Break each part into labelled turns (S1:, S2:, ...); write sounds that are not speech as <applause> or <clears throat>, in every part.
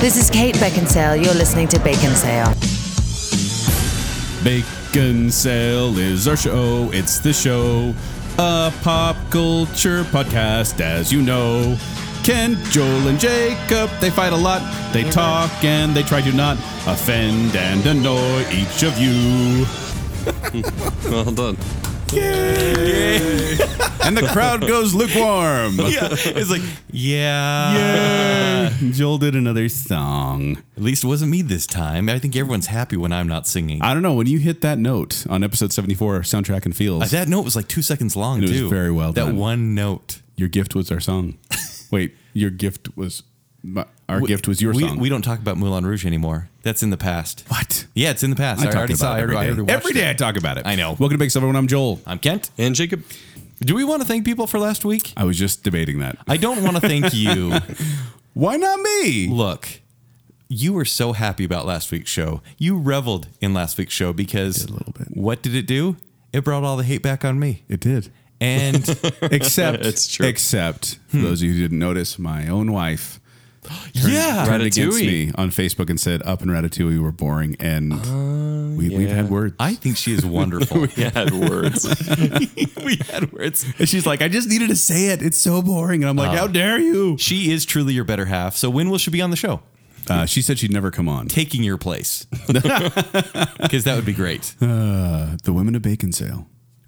S1: This is Kate Beckinsale. You're listening to Bacon Sale.
S2: Bacon Sale is our show. It's the show, a pop culture podcast, as you know. Ken, Joel, and Jacob, they fight a lot. They talk and they try to not offend and annoy each of you.
S3: Well done.
S2: And the
S4: <laughs>
S2: crowd goes lukewarm.
S4: yeah, it's like, yeah.
S2: <laughs> Joel did another song.
S4: At least it wasn't me this time. I think everyone's happy when I'm not singing.
S2: I don't know. When you hit that note on episode 74, of Soundtrack and Feels,
S4: Uh, that note was like two seconds long,
S2: It was
S4: too.
S2: very well
S4: That
S2: done.
S4: one note.
S2: your gift was our song. Wait, your gift was. My, our
S4: We-
S2: gift was your
S4: we,
S2: song.
S4: We don't talk about Moulin Rouge anymore. That's in the past.
S2: What?
S4: Yeah, it's in the past. I,
S2: I, talk
S4: already
S2: about
S4: saw.
S2: it
S4: I
S2: every
S4: already, I
S2: day.
S4: already watched
S2: Every day I
S4: it.
S2: talk about it.
S4: I know.
S2: Welcome to Big Everyone. I'm Joel.
S4: I'm Kent.
S3: And Jacob.
S4: Do we want to thank people for last week?
S2: I was just debating that.
S4: I don't want to
S2: <laughs>
S4: thank you.
S2: Why not me?
S4: Look, you were so happy about last week's show. You reveled in last week's show because
S2: a little bit.
S4: what did it do? It brought all the hate back on me.
S2: It did.
S4: And
S2: <laughs>
S4: <laughs>
S2: Except,
S3: It's true.
S2: Except for
S4: Hmm.
S2: those of you who didn't notice, my own wife
S4: yeah,
S2: turned against
S3: Ratatouille.
S2: me on Facebook and said "Up and Ratatouille were boring," and we, we've
S3: yeah.
S2: had words.
S4: Ah, I think she
S2: <laughs>
S4: is wonderful.
S3: Yeah, <laughs> words.
S4: we had words.
S2: and she's like, "I just needed to say it. It's so boring," and I'm like, "How dare you?"
S4: Ah. She is truly your better half. So when will she be on the show?
S2: Uh, she said she'd never come on.
S4: Taking your
S2: <laughs>
S4: place. Because that would be great.
S2: The women of Bacon Sale.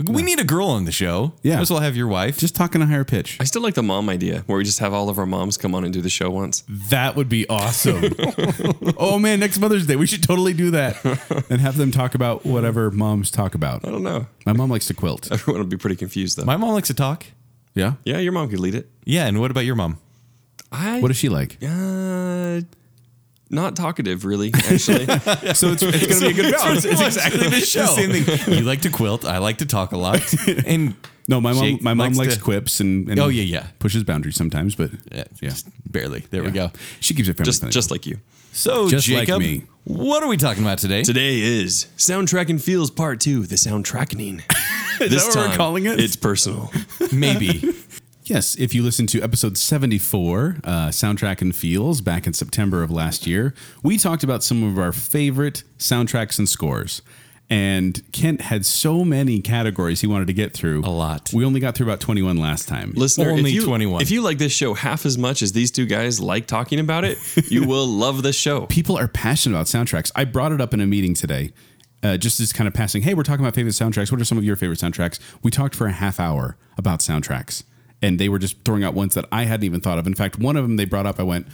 S4: We need a girl on the show.
S2: Yeah.
S4: Might as well have your wife.
S2: Just talking a higher pitch.
S3: I still like the mom idea where we just have all of our moms come on and do the show once.
S2: That would be
S4: <laughs>
S2: awesome. oh man, next Mother's Day, we should totally do that and have them talk about whatever moms talk about.
S3: I don't know. <laughs>
S2: My mom likes to quilt.
S3: Everyone will be pretty confused though.
S4: My mom likes to talk.
S2: Yeah.
S3: yeah, your mom could lead it.
S4: Yeah. And what about your mom?
S3: I
S2: What is she like?
S3: uh, not talkative really, actually.
S2: So it's, it's going to be a good
S4: <laughs>
S2: balance.
S4: It's exactly the show.
S2: same
S4: thing. You like to quilt. I like to talk a lot.
S2: <laughs>
S4: And
S2: No, my mom.
S4: Jake
S2: my mom
S4: likes
S2: likes,
S4: to-
S2: quips and, and
S4: Oh, yeah, yeah.
S2: pushes boundaries sometimes, but
S4: yeah,
S2: yeah,
S4: just barely. There we
S2: Yeah.
S4: go.
S2: She keeps it family.
S3: just
S2: friendly.
S3: just like you.
S4: So
S2: Just like
S4: Jacob,
S2: me.
S4: what are we talking about today?
S3: Today is Soundtrack and Feels Part 2, the soundtracking. is this
S2: what we're calling it?
S3: It's personal.
S4: Maybe.
S2: <laughs> yes. If you listen to episode seventy four, uh, soundtrack and feels back in September of last year, we talked about some of our favorite soundtracks and scores. And Kent had so many categories he wanted to get through. A
S4: lot.
S2: We only got through about twenty one last time.
S3: Listener,
S4: Only
S3: if you,
S4: 21.
S3: If you like this show half as much as these two guys like talking about it, you will love this show.
S2: people are passionate about soundtracks. I brought it up in a meeting today, uh, just as kind of passing. Hey, we're talking about favorite soundtracks. What are some of your favorite soundtracks? We talked for a half hour about soundtracks, and they were just throwing out ones that I hadn't even thought of. In fact, one of them they brought up, I went,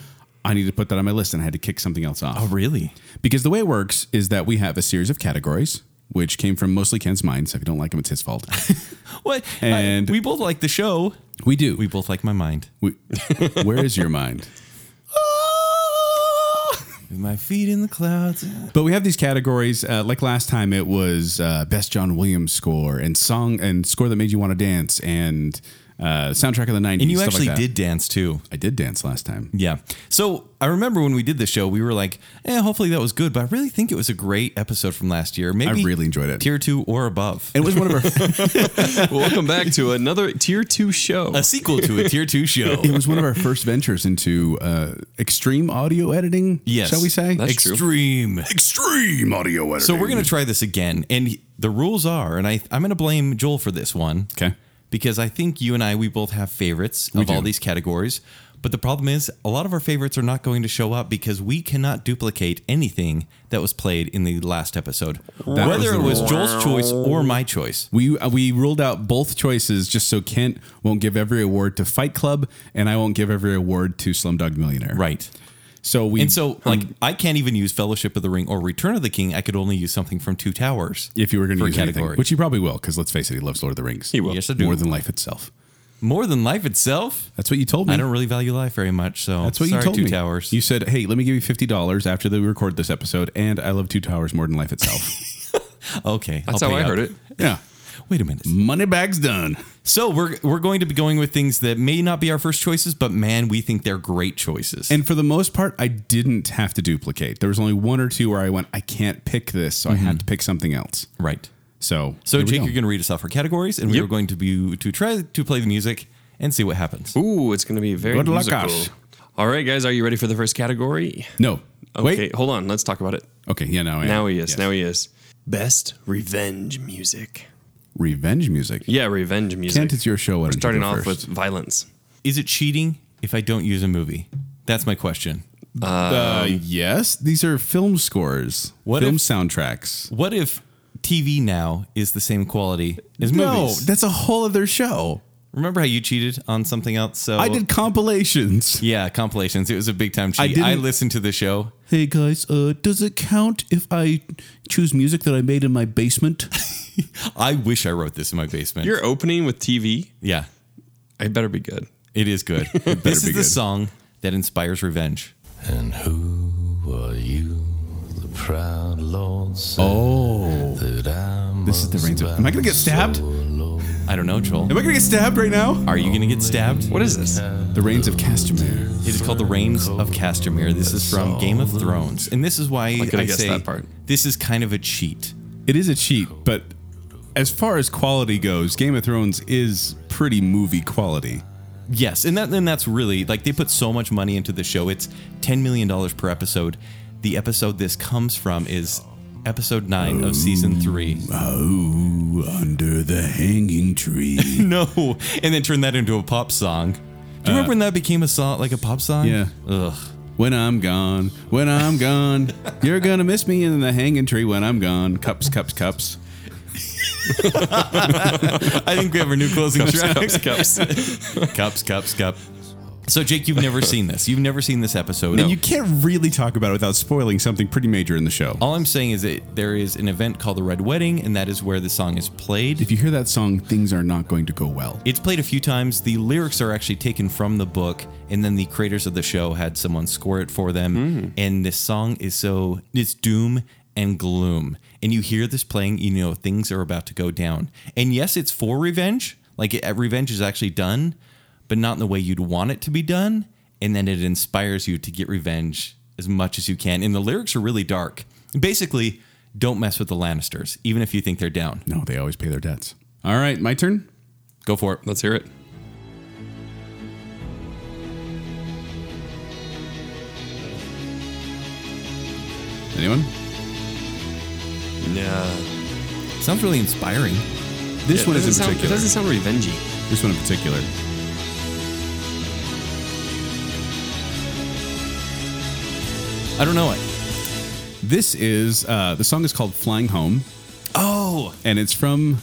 S2: I need to put that on my list, and I had to kick something else off.
S4: Oh, really?
S2: Because the way it works is that we have a series of categories, which came from mostly Ken's mind. So if you don't like him, it's his fault.
S4: What?
S2: And-
S4: I- we both like the show.
S2: we do.
S4: We both like my mind.
S2: we, <laughs> where is your mind?
S4: With my feet in the clouds.
S2: But we have these categories. Uh, like last time, it was uh, best John Williams score and song and score that made you want to dance and uh, soundtrack of the nineties.
S4: And you actually did dance too.
S2: I did dance last
S4: <laughs>
S2: time.
S4: Yeah. So I remember when we did the show, we were like, eh, hopefully that was good, but I really think it was a great episode from last year. Maybe
S2: really enjoyed it.
S4: Tier two or above.
S2: It was one of our.
S3: Welcome back to another Tier 2 show.
S4: a sequel to a tier two show.
S2: <laughs> it was one of our first ventures into uh, extreme audio editing.
S4: Yes.
S2: shall we say
S3: That's true.
S4: Extreme.
S2: extreme audio editing?
S4: So we're going to try this again. And he- the rules are, and I, I'm going to blame Joel for this one.
S2: Okay.
S4: Because I think you and I, we both have favorites of
S2: do.
S4: all these categories. But the problem is, a lot of our favorites are not going to show up because we cannot duplicate anything that was played in the last episode,
S2: That was
S4: whether
S2: the
S4: it was
S2: rule.
S4: Joel's choice or my choice.
S2: We uh, we ruled out both choices just so Kent won't give every award to Fight Club and I won't give every award to Slumdog Millionaire.
S4: Right.
S2: So we
S4: And so, like, I can't even use Fellowship of the Ring or Return of the King. I could only use something from Two Towers.
S2: if you were going to
S4: for a
S2: use category.
S4: category.
S2: anything, which he probably will, because let's face it, he loves Lord of the Rings. He
S3: will.
S4: Yes, I do.
S2: more than life itself.
S4: More than life itself.
S2: That's what you told me.
S4: I don't really value life very much, so
S2: Hmm. That's what
S4: sorry,
S2: you told
S4: Two
S2: me.
S4: Towers.
S2: You said, "Hey, let me give you fifty dollars after that we record this episode," and I love Two Towers more than life itself.
S4: okay,
S3: That's
S4: I'll
S3: how
S4: pay
S3: I
S4: up.
S3: heard it.
S2: yeah,
S4: Wait a minute.
S2: money bag's done.
S4: So we're we're going to be going with things that may not be our first choices, but man, we think they're great choices.
S2: And for the most part, I didn't have to duplicate. There was only one or two where I went, "I can't pick this," so I had to pick something else.
S4: right.
S2: So,
S4: So
S2: here we
S4: Jake,
S2: go.
S4: you're going to read us off our categories, and we
S3: Yep.
S4: are going to be to try to play the music and see what happens.
S3: Ooh, it's going to be very
S2: Good luck,
S3: musical.
S2: us.
S3: All right, guys, are you ready for the first category?
S2: No.
S3: Okay,
S2: Wait.
S3: hold on. Let's talk about it.
S2: Okay. Yeah. Now. I am.
S3: Now he is.
S2: Yes.
S3: Now he is. Best revenge music.
S2: Revenge music.
S3: Yeah, revenge music.
S2: Kent, it's your show. Why don't you
S3: Starting
S2: go
S3: off
S2: first?
S3: with violence.
S4: Is it cheating if I don't use a movie? That's my question.
S2: Uh, yes, these are film scores,
S4: What
S2: film
S4: if-
S2: soundtracks.
S4: What if TV now is the same quality as movies?
S2: that's a whole other show.
S4: Remember how you cheated on something else? So
S2: I did compilations.
S4: Yeah, compilations. It was a big time
S2: I
S4: cheat.
S2: didn't-
S4: I, listened to the show.
S2: <laughs> Hey guys, uh, does it count if I choose music that I made in my basement?
S4: I wish I wrote this in my basement.
S3: You're opening with TV.
S4: yeah,
S3: I better be good.
S4: it
S2: <laughs>
S4: is good. this is
S2: be
S4: the
S2: good.
S4: song that inspires revenge.
S5: And who are you, the proud lord said
S2: Oh,
S5: that I
S2: this is the reigns of. Am I gonna get stabbed? Am
S4: I don't know, Joel.
S2: I gonna get stabbed right now?
S4: Are you going to get stabbed?
S3: What is this?
S2: The reigns of Castamere.
S4: It is called The Reigns of Castamere. This is from Game of Thrones. And this is why I,
S3: could've guessed
S4: say
S3: that part.
S4: this is kind of a cheat.
S2: It is a cheat, but as far as quality goes, Game of Thrones is pretty movie quality.
S4: Yes, and that and that's really like they put so much money into the show. It's ten million dollars per episode. The episode this comes from is episode nine of season three.
S3: Um,
S2: Oh, under the hanging <laughs> tree.
S4: <laughs> no, and then turn that into a pop song. Do you
S3: Uh,
S4: remember when that became a song, like a pop song?
S2: Yeah.
S4: Ugh.
S2: When I'm gone, when I'm gone, you're gonna miss me in the hanging tree when I'm gone. Cups, cups, cups.
S4: I think we have our new closing track.
S3: Cups, cups.
S4: <laughs> Cups, cups, cup. So Jake, you've never seen this. You've never seen this episode.
S2: And you can't really talk about it without spoiling something pretty major in the show.
S4: all I'm saying is that there is an event called the Red Wedding, and that is where the song is played.
S2: If you hear that song, things are not going to go well.
S4: It's played a few times. The lyrics are actually taken from the book, and then the creators of the show had someone score it for them. And this song is so it's doom and gloom. And you hear this playing, you know things are about to go down. And yes, it's for revenge. Like it, revenge is actually done, but not in the way you'd want it to be done. And then it inspires you to get revenge as much as you can. And the lyrics are really dark. Basically, don't mess with the Lannisters, even if you think they're down.
S2: No, they always pay their debts. All right, my turn.
S4: Go for it.
S3: Let's hear it.
S2: Anyone?
S3: Yeah.
S4: Sounds really inspiring.
S2: This one is in
S3: doesn't sound-
S2: particular.
S3: It doesn't sound revengey.
S2: this one in particular.
S4: I don't know it.
S2: This is uh, the song is called "Flying Home,"
S4: Oh,
S2: and it's from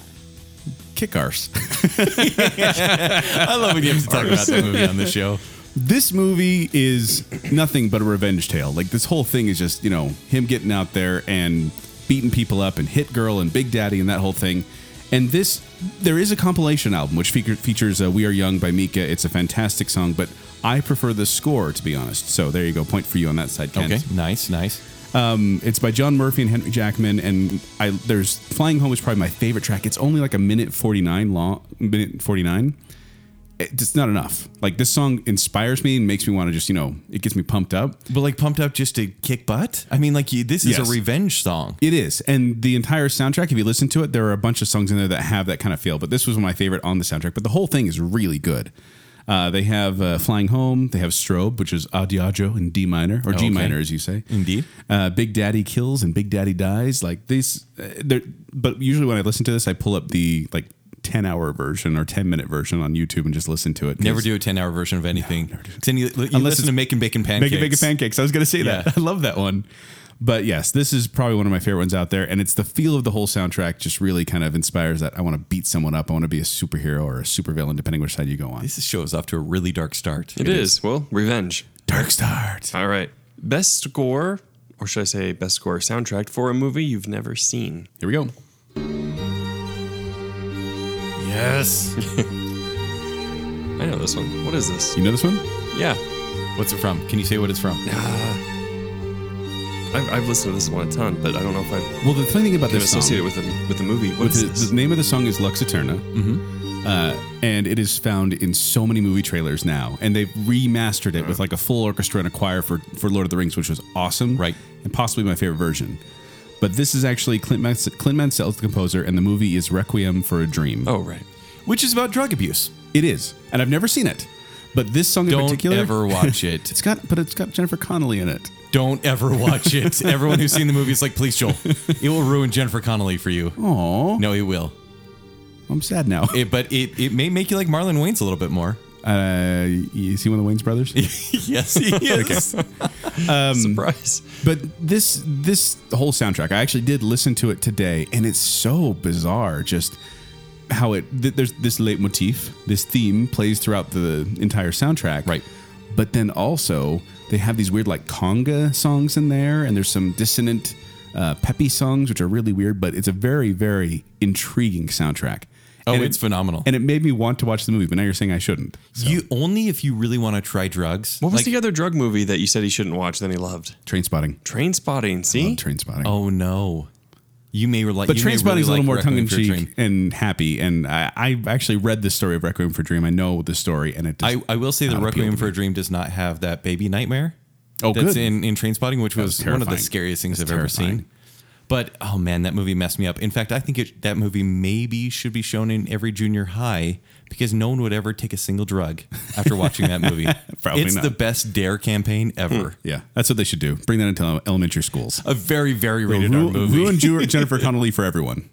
S2: Kick Arse. <laughs>
S4: <laughs> I love when you have to talk about that movie on the show.
S2: this movie is nothing but a revenge tale. Like this whole thing is just, you know, him getting out there and beating people up and Hit Girl and Big Daddy and that whole thing. And this, there is a compilation album which feature, features uh, "We Are Young" by Mika. It's a fantastic song, but I prefer the score to be honest. So there you go, point for you on that side, Kent.
S4: nice, nice.
S2: Um, it's by John Murphy and Henry Jackman, and I there's "Flying Home" is probably my favorite track. It's only like a minute forty nine long, minute forty nine. It's not enough. Like this song inspires me and makes me want to just you know it gets me pumped up.
S4: But like pumped up just to kick butt. I mean, like you, this is
S2: Yes.
S4: a revenge song.
S2: It is, and the entire soundtrack. If you listen to it, there are a bunch of songs in there that have that kind of feel. But this was one of my favorite on the soundtrack. But the whole thing is really good. Uh, they have uh, "Flying Home." They have "Strobe," which is Adiagio in D minor or G
S4: okay.
S2: minor, as you say.
S4: Indeed.
S2: uh, Big Daddy kills and Big Daddy dies. Like these, uh, they're- but usually when I listen to this, I pull up the like ten hour version or ten minute version on YouTube and just listen to it.
S4: Never
S2: 'Cause-
S4: do a ten hour version of anything. Then you, you
S2: Unless
S4: listen to
S2: it's-
S4: making bacon pancakes.
S2: Make it, make it pancakes. I was gonna say
S4: Yeah.
S2: that. <laughs> I love that one. But yes, this is probably one of my favorite ones out there, and it's the feel of the whole soundtrack. Just really kind of inspires that I want to beat someone up. I want to be a superhero or a supervillain, depending which side you go on.
S4: This show is off to a really dark start.
S3: it is. Well, revenge.
S2: Dark Start.
S3: All right. Best score, or should I say best score soundtrack for a movie you've never seen?
S2: Here we go.
S4: Yes.
S3: I know this one. What is this?
S2: You know this one?
S3: Yeah.
S4: What's it from? Can you say what it's from?
S3: I've, I've listened to this one a ton, but I don't know if I
S2: Well, the funny thing about
S3: can
S2: this song
S3: associate it with the, with the movie. What
S2: With
S3: is
S2: the,
S3: this?
S2: the name of the song is Lux Eterna,
S4: Mm-hmm.
S2: uh, and it is found in so many movie trailers now. And they've remastered it with like a full orchestra and a choir for for Lord of the Rings, which was awesome,
S4: Right.
S2: And possibly my favorite version. But this is actually Clint, Mans- Clint Mansell is the composer, and the movie is Requiem for a Dream.
S3: oh, right.
S4: Which is about drug abuse.
S2: It is, and I've never seen it. But this song in
S4: Don't
S2: particular,
S4: ever watch it.
S2: <laughs> It's got, but it's got Jennifer Connelly in it.
S4: Don't ever watch it. <laughs> Everyone who's seen the movie is like, please, Joel, it will ruin Jennifer Connelly for you.
S2: Oh,
S4: No, it will.
S2: I'm sad now.
S4: It, but it, it may make you like Marlon Wayne's a little bit more.
S2: Uh, you see one of the Wayne's brothers?
S4: <laughs> yes, <laughs> he is.
S3: Surprise.
S2: But this this whole soundtrack, I actually did listen to it today, and it's so bizarre. Just how it th- there's this leitmotif, this theme plays throughout the entire soundtrack,
S4: Right.
S2: But then also they have these weird like conga songs in there, and there's some dissonant uh, peppy songs, which are really weird. But it's a very very intriguing soundtrack.
S4: Oh,
S2: And it-
S4: it's phenomenal.
S2: and it made me want to watch the movie. But now you're saying I shouldn't.
S4: You only if you really want to try drugs.
S3: What was
S4: Like-
S3: the other drug movie that you said he shouldn't watch that he loved?
S2: Train spotting.
S3: Train Spotting. See?
S2: Train spotting.
S4: Oh no, you may relate.
S2: But
S4: you may
S2: Trainspotting's is a
S4: really
S2: little more
S4: like
S2: tongue in
S4: Requiem for a
S2: cheek
S4: Dream.
S2: and happy. And I, I actually read the story of Requiem for a Dream. I know the story, and it. Does,
S4: I, I will say that
S2: not appeal
S4: Requiem
S2: to
S4: for a Dream does not have that baby nightmare.
S2: Oh,
S4: that's
S2: good.
S4: in in Train Spotting, which
S2: was
S4: was, one of the
S2: terrifying.
S4: scariest things
S2: That's
S4: I've ever
S2: terrifying.
S4: seen. But oh man, that movie messed me up. In fact, I think it, that movie maybe should be shown in every junior high because no one would ever take a single drug after watching that movie.
S2: <laughs> Probably
S4: it's
S2: not. Hmm.
S4: the best dare campaign ever.
S2: yeah, that's what they should do. Bring that into elementary schools.
S4: A very very rated R
S2: Ru-
S4: movie.
S2: ruin
S4: <laughs>
S2: Ju- Jennifer Connelly for everyone.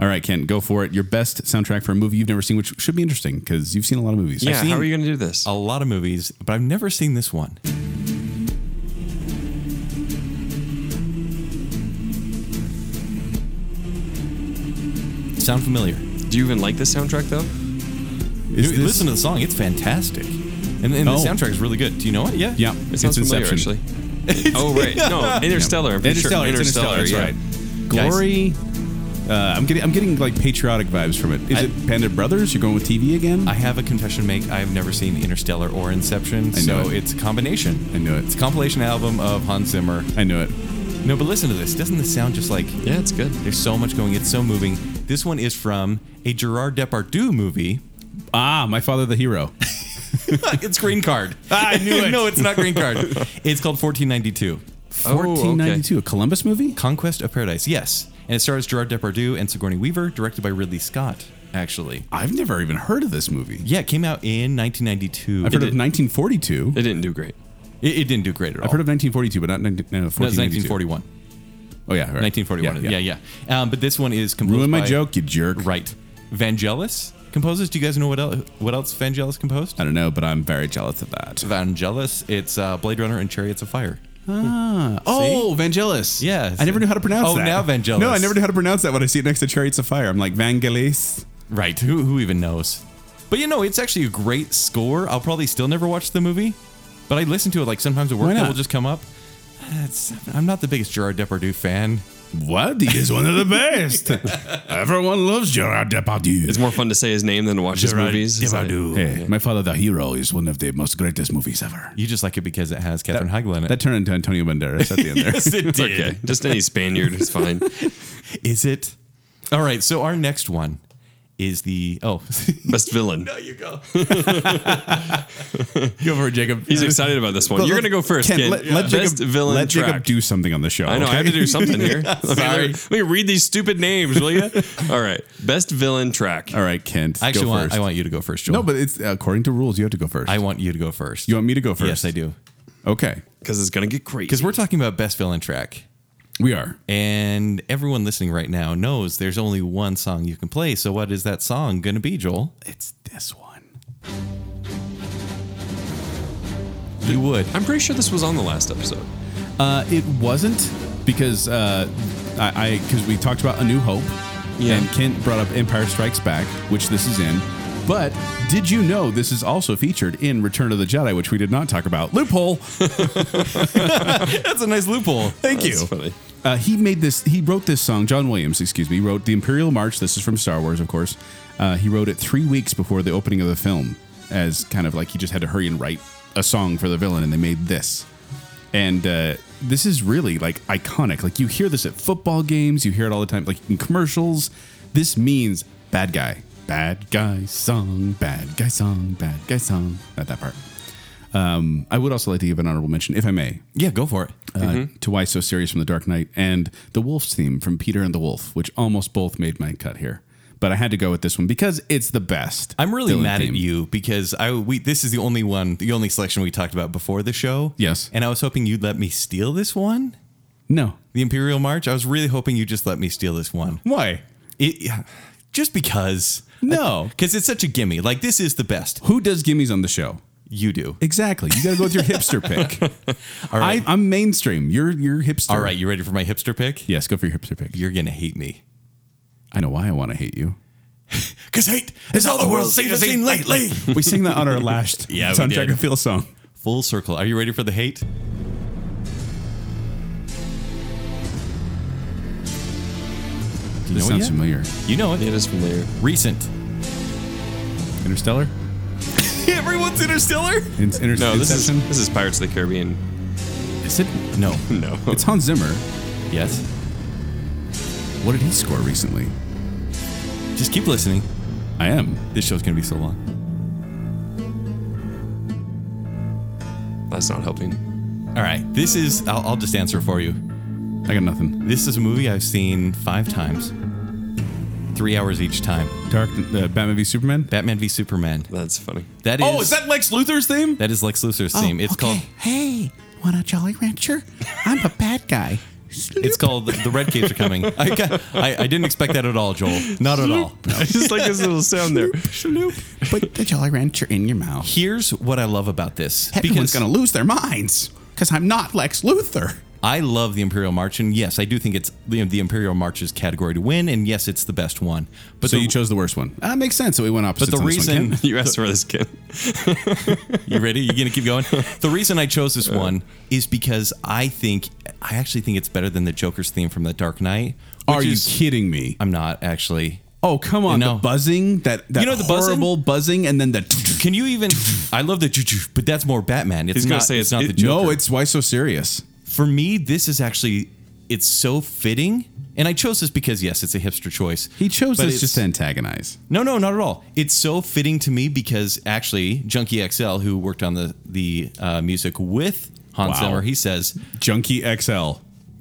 S2: All right, Ken, go for it. Your best soundtrack for a movie you've never seen, which should be interesting because you've seen a lot of movies.
S3: Yeah,
S4: seen-
S3: how are you going to do this?
S4: a lot of movies, but I've never seen this one. Sound familiar?
S3: do you even like this soundtrack, though?
S2: Is
S4: You
S2: this-
S4: listen to the song; it's fantastic, and, and
S2: Oh.
S4: the soundtrack is really good. Do you know it? Yeah,
S2: yeah,
S3: It sounds
S2: it's
S3: familiar,
S2: Inception.
S3: actually. oh, right. No, Interstellar. I'm pretty
S2: Interstellar, it's
S3: sure.
S2: Interstellar, that's
S3: yeah.
S2: right. Glory. Uh, I'm getting I'm getting like patriotic vibes from it. Is
S4: I-
S2: it Panda Brothers? You're going with TV again?
S4: I have a confession to make. I have never seen Interstellar or Inception,
S2: I know
S4: so
S2: it.
S4: it's a combination.
S2: I knew it.
S4: It's a compilation album of Hans Zimmer.
S2: I knew it.
S4: No, but listen to this. Doesn't this sound just like
S3: Yeah, it's good.
S4: There's so much going. It's so moving. This one is from a Gerard Depardieu movie.
S2: Ah, my father, the hero.
S4: it's Green Card.
S2: <laughs> I
S4: <laughs>
S2: knew it.
S4: no, it's not
S2: <laughs>
S4: Green Card. It's called 1492.
S2: 1492, a Columbus movie?
S4: Conquest of Paradise. Yes. And it stars Gerard Depardieu and Sigourney Weaver, directed by Ridley Scott, actually.
S2: I've never even heard of this movie.
S4: Yeah, it came out in 1992.
S2: I've heard
S4: it,
S2: of 1942.
S3: It didn't do great.
S4: it, it didn't do great at all.
S2: I've heard of 1942, but not 19, no,
S4: no, it's
S2: 1492.
S4: 1941.
S2: Oh yeah, right.
S4: 1941. Yeah, yeah. Um, but this one is composed
S2: Ruin my
S4: by-
S2: joke, you jerk.
S4: Right. Vangelis composes. Do you guys know what else, what else Vangelis composed?
S2: I don't know, but I'm very jealous of that.
S4: Uh, Vangelis. It's uh, Blade Runner and Chariots of Fire.
S2: Oh, Vangelis.
S4: Yeah,
S2: I never knew how to pronounce
S4: Oh,
S2: that.
S4: now Vangelis.
S2: No, I never knew how to pronounce that when I see it next to Chariots of Fire. I'm like Vangelis.
S4: Right. Who, who even knows? But you know, it's actually a great score. I'll probably still never watch the movie, but I listen to it like sometimes at
S2: Why
S4: work that
S2: not?
S4: will just come up. Uh, it's- I'm not the biggest Gerard Depardieu fan.
S2: What? He is one of the best. Everyone loves Gerard Depardieu.
S3: It's more fun to say his name than to watch his movies. It's like-
S2: Hey, my father, the hero, is one of the most greatest movies ever.
S4: You just like it because it has Catherine Heigl in it.
S2: That turned into Antonio Banderas at the end there.
S4: yes, it
S3: It's
S4: did.
S3: okay. Just any Spaniard is fine.
S4: Is it? All right. So our next one is the
S2: <laughs>
S4: oh,
S3: Best villain.
S4: you go.
S2: Go for it, Jacob.
S3: He's excited about this one.
S2: But
S3: You're
S2: let-
S3: going to go first,
S2: Ken,
S3: Ken.
S2: let- let
S3: Best
S2: Jacob-
S3: villain
S2: Let
S3: track.
S2: Jacob do something on the show.
S3: I know. I have to <laughs> do something here. Let me-
S4: Sorry.
S3: Let me read these stupid names, will <laughs> you? All right. Best villain track.
S2: <laughs> All right, Kent.
S4: I <laughs> actually
S2: go
S4: want
S2: first.
S4: I want you to go first, Joel.
S2: no, but it's according to rules. You have to go first.
S4: I want you to go first.
S2: you want me to go first?
S4: Yes, I do.
S2: Okay,
S3: Because it's going to get crazy.
S4: Because we're talking about best villain track.
S2: we are.
S4: And everyone listening right now knows there's only one song you can play. So what is that song going to be, Joel?
S2: It's this one.
S4: You would.
S3: I'm pretty sure this was on the last episode.
S2: Uh, it wasn't because uh, I because we talked about A New Hope,
S3: Yeah.
S2: and Kent brought up Empire Strikes Back, which this is in. But did you know this is also featured in Return of the Jedi, which we did not talk about? Loophole.
S4: That's a nice loophole.
S2: Thank you.
S3: That's funny.
S2: Uh, he made this. He wrote this song. John Williams, excuse me, wrote the Imperial March. This is from Star Wars, of course. Uh, he wrote it three weeks before the opening of the film, as kind of like he just had to hurry and write a song for the villain, and they made this. And uh, this is really like iconic. Like you hear this at football games, you hear it all the time, like in commercials. This means bad guy, bad guy song, bad guy song, bad guy song. Not that part. Um, I would also like to give an honorable mention, if I may,
S4: <laughs> Yeah, go for it.
S2: uh,
S4: Mm-hmm.
S2: to Why So Serious from The Dark Knight and the Wolf's theme from Peter and the Wolf, which almost both made my cut here. but I had to go with this one because it's the best.
S4: I'm really
S2: Dylan
S4: mad
S2: theme.
S4: at you because I we this is the only one, the only selection we talked about before the show.
S2: Yes.
S4: and I was hoping you'd let me steal this one,
S2: No,
S4: the Imperial March. I was really hoping you just let me steal this one.
S2: why?
S4: It just because
S2: No.
S4: because it's such a gimme. Like this is the best.
S2: Who does gimmies on the show?
S4: You do.
S2: Exactly. You got to go with your hipster
S4: <laughs>
S2: pick. All right. I, I'm mainstream. You're you're hipster.
S4: All right, you ready for my hipster pick?
S2: Yes, go for your hipster pick.
S4: You're gonna hate me.
S2: I know why I want to hate you.
S4: Cause hate is all the world's seen, seen lately.
S2: We sing that on our last
S4: <laughs> Yeah, we
S2: soundtrack
S4: did.
S2: and feel song.
S4: <laughs> Full circle. Are you ready for the hate?
S2: This
S4: know it
S2: sounds
S4: yet?
S2: familiar.
S4: You know it.
S3: It is familiar.
S4: Recent.
S2: Interstellar.
S4: Everyone's interstellar.
S2: In, inter-
S3: No, this is
S2: Inception?
S3: this is Pirates of the Caribbean.
S2: Is it? <laughs>
S4: No.
S3: No,
S2: It's Hans Zimmer.
S4: Yes.
S2: What did he score recently?
S4: Just keep listening.
S2: I am.
S4: This show's gonna be so long.
S3: that's not helping.
S4: All right. This is. I'll, I'll just answer for you.
S2: I got nothing.
S4: This is a movie I've seen five times. Three hours each time.
S2: Dark uh, Batman v Superman.
S4: Batman v Superman.
S3: That's funny. <laughs>
S4: That is.
S2: Oh, Lex Luthor's theme? Oh,
S4: that is Lex Luthor's theme. It's called.
S2: Hey, want a Jolly Rancher? I'm a bad guy.
S4: It's called. The, the Red Caves
S2: <laughs>
S4: are coming. I, got- I I didn't expect that at all, Joel. Not at all.
S3: I just like this little sound there.
S2: Put the Jolly Rancher in your mouth.
S4: Here's what I love about this.
S2: Everyone's gonna lose their minds because I'm not Lex Luthor.
S4: I love the Imperial March, and yes, I do think it's the, the Imperial March's category to win, and yes, it's the best one. But
S2: So
S4: the,
S2: you chose the worst one. That Uh, makes sense. So we went opposite.
S4: But the reason
S3: <laughs> You asked for this kid.
S4: you ready? You gonna keep going? The reason I chose this one is because I think I actually think it's better than the Joker's theme from The Dark Knight. which
S2: Are you
S4: is-
S2: kidding me?
S4: I'm not actually.
S2: Oh come on!
S4: No.
S2: The buzzing that that
S4: You know the buzzing?
S2: horrible buzzing, and then the
S4: Can you even? I love the, ju-ju, but that's more Batman. It's
S3: He's
S4: not,
S3: gonna say
S4: it's
S3: it's-
S4: not
S3: it-
S4: the Joker.
S2: no. It's why so serious.
S4: for me. This is actually it's so fitting, and I chose this because yes, it's a hipster choice.
S2: He chose
S4: But
S2: this
S4: it's-
S2: just to antagonize.
S4: No, no, not at all. It's so fitting to me because actually, Junkie XL, who worked on the the uh, music with Hans
S2: Wow.
S4: Zimmer, he says
S2: Junkie XL.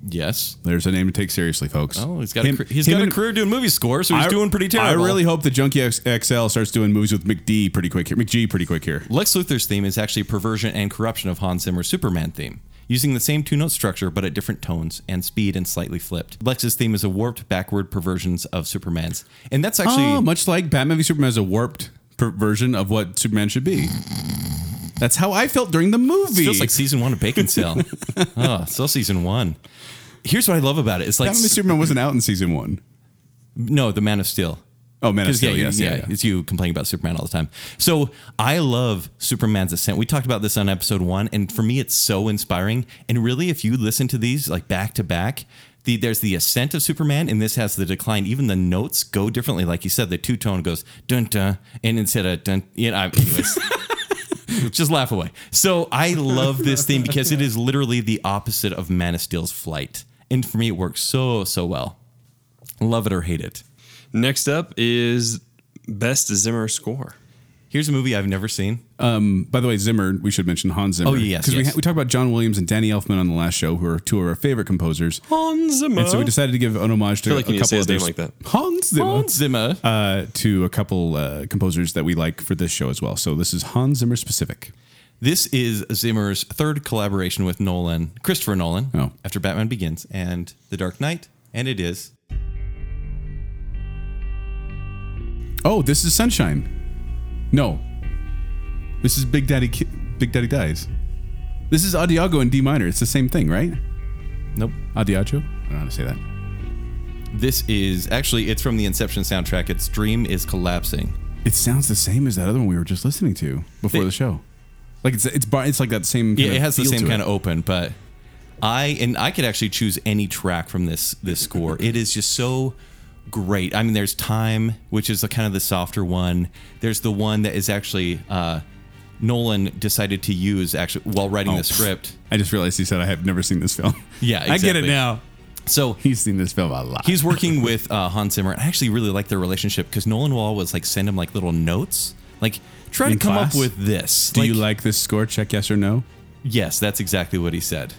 S4: yes.
S2: There's a name to take seriously, folks.
S4: Oh, he's got
S2: Him-
S4: a, cr- he's
S2: him
S4: got a
S2: and-
S4: career doing movie score, so he's doing pretty terrible.
S2: I really hope that Junkie X- XL starts doing movies with McD pretty quick here. McG pretty quick here.
S4: Lex Luthor's theme is actually perversion and corruption of Hans Zimmer's Superman theme, using the same two note structure but at different tones and speed and slightly flipped. Lex's theme is a warped backward perversions of Superman's, and that's actually
S2: Oh, much like Batman v Superman is a warped per- version of what Superman should be. That's how I felt during the movie.
S4: feels like season one of Bacon <laughs> Sale. oh, still season one. Here's what I love about it. It's like
S2: Batman v Superman wasn't out in season one.
S4: No, the Man of Steel.
S2: Oh, Man of
S4: 'Cause,
S2: Steel,
S4: you-
S2: yes, yeah, yeah.
S4: It's you complaining about Superman all the time. So I love Superman's Ascent. We talked about this on episode one, and for me, it's so inspiring. And really, if you listen to these like back to back, the, there's the ascent of Superman, and this has the decline. Even the notes go differently. Like you said, the two tone goes dun dun, and instead of dun, you know, anyways. <laughs> Just laugh away. So I love this theme because it is literally the opposite of Man of Steel's flight. And for me, it works so, so well. Love it or hate it.
S3: Next up is best Zimmer score.
S4: Here's a movie I've never seen.
S2: By the way, Zimmer, we should mention Hans Zimmer.
S4: Oh, yes,
S2: Because we,
S4: yes.
S2: ha- we talked about John Williams and Danny Elfman on the last show, who are two of our favorite composers.
S3: Hans Zimmer.
S2: And so we decided to give an homage to
S3: feel like you
S2: a
S3: need to
S2: couple
S3: say
S2: of
S3: his name
S2: those-
S3: like that.
S2: Hans Zimmer.
S4: Zimmer.
S2: Uh, to a couple uh, composers that we like for this show as well. So this is Hans Zimmer specific.
S4: This is Zimmer's third collaboration with Nolan, Christopher Nolan,
S2: Oh.
S4: after Batman Begins and The Dark Knight, and it is
S2: Oh, this is Sunshine. No, this is Big Daddy. Ki- Big Daddy dies. This is Adiago in D minor. It's the same thing, right?
S4: nope.
S2: Adiago. I don't know how to say that.
S4: This is actually it's from the Inception soundtrack. It's Dream is collapsing.
S2: It sounds the same as that other one we were just listening to before
S4: They-
S2: the show. Like it's it's bar- it's like that same.
S4: Yeah,
S2: kinda
S4: it has the
S2: feel
S4: same
S2: to
S4: kind
S2: it.
S4: of open, but I and I could actually choose any track from this this score. it is just so great. I mean, there's time, which is the kind of the softer one. There's the one that is actually uh, Nolan decided to use actually while writing
S2: Oh,
S4: the
S2: pfft.
S4: script.
S2: I just realized he said I have never seen this film. <laughs>
S4: Yeah,
S2: I get it
S4: exactly.
S2: now.
S4: So
S2: He's seen this film a lot.
S4: he's working <laughs> with uh, Hans Zimmer. I actually really like their relationship because Nolan will always like send him like little notes, like try
S2: In
S4: to come
S2: class?
S4: up with this.
S2: Do you like this score? Check yes or no.
S4: Yes, that's exactly what he said.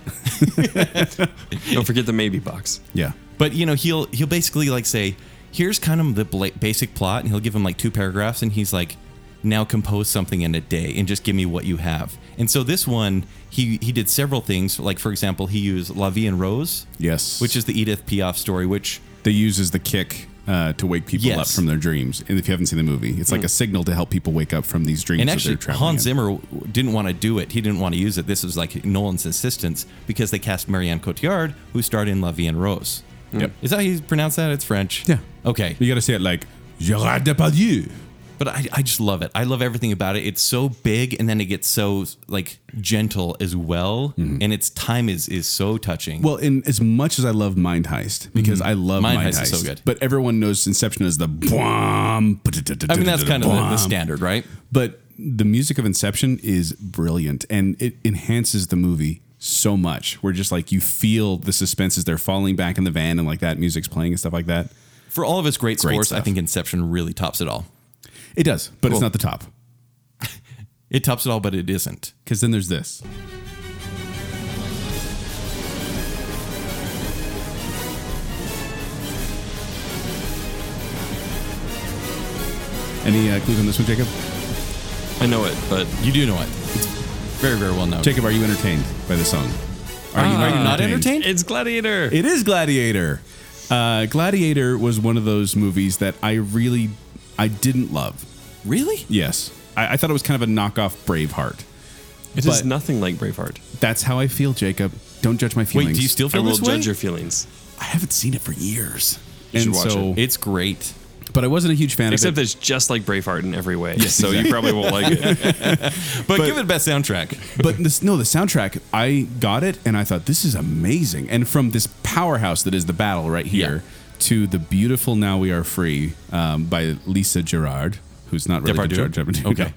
S3: Don't forget the maybe box.
S2: Yeah.
S4: But you know, he'll he'll basically like say, here's kind of the bla- basic plot, and he'll give him like two paragraphs, and he's like, now compose something in a day, and just give me what you have. And so this one, he he did several things. Like for example, he used La Vie en Rose,
S2: Yes.
S4: which is the Edith Piaf story, which
S2: they use as the kick uh, to wake people
S4: Yes. Hmm.
S2: up from their dreams. And if you haven't seen the movie, it's like a signal to help people wake up from these dreams.
S4: And
S2: that
S4: actually,
S2: they're traveling
S4: Hans
S2: in.
S4: Zimmer w- didn't want to do it. He didn't want to use it. This was like Nolan's insistence because they cast Marianne Cotillard, who starred in La Vie en Rose.
S2: Yep.
S4: Is that how you pronounce that? It's French.
S2: Yeah.
S4: Okay.
S2: You got to say it like Gerard Depardieu.
S4: But I, I just love it. I love everything about it. It's so big, and then it gets so like gentle as well, and its time is is so touching.
S2: Mm-hmm. Well, and as much as I love Mind Heist, because I love
S4: Mm-hmm. Mind
S2: Mind,
S4: Heist
S2: Heist,
S4: is so good.
S2: but everyone knows Inception is the bomb.
S4: I
S2: <laughs>
S4: mean, that's kind of the, the
S2: Bwom.
S4: standard, right?
S2: But the music of Inception is brilliant and it enhances the movie so much. Where just like you feel the suspense as they're falling back in the van and like that music's playing and stuff like that.
S4: For all of its great,
S2: Great
S4: scores, I
S2: stuff.
S4: think Inception really tops it all.
S2: It does, but
S4: Cool.
S2: it's not the top.
S4: It tops it all, but it isn't.
S2: Because then there's this. Any uh, clues on this one, Jacob?
S3: I know it, but
S4: You do know it. It's very, very well known.
S2: Jacob, are you entertained by the song? Are you,
S4: Are you not entertained?
S3: it's Gladiator.
S2: It is Gladiator. Uh, Gladiator was one of those movies that I really, I didn't love.
S4: Really?
S2: Yes, I, I thought it was kind of a knockoff Braveheart.
S3: It is
S2: but-
S3: nothing like Braveheart.
S2: That's how I feel, Jacob. Don't judge my feelings.
S4: Wait, do you still
S3: I
S4: feel
S3: will
S4: this way?
S3: judge your feelings.
S2: I haven't seen it for years.
S3: You should
S2: and
S3: watch
S2: so,
S4: It's great.
S2: but I wasn't a huge fan
S3: Except
S2: of
S3: that
S2: it.
S3: it's just like Braveheart in every way. <laughs> so you probably won't like it.
S4: But, give it best soundtrack.
S2: but this, no, the soundtrack, I got it and I thought this is amazing. And from this powerhouse that is the battle right here to the beautiful "Now We Are Free" um, by Lisa Gerard, who's not really
S4: Depardieu?
S2: Gerard Depardieu.
S4: Okay.
S2: no.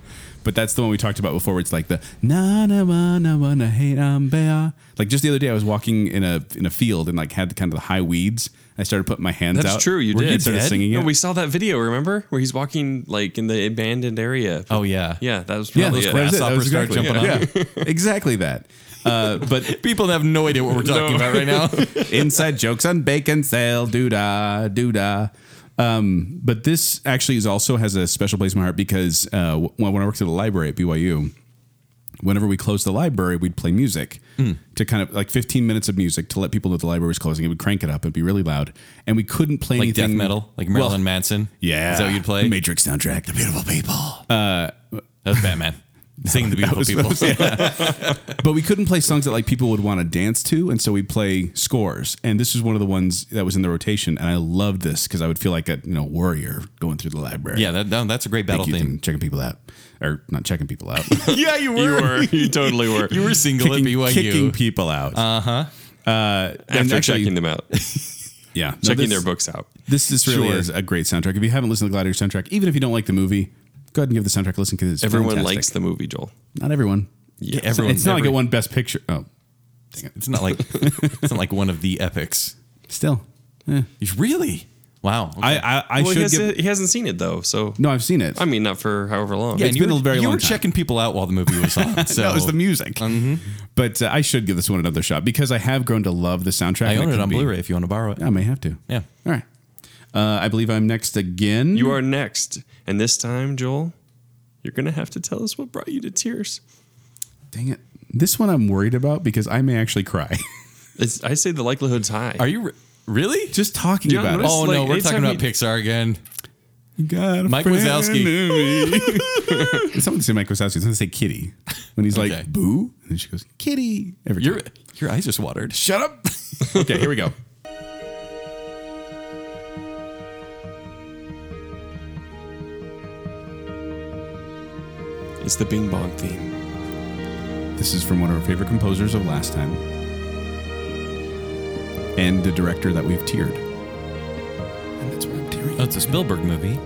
S2: But that's the one we talked about before. Where it's like the na na na na na na hey um bea. Like just the other day, I was walking in a in a field and like had kind of the high weeds. I started putting my hands
S3: That's
S2: out.
S3: true, you
S2: Were
S3: did.
S2: started
S4: Dead?
S2: singing it.
S3: No, we saw that video, remember? Where he's walking like in the abandoned area.
S4: Oh, yeah.
S3: Yeah, that was
S2: yeah,
S3: probably
S2: that
S3: it. <laughs>
S2: was it. That
S4: Grasshoppers
S2: was
S4: start
S2: exactly,
S4: jumping
S2: yeah, yeah, exactly that. Uh, but
S4: People have no idea what we're talking about right <laughs> now.
S2: Inside jokes on bacon sale, doo da, doo da. Um, but this actually is also has a special place in my heart because uh, wh- when I worked at a library at BYU, whenever we closed the library, we'd play music
S4: Hmm.
S2: to kind of like 15 minutes of music to let people know the library was closing. It would crank it up and be really loud, and we couldn't play
S4: like
S2: anything
S4: death metal, like
S2: Well,
S4: Marilyn Manson.
S2: Yeah,
S4: Is that what you'd play?
S2: Matrix soundtrack, the beautiful people.
S4: That was <laughs> Batman. Singing the beautiful people.
S2: but we couldn't play songs that like people would want to dance to, and so we play scores. And this was one of the ones that was in the rotation, and I loved this because I would feel like a you know warrior going through the library.
S4: <laughs> yeah, that, no, that's a great battle
S2: Thank you,
S4: theme.
S2: and checking people out, or not checking people out,
S4: Yeah, you
S3: You were. You totally were.
S4: You were single
S2: kicking,
S4: at BYU.
S2: kicking people out. Uh-huh. Uh
S3: After checking them out,
S2: yeah, no,
S3: checking
S2: this-
S3: their books out.
S2: This this really
S4: Sure.
S2: is a great soundtrack. If you haven't listened to the Gladiator soundtrack, even if you don't like the movie, go ahead and give the soundtrack a listen because it's
S3: Everyone
S2: fantastic.
S3: likes the movie, Joel.
S2: Not everyone.
S4: Yeah, everyone.
S2: it's not like
S4: every-
S2: it won Best Picture. Oh,
S4: It's not <laughs> like it's not like one of the epics.
S2: still.
S4: It's really? Wow. okay.
S2: I I, I
S3: well, he,
S2: should
S3: has,
S2: give.
S3: he hasn't seen it though, so
S2: no, I've seen it.
S3: I mean, not for however long.
S2: Yeah,
S4: And
S2: it's
S4: you
S2: been a
S4: were-
S2: very
S4: You
S2: long
S4: were
S2: time.
S4: checking people out while the movie was <laughs>
S2: <laughs>
S4: on. So Mm-hmm.
S2: that was the music. But uh, I should give this one another shot because I have grown to love the soundtrack.
S4: I
S2: and
S4: own it
S2: could
S4: on
S2: be-
S4: Blu-ray if you want to borrow it.
S2: I may have to.
S4: Yeah.
S2: All right. Uh, I believe I'm next again.
S3: You are next, and this time, Joel, you're gonna have to tell us what brought you to tears.
S2: Dang it. This one I'm worried about because I may actually cry. <laughs>
S3: It's, I say the likelihoud's high.
S4: Are you re- really?
S2: Just talking
S3: Yeah,
S2: about
S3: notice-
S2: it.
S4: Oh
S3: like,
S4: no, we're
S3: anytime
S4: talking about
S3: you-
S4: Pixar again.
S2: You got a
S4: Mike
S2: friend
S4: Wazowski. <laughs>
S2: in me. Someone say Mike Wazowski. Someone say Kitty. When he's
S4: Okay.
S2: like, boo. And then she goes, Kitty. Every
S4: Your
S2: time.
S4: your eyes just watered.
S2: Shut up. okay, here we go.
S3: it's the Bing Bong theme.
S2: This is from one of our favorite composers of last time. And the director that we've tiered. And that's why I'm tearing.
S4: Oh, it's a Spielberg movie.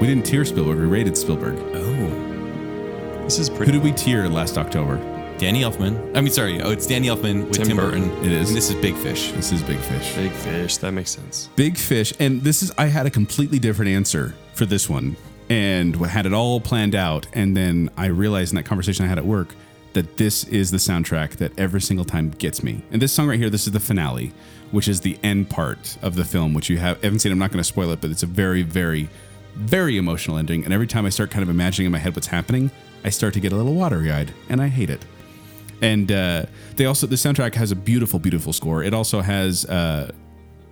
S2: We didn't tier Spielberg, we rated Spielberg.
S4: Oh,
S3: This is
S2: Who
S3: pretty.
S2: did we tier last October?
S4: Danny Elfman. I mean, sorry. Oh, it's Danny Elfman with Tim,
S3: Tim
S4: Burton.
S3: Burton.
S2: It is.
S4: And this is Big Fish.
S2: This is Big Fish.
S3: Big fish. That makes sense.
S2: Big Fish, and this is I had a completely different answer for this one and had it all planned out. And then I realized in that conversation I had at work that this is the soundtrack that every single time gets me. And this song right here, this is the finale, which is the end part of the film, which you have, haven't seen. I'm not going to spoil it, but it's a very, very, very emotional ending. And every time I start kind of imagining in my head what's happening, I start to get a little watery eyed, and I hate it and uh, they also the soundtrack has a beautiful beautiful score it also has uh,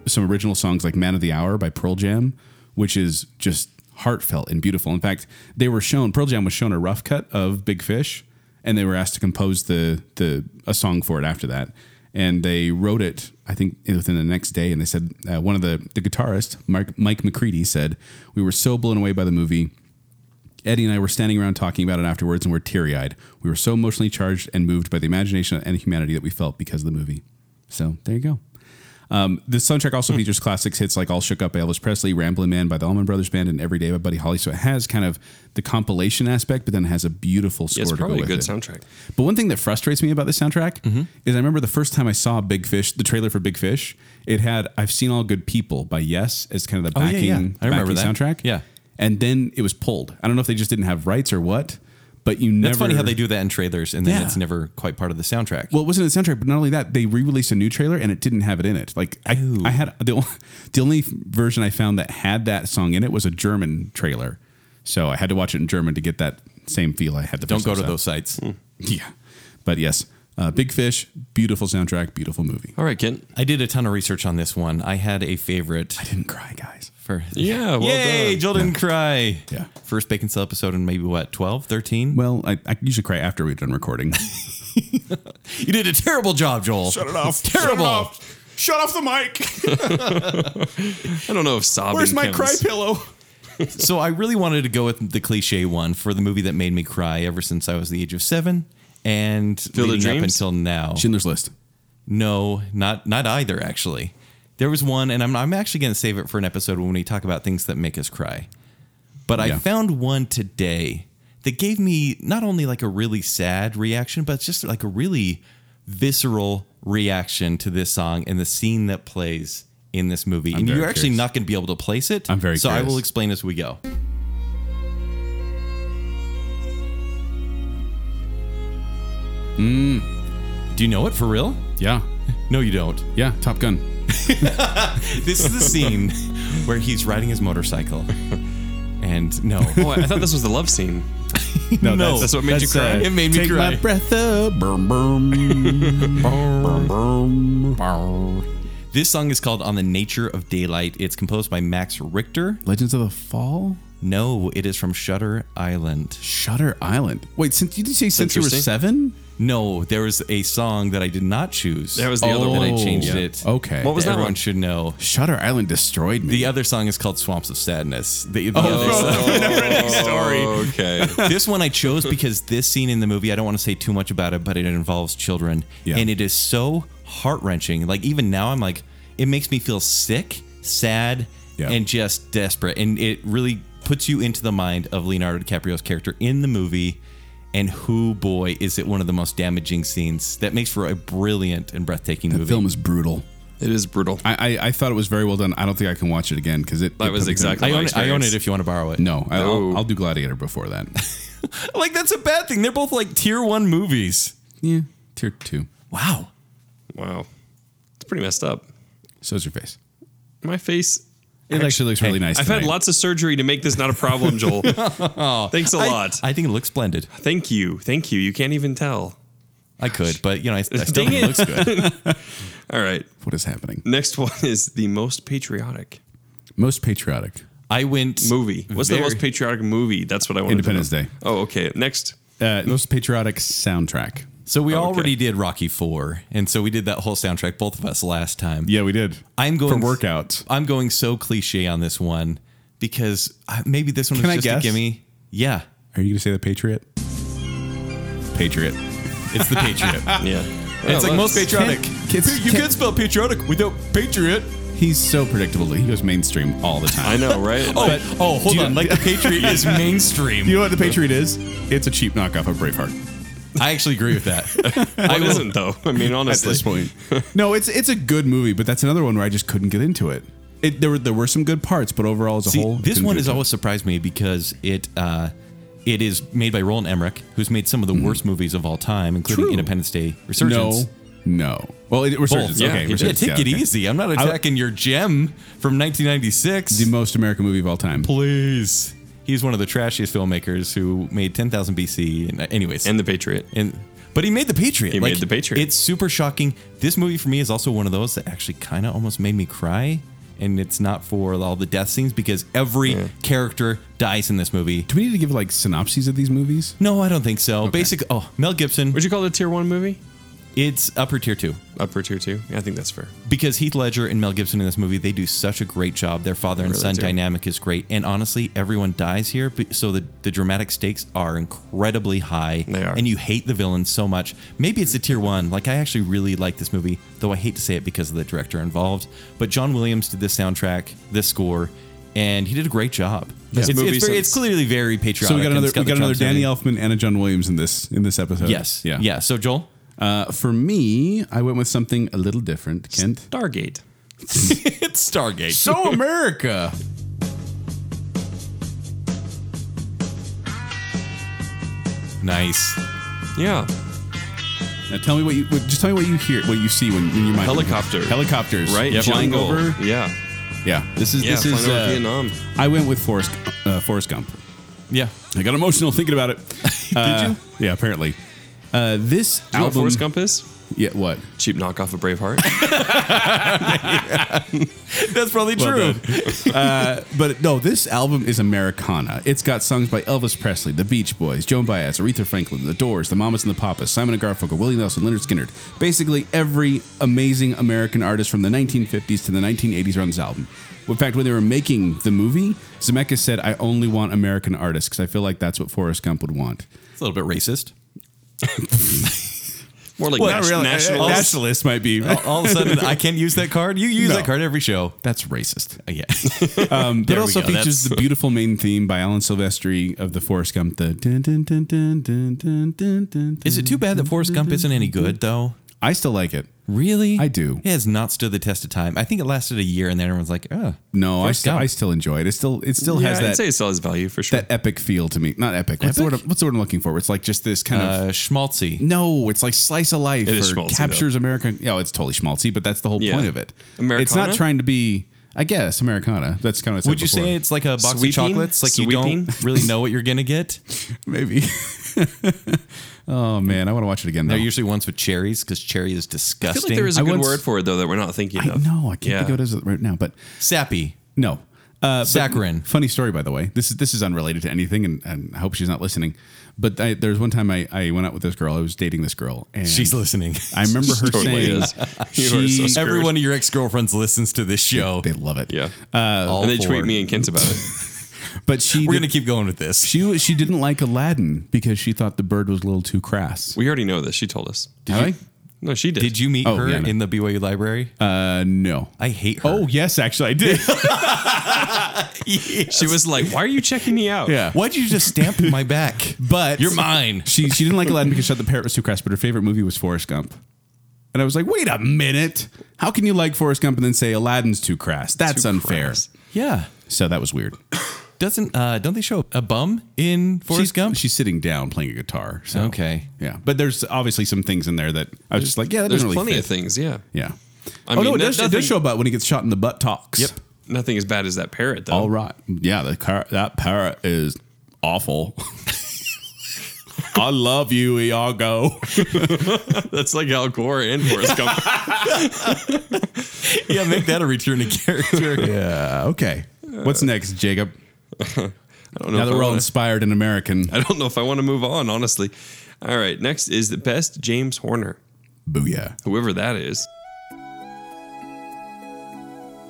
S2: some original songs like man of the hour by pearl jam which is just heartfelt and beautiful in fact they were shown pearl jam was shown a rough cut of big fish and they were asked to compose the the a song for it after that and they wrote it i think within the next day and they said uh, one of the the guitarist mike, mike mccready said we were so blown away by the movie Eddie and I were standing around talking about it afterwards and we're teary eyed. We were so emotionally charged and moved by the imagination and humanity that we felt because of the movie. So there you go. Um, the soundtrack also
S3: Hmm.
S2: features classics hits like All Shook Up by Elvis Presley, Ramblin' Man by the Allman Brothers Band, and Every Day by Buddy Holly. So it has kind of the compilation aspect, but then it has a beautiful score
S3: it's
S2: to go
S3: probably a
S2: with
S3: good
S2: it.
S3: soundtrack.
S2: But one thing that frustrates me about this soundtrack
S4: Mm-hmm.
S2: is I remember the first time I saw Big Fish, the trailer for Big Fish, it had I've Seen All Good People by Yes as kind of the
S4: Oh, yeah,
S2: backing,
S4: yeah. I remember
S2: backing
S4: that.
S2: soundtrack.
S4: Yeah.
S2: And then it was pulled. I don't know if they just didn't have rights or what, but you never.
S4: That's funny how they do that in trailers, and then
S2: Yeah.
S4: it's never quite part of the soundtrack.
S2: Well, it wasn't a soundtrack, but not only that, they re-released a new trailer and it didn't have it in it. Like I,
S4: Oh.
S2: I had the, o- the only version I found that had that song in it was a German trailer, so I had to watch it in German to get that same feel I had. The
S4: don't
S2: first
S4: go
S2: time I saw
S4: to
S2: it.
S4: those sites.
S2: Hmm. Yeah. But yes, uh, Big Fish, beautiful soundtrack, beautiful movie.
S3: All right, Kent.
S4: I did a ton of research on this one. I had a favorite
S2: Didn't cry, guys.
S4: for.
S3: Yeah, well
S4: Yay,
S3: done.
S4: Joel didn't cry.
S2: Yeah.
S4: First Bacon Cell episode in maybe what, 12, 13?
S2: Well, I, I usually cry after we've done <laughs> recording.
S4: You did a terrible job, Joel. Shut it off. terrible.
S2: Shut off the mic.
S3: I don't know if sobbing. counts.
S2: pillow?
S4: so I really wanted to go with the cliche one for the movie that made me cry ever since I was the age of seven and
S3: of
S4: leading up
S3: Dreams?
S4: until now.
S2: Schindler's List.
S4: No, not not either. Actually, there was one, and I'm I'm actually going to save it for an episode when we talk about things that make us cry. But I
S2: Yeah.
S4: found one today that gave me not only like a really sad reaction, but just like a really visceral reaction to this song and the scene that plays in this movie. and
S2: very
S4: you're actually
S2: curious.
S4: not going to be able to place it.
S2: I'm very
S4: so I
S2: curious.
S4: will explain as we go.
S2: Mm.
S4: Do you know it for real?
S2: Yeah.
S4: No, you don't.
S2: Yeah. Top Gun.
S4: This is the scene where he's riding his motorcycle. And no.
S3: Oh, I thought this was the love scene.
S4: No,
S3: that's- that's what made you cry?
S4: it made me
S2: uh, Take
S4: cry.
S2: my breath up. Boom, boom. boom, boom.
S4: This song is called On the Nature of Daylight. It's composed by Max Richter.
S2: Legends of the Fall?
S4: No, it is from Shutter Island.
S2: Shutter Island. Wait, since did you say since you were
S3: interesting.
S2: seven?
S4: No, there was a song that I did not choose. Oh,
S3: That was the other
S4: And
S3: one.
S4: I changed
S2: Yeah.
S4: it.
S2: Okay.
S3: What was
S4: That
S3: that
S4: Everyone
S3: one?
S4: should know.
S2: Shutter Island destroyed me.
S4: The other song is called Swamps of Sadness. The, the other song-
S3: Oh, okay.
S4: this one I chose because this scene in the movie, I don't want to say too much about it, but it involves children.
S2: Yeah.
S4: And it is so heart wrenching. Like, even now, I'm like, it makes me feel sick, sad,
S2: Yeah.
S4: and just desperate. And it really puts you into the mind of Leonardo DiCaprio's character in the movie. And who, boy, is it one of the most damaging scenes that makes for a brilliant and breathtaking
S2: the
S4: movie.
S2: film is brutal.
S3: It is brutal.
S2: I, I, I thought it was very well done. I don't think I can watch it again because it.
S3: That
S2: it
S3: was
S2: put me-
S3: exactly-
S4: I own, it,
S3: Experience.
S4: I own it if you want to borrow it.
S2: No, I,
S3: No.
S2: I'll, I'll do Gladiator before that.
S4: Like, that's a bad thing. They're both like tier one movies.
S2: <laughs> yeah, tier two.
S4: Wow.
S3: Wow, it's pretty messed up.
S2: So's your face.
S3: My face.
S2: It actually looks really nice.
S3: I've had
S2: tonight.
S3: lots of surgery to make this not a problem, Joel. Thanks a
S4: I-
S3: lot.
S4: I think it looks splendid.
S3: Thank you. Thank you. You can't even tell.
S4: I could, but you know, I, I still
S3: Dang
S4: think it
S3: it.
S4: looks
S2: <laughs>
S4: good.
S3: All right.
S2: What is happening?
S3: Next <laughs> one is the most patriotic
S2: Most patriotic.
S4: I went
S3: movie. What's the
S4: very-
S3: most patriotic movie? That's what I want.
S2: Independence
S3: to know.
S2: Day.
S3: Oh, okay. Next.
S2: Uh, most patriotic soundtrack.
S4: So we
S3: Oh, okay.
S4: already did Rocky Four, and so we did that whole soundtrack, both of us last time.
S2: Yeah, we did.
S4: I'm going
S2: for workouts.
S4: I'm going so cliche on this one because I, maybe this one
S2: Can
S4: was
S2: I
S4: just
S2: guess?
S4: a gimme. Yeah,
S2: Are you gonna say the Patriot? Patriot.
S4: it's the Patriot.
S2: <laughs>
S3: Yeah.
S4: it's like most patriotic.
S2: Can't- kids-
S4: you
S2: can't-
S4: can't spell patriotic without Patriot.
S2: He's so predictable. He goes mainstream all the time.
S3: <laughs> I know, right? Like,
S4: Oh, oh, hold
S2: do you-
S4: on. Like the
S2: <laughs>
S4: Patriot is mainstream.
S2: You know what the Patriot is? It's a cheap knockoff of Braveheart.
S4: I actually agree
S2: <laughs>
S4: with that. I
S3: it
S4: will-
S3: isn't though. I mean,
S2: at
S3: honestly,
S2: this point. <laughs> no, it's it's a good movie, but that's another one where I just couldn't get into it. it there were there were some good parts, but overall as a
S4: See,
S2: whole, I
S4: this
S2: couldn't
S4: one
S2: get
S4: has
S2: into it.
S4: always surprised me because it uh, It is made by Roland Emmerich, who's made some of the worst movies of all time, including
S2: Hmm. True.
S4: Independence Day Resurgence.
S2: No, no. Well, it, Resurgence.
S4: Both.
S2: okay,
S3: Yeah, he did.
S4: Yeah,
S2: Resurgence.
S4: take it
S2: okay.
S4: easy. I'm not attacking your gem from 1996.
S2: The most American movie of all time.
S4: Please. He's one of the trashiest filmmakers who made 10,000 BC. And uh, anyways,
S3: and the Patriot.
S4: and but he made the Patriot.
S3: He made The Patriot.
S4: It's super shocking. This movie for me is also one of those that actually kind of almost made me cry. And it's not for all the death scenes because every character dies in this movie.
S2: Do we need to give like synopses of these movies?
S4: No, I don't think so. Basically, oh, Mel Gibson.
S3: Would you call it a tier one movie?
S4: It's upper tier two
S3: Upper tier two? Yeah, I think that's fair.
S4: because Heath Ledger and Mel Gibson in this movie they do such a great job. Their father and
S3: Really
S4: son
S3: do.
S4: dynamic is great, and honestly, everyone dies here. but- So the the dramatic stakes are incredibly high.
S3: They are.
S4: and you hate the villain so much. Maybe it's a tier one. Like I actually really like this movie, though I hate to say it because of the director involved. But John Williams did this soundtrack, this score, and he did a great job.
S3: This
S4: It's, it's
S3: movie
S4: very-
S3: sounds-
S4: it's clearly very patriotic.
S2: So we got
S4: and
S2: another
S4: it's
S2: we
S4: the
S2: got another
S4: Trump
S2: Danny
S4: setting.
S2: Elfman and a John Williams in this in this episode.
S4: Yes.
S2: Yeah.
S4: Yeah. So Joel,
S2: Uh, for me, I went with something a little different. Kent.
S3: Stargate.
S4: it's
S3: <laughs>
S4: Stargate.
S2: So America.
S4: nice.
S3: Yeah.
S2: Now tell me what you what- just tell me what you hear, what you see when, when you're mind
S3: Helicopter.
S2: helicopters,
S3: Right?
S2: Flying
S3: Jungle.
S2: over.
S3: Yeah.
S2: Yeah. This is
S3: Yeah,
S2: this is
S3: flying over
S2: uh,
S3: Vietnam.
S2: I went with Forrest uh, Forrest Gump.
S4: Yeah.
S2: I got emotional thinking about it. <laughs> Did you? Yeah, apparently. Uh, this
S3: You know what
S2: album.
S3: Forrest Gump is?
S2: Yeah, what?
S3: Cheap knockoff of
S2: <laughs>
S3: Braveheart. <laughs>
S4: That's probably true.
S2: Well done. uh, but no, this album is Americana. It's got songs by Elvis Presley, The Beach Boys, Joan Baez, Aretha Franklin, The Doors, The Mamas and the Papas, Simon and Garfunkel, Willie Nelson, Leonard Skinner. Basically, every amazing American artist from the 1950s to the 1980s are on this album. In fact, when they were making the movie, Zemeckis said, "I only want American artists because I feel like that's what Forrest Gump would want."
S4: It's a little bit racist.
S3: More like
S4: Well,
S3: nat-
S4: not
S2: Oh,
S4: really.
S3: nationalist.
S2: Nationalist might be.
S4: all, all of a sudden I can't use that card. You use
S2: No.
S4: that card every show.
S2: That's racist.
S4: Uh, yeah. <laughs>
S2: But
S4: There
S2: it
S4: we
S2: also
S4: go.
S2: features
S4: That's-
S2: <laughs> the beautiful main theme by Alan Silvestri of the Forrest Gump. The dun, dun, dun, dun, dun, dun, dun, dun,
S4: Is it too bad that Forrest Gump isn't any good though?
S2: I still like it.
S4: Really?
S2: I do.
S4: It has not stood the test of time. I think it lasted a year and then everyone's like, oh.
S2: No, I
S4: Forrest
S2: still,
S4: Gump.
S2: I still enjoy it. It still it still
S3: Yeah,
S2: has
S3: I'd
S2: that
S3: say it still has value for sure.
S2: that epic feel to me. Not epic. What's the word?
S4: Epic?
S2: I'm- What's the word I'm looking for? It's like just this kind
S4: Uh,
S2: of.
S4: schmaltzy.
S2: No, it's like slice of life.
S3: It is
S2: or
S3: schmaltzy,
S2: captures American. Yeah, well, it's totally schmaltzy, but that's the whole
S3: Yeah.
S2: point of it. It's
S3: Americana?
S2: not trying to be. I guess Americana. That's kind of.
S4: Would you say it's like a box
S3: Sweeping?
S4: of chocolates? Like you
S3: Sweeping?
S4: don't <laughs> really know what you're
S2: <laughs>
S4: gonna get.
S2: maybe? <laughs> oh man, I want to watch it again. Though.
S4: They're usually ones with cherries because cherry is
S3: I
S4: disgusting.
S3: feel like there is a
S2: I
S3: good
S2: once-
S3: word for it though that we're not thinking
S2: I
S3: of.
S2: know. I can't
S3: Yeah.
S2: think of it as it right now, but
S4: sappy.
S2: No. Uh, but
S4: Saccharin.
S2: Funny story, by the way. This is this is unrelated to anything, and, and I hope she's not listening. But I, there's one time I, I went out with this girl. I was dating this girl, and
S4: listening.
S2: <laughs>
S4: <laughs>
S2: I remember her
S3: Totally
S2: saying, <laughs>
S3: is. You are
S2: she-
S3: so screwed.
S4: Every one of your ex girlfriends listens to this show.
S2: "They love it."
S3: Yeah.
S2: Uh,
S4: All
S3: and they
S4: four.
S3: tweet me and Kent about it.
S2: But she
S4: We're
S2: did,
S4: gonna keep going with this.
S2: she was- she didn't like Aladdin because she thought the bird was a little too crass.
S3: We already know this. She
S2: <laughs>
S3: told us.
S2: Have I?
S3: No, she did.
S4: Did you meet
S2: Oh,
S4: her
S2: yeah, I know.
S4: in the BYU library?
S2: Uh, no.
S4: I hate her.
S2: oh yes, actually I did.
S3: She was like, "Why are you checking me out?"
S2: yeah.
S4: Why'd you just stamp <laughs> my back?
S2: But
S4: You're mine.
S2: She she didn't like Aladdin because she thought the parrot was too crass, but her favorite movie was Forrest Gump. And I was like, wait a minute. How can you like Forrest Gump and then say Aladdin's too crass? That's
S3: Too
S2: unfair.
S3: crass.
S4: Yeah.
S2: So that was weird.
S4: Doesn't uh don't they show a bum in Forrest
S2: she's,
S4: Gump?
S2: She's sitting down playing a guitar. So.
S4: Okay.
S2: Yeah. But there's obviously some things in there that I was just like, yeah, that
S3: There's
S2: doesn't really
S3: plenty
S2: fit.
S3: of things. Yeah.
S2: Yeah. oh,
S3: I mean,
S2: no, it
S3: no-
S2: does, it
S3: nothing-
S2: does show about when he gets shot in the butt talks.
S4: Yep.
S3: Nothing as bad as that parrot though.
S2: All right. Yeah. The car, that parrot is awful. <laughs> I love you, Iago.
S3: <laughs> That's like Al
S2: <laughs>
S3: Gore and Forrest Gump.
S4: yeah, make that a returning character.
S2: yeah. Uh, Okay.
S3: Uh,
S2: What's next, Jacob?
S3: I don't know.
S2: Now
S3: if
S2: that
S3: I
S2: we're all
S3: wanna-
S2: inspired and American,
S3: <laughs> I don't know if I want to move on, honestly. All right, next is the best James Horner,
S2: booyah.
S3: whoever that is.
S4: <laughs>
S3: <laughs>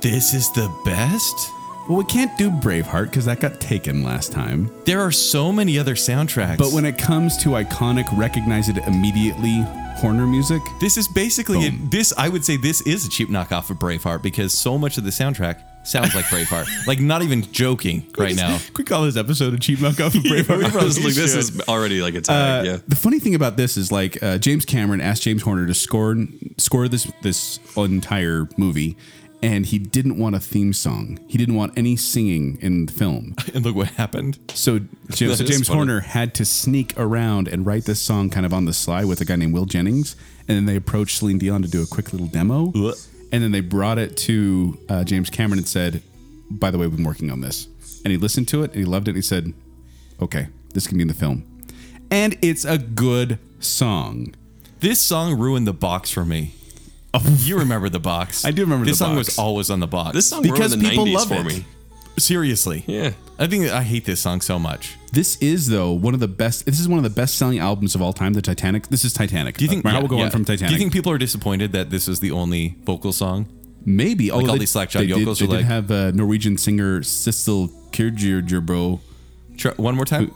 S4: This is the best?
S2: Well, we can't do Braveheart because that got taken last time.
S4: There are so many other soundtracks.
S2: But when it comes to iconic, recognize it immediately Horner music.
S4: this is basically it.
S2: Boom.
S4: this I would say this is a cheap knockoff of Braveheart because so much of the soundtrack sounds like <laughs> Braveheart. like not even joking right now.
S2: Could <laughs> we call this episode a cheap knockoff
S4: <laughs>
S2: of Braveheart? <laughs>
S3: I was like, this is already like a tag. yeah.
S2: uh, The funny thing about this is like uh, James Cameron asked James Horner to score score this this entire movie, and he didn't want a theme song. He didn't want any singing in the film.
S4: <laughs> And look what happened.
S2: So, so
S4: That is
S2: James
S4: funny.
S2: Horner had to sneak around and write this song kind of on the sly with a guy named Will Jennings, and then they approached Celine Dion to do a quick little demo,
S4: Ugh.
S2: and then they brought it to uh, James Cameron and said, "By the way, we've been working on this," and he listened to it and he loved it. and He said, "Okay, this can be in the film," and it's a good song.
S4: This song ruined the box for me. You remember the box?
S2: Oh. I do remember
S4: this
S2: the
S4: song
S2: box.
S4: was always on the box.
S3: This song because the 90s for me.
S4: Seriously,
S3: Yeah.
S4: I think I hate this song so much.
S2: This is though one of the best. This is one of the best selling albums of all time. The Titanic. This is Titanic.
S4: Do you think
S2: Uh, how we'll go
S4: yeah,
S2: on from
S4: yeah.
S2: Titanic?
S4: Do you think people are disappointed that this is the only vocal song?
S2: Maybe although
S4: all
S2: they-
S4: these slack-jawed
S2: they did-
S4: yokels
S2: They
S4: are
S2: did
S4: like-
S2: have uh, Norwegian singer Sissel Kyrkjebø.
S4: Try, one more time.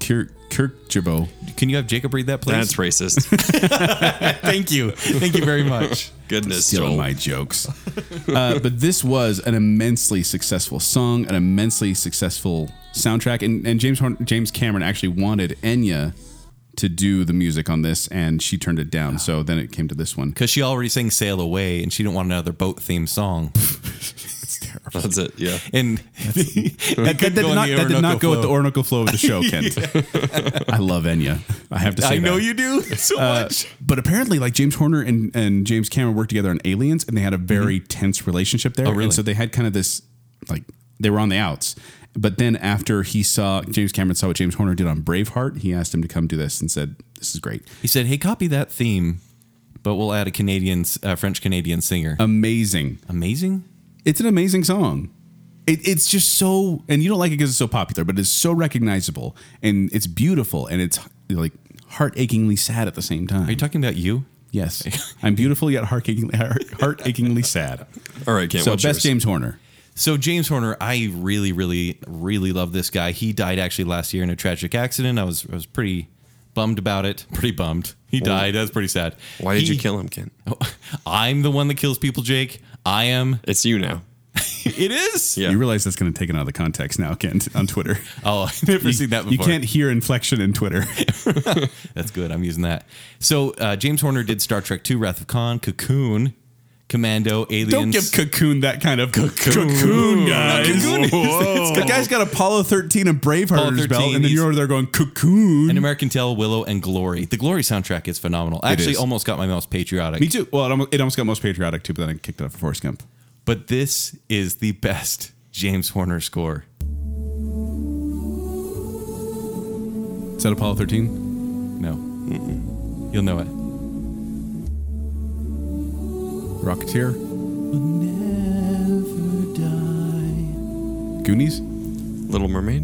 S2: Kyr- Kyrkjebø.
S4: Can you have Jacob read that, please?
S3: That's
S2: <laughs>
S3: racist.
S4: <laughs> Thank you. Thank you
S3: <laughs>
S4: very much.
S3: Goodness,
S2: Stealing
S3: Joel.
S2: my jokes. uh, but this was an immensely successful song, an immensely successful soundtrack, and, and James Horn- James Cameron actually wanted Enya to do the music on this, and she turned it down. So then it came to this one.
S4: Because she already sang Sail Away and she didn't want another boat
S2: <laughs>
S4: themed song.
S3: That's it. Yeah.
S4: And that,
S2: That,
S4: could
S2: did
S4: go in
S2: not,
S4: the
S2: that did not
S4: Orinoco
S2: go with the
S4: flow.
S2: Orinoco flow of the
S4: <laughs>
S2: show, Kent. I love Enya. I have to say
S4: I know
S2: that.
S4: you
S3: <laughs>
S4: do so much.
S2: But apparently, like James Horner and, and James Cameron worked together on Aliens, and they had a very tense relationship there.
S4: Mm-hmm. Oh, really?
S2: And so they had kind of this, like, they were on the outs. But then after he saw James Cameron saw what James Horner did on Braveheart, he asked him to come do this and said, "This is great,
S4: He said, "Hey, copy that theme, but we'll add a Canadian, uh, French Canadian singer."
S2: amazing.
S4: Amazing.
S2: It's an amazing song. It, it's just so, and you don't like it because it's so popular, but it's so recognizable and it's beautiful and it's like heart achingly sad at the same time.
S4: Are you talking about you?
S2: yes, I'm beautiful yet heart achingly, heart achingly
S4: <laughs>
S2: sad.
S3: All right, Kent.
S2: so
S3: what's
S2: best
S3: yours?
S2: James Horner.
S4: So James Horner, I really, really, really love this guy. He died actually last year in a tragic accident. I was, I was pretty bummed about it. <laughs> Pretty bummed. He died. That's pretty sad.
S3: Why did
S4: He-
S3: you kill him, Kent?
S4: <laughs> I'm the one that kills people, Jake.
S3: <laughs>
S4: I am.
S3: It's you now.
S4: It is.
S3: Yeah.
S2: You realize that's going to take it out of the context now, Kent, on <laughs> Twitter.
S3: <laughs>
S4: Oh, I've never
S2: you,
S4: seen that before.
S2: you can't hear inflection in <laughs> Twitter.
S4: That's good. I'm using that. So uh, James Horner did Star Trek II: Wrath of Khan, Cocoon, Commando, Aliens.
S2: Don't give Cocoon that kind of cocoon, guys. <laughs> The guy's got Apollo 13 and Braveheart
S4: Apollo
S2: on his belt,
S4: 13,
S2: and then you're
S4: he's-
S2: over there going cocoon.
S4: An American Tale, Willow, and Glory. The Glory soundtrack is phenomenal. I actually
S2: is.
S4: almost got my most patriotic.
S2: Me too. Well, it almost, it almost got most patriotic too, but then I kicked it up for Forrest Gump.
S4: But this is the best James Horner score.
S2: Is that Apollo 13?
S4: No. You'll know it.
S2: Rocketeer? Goonies?
S3: Little Mermaid?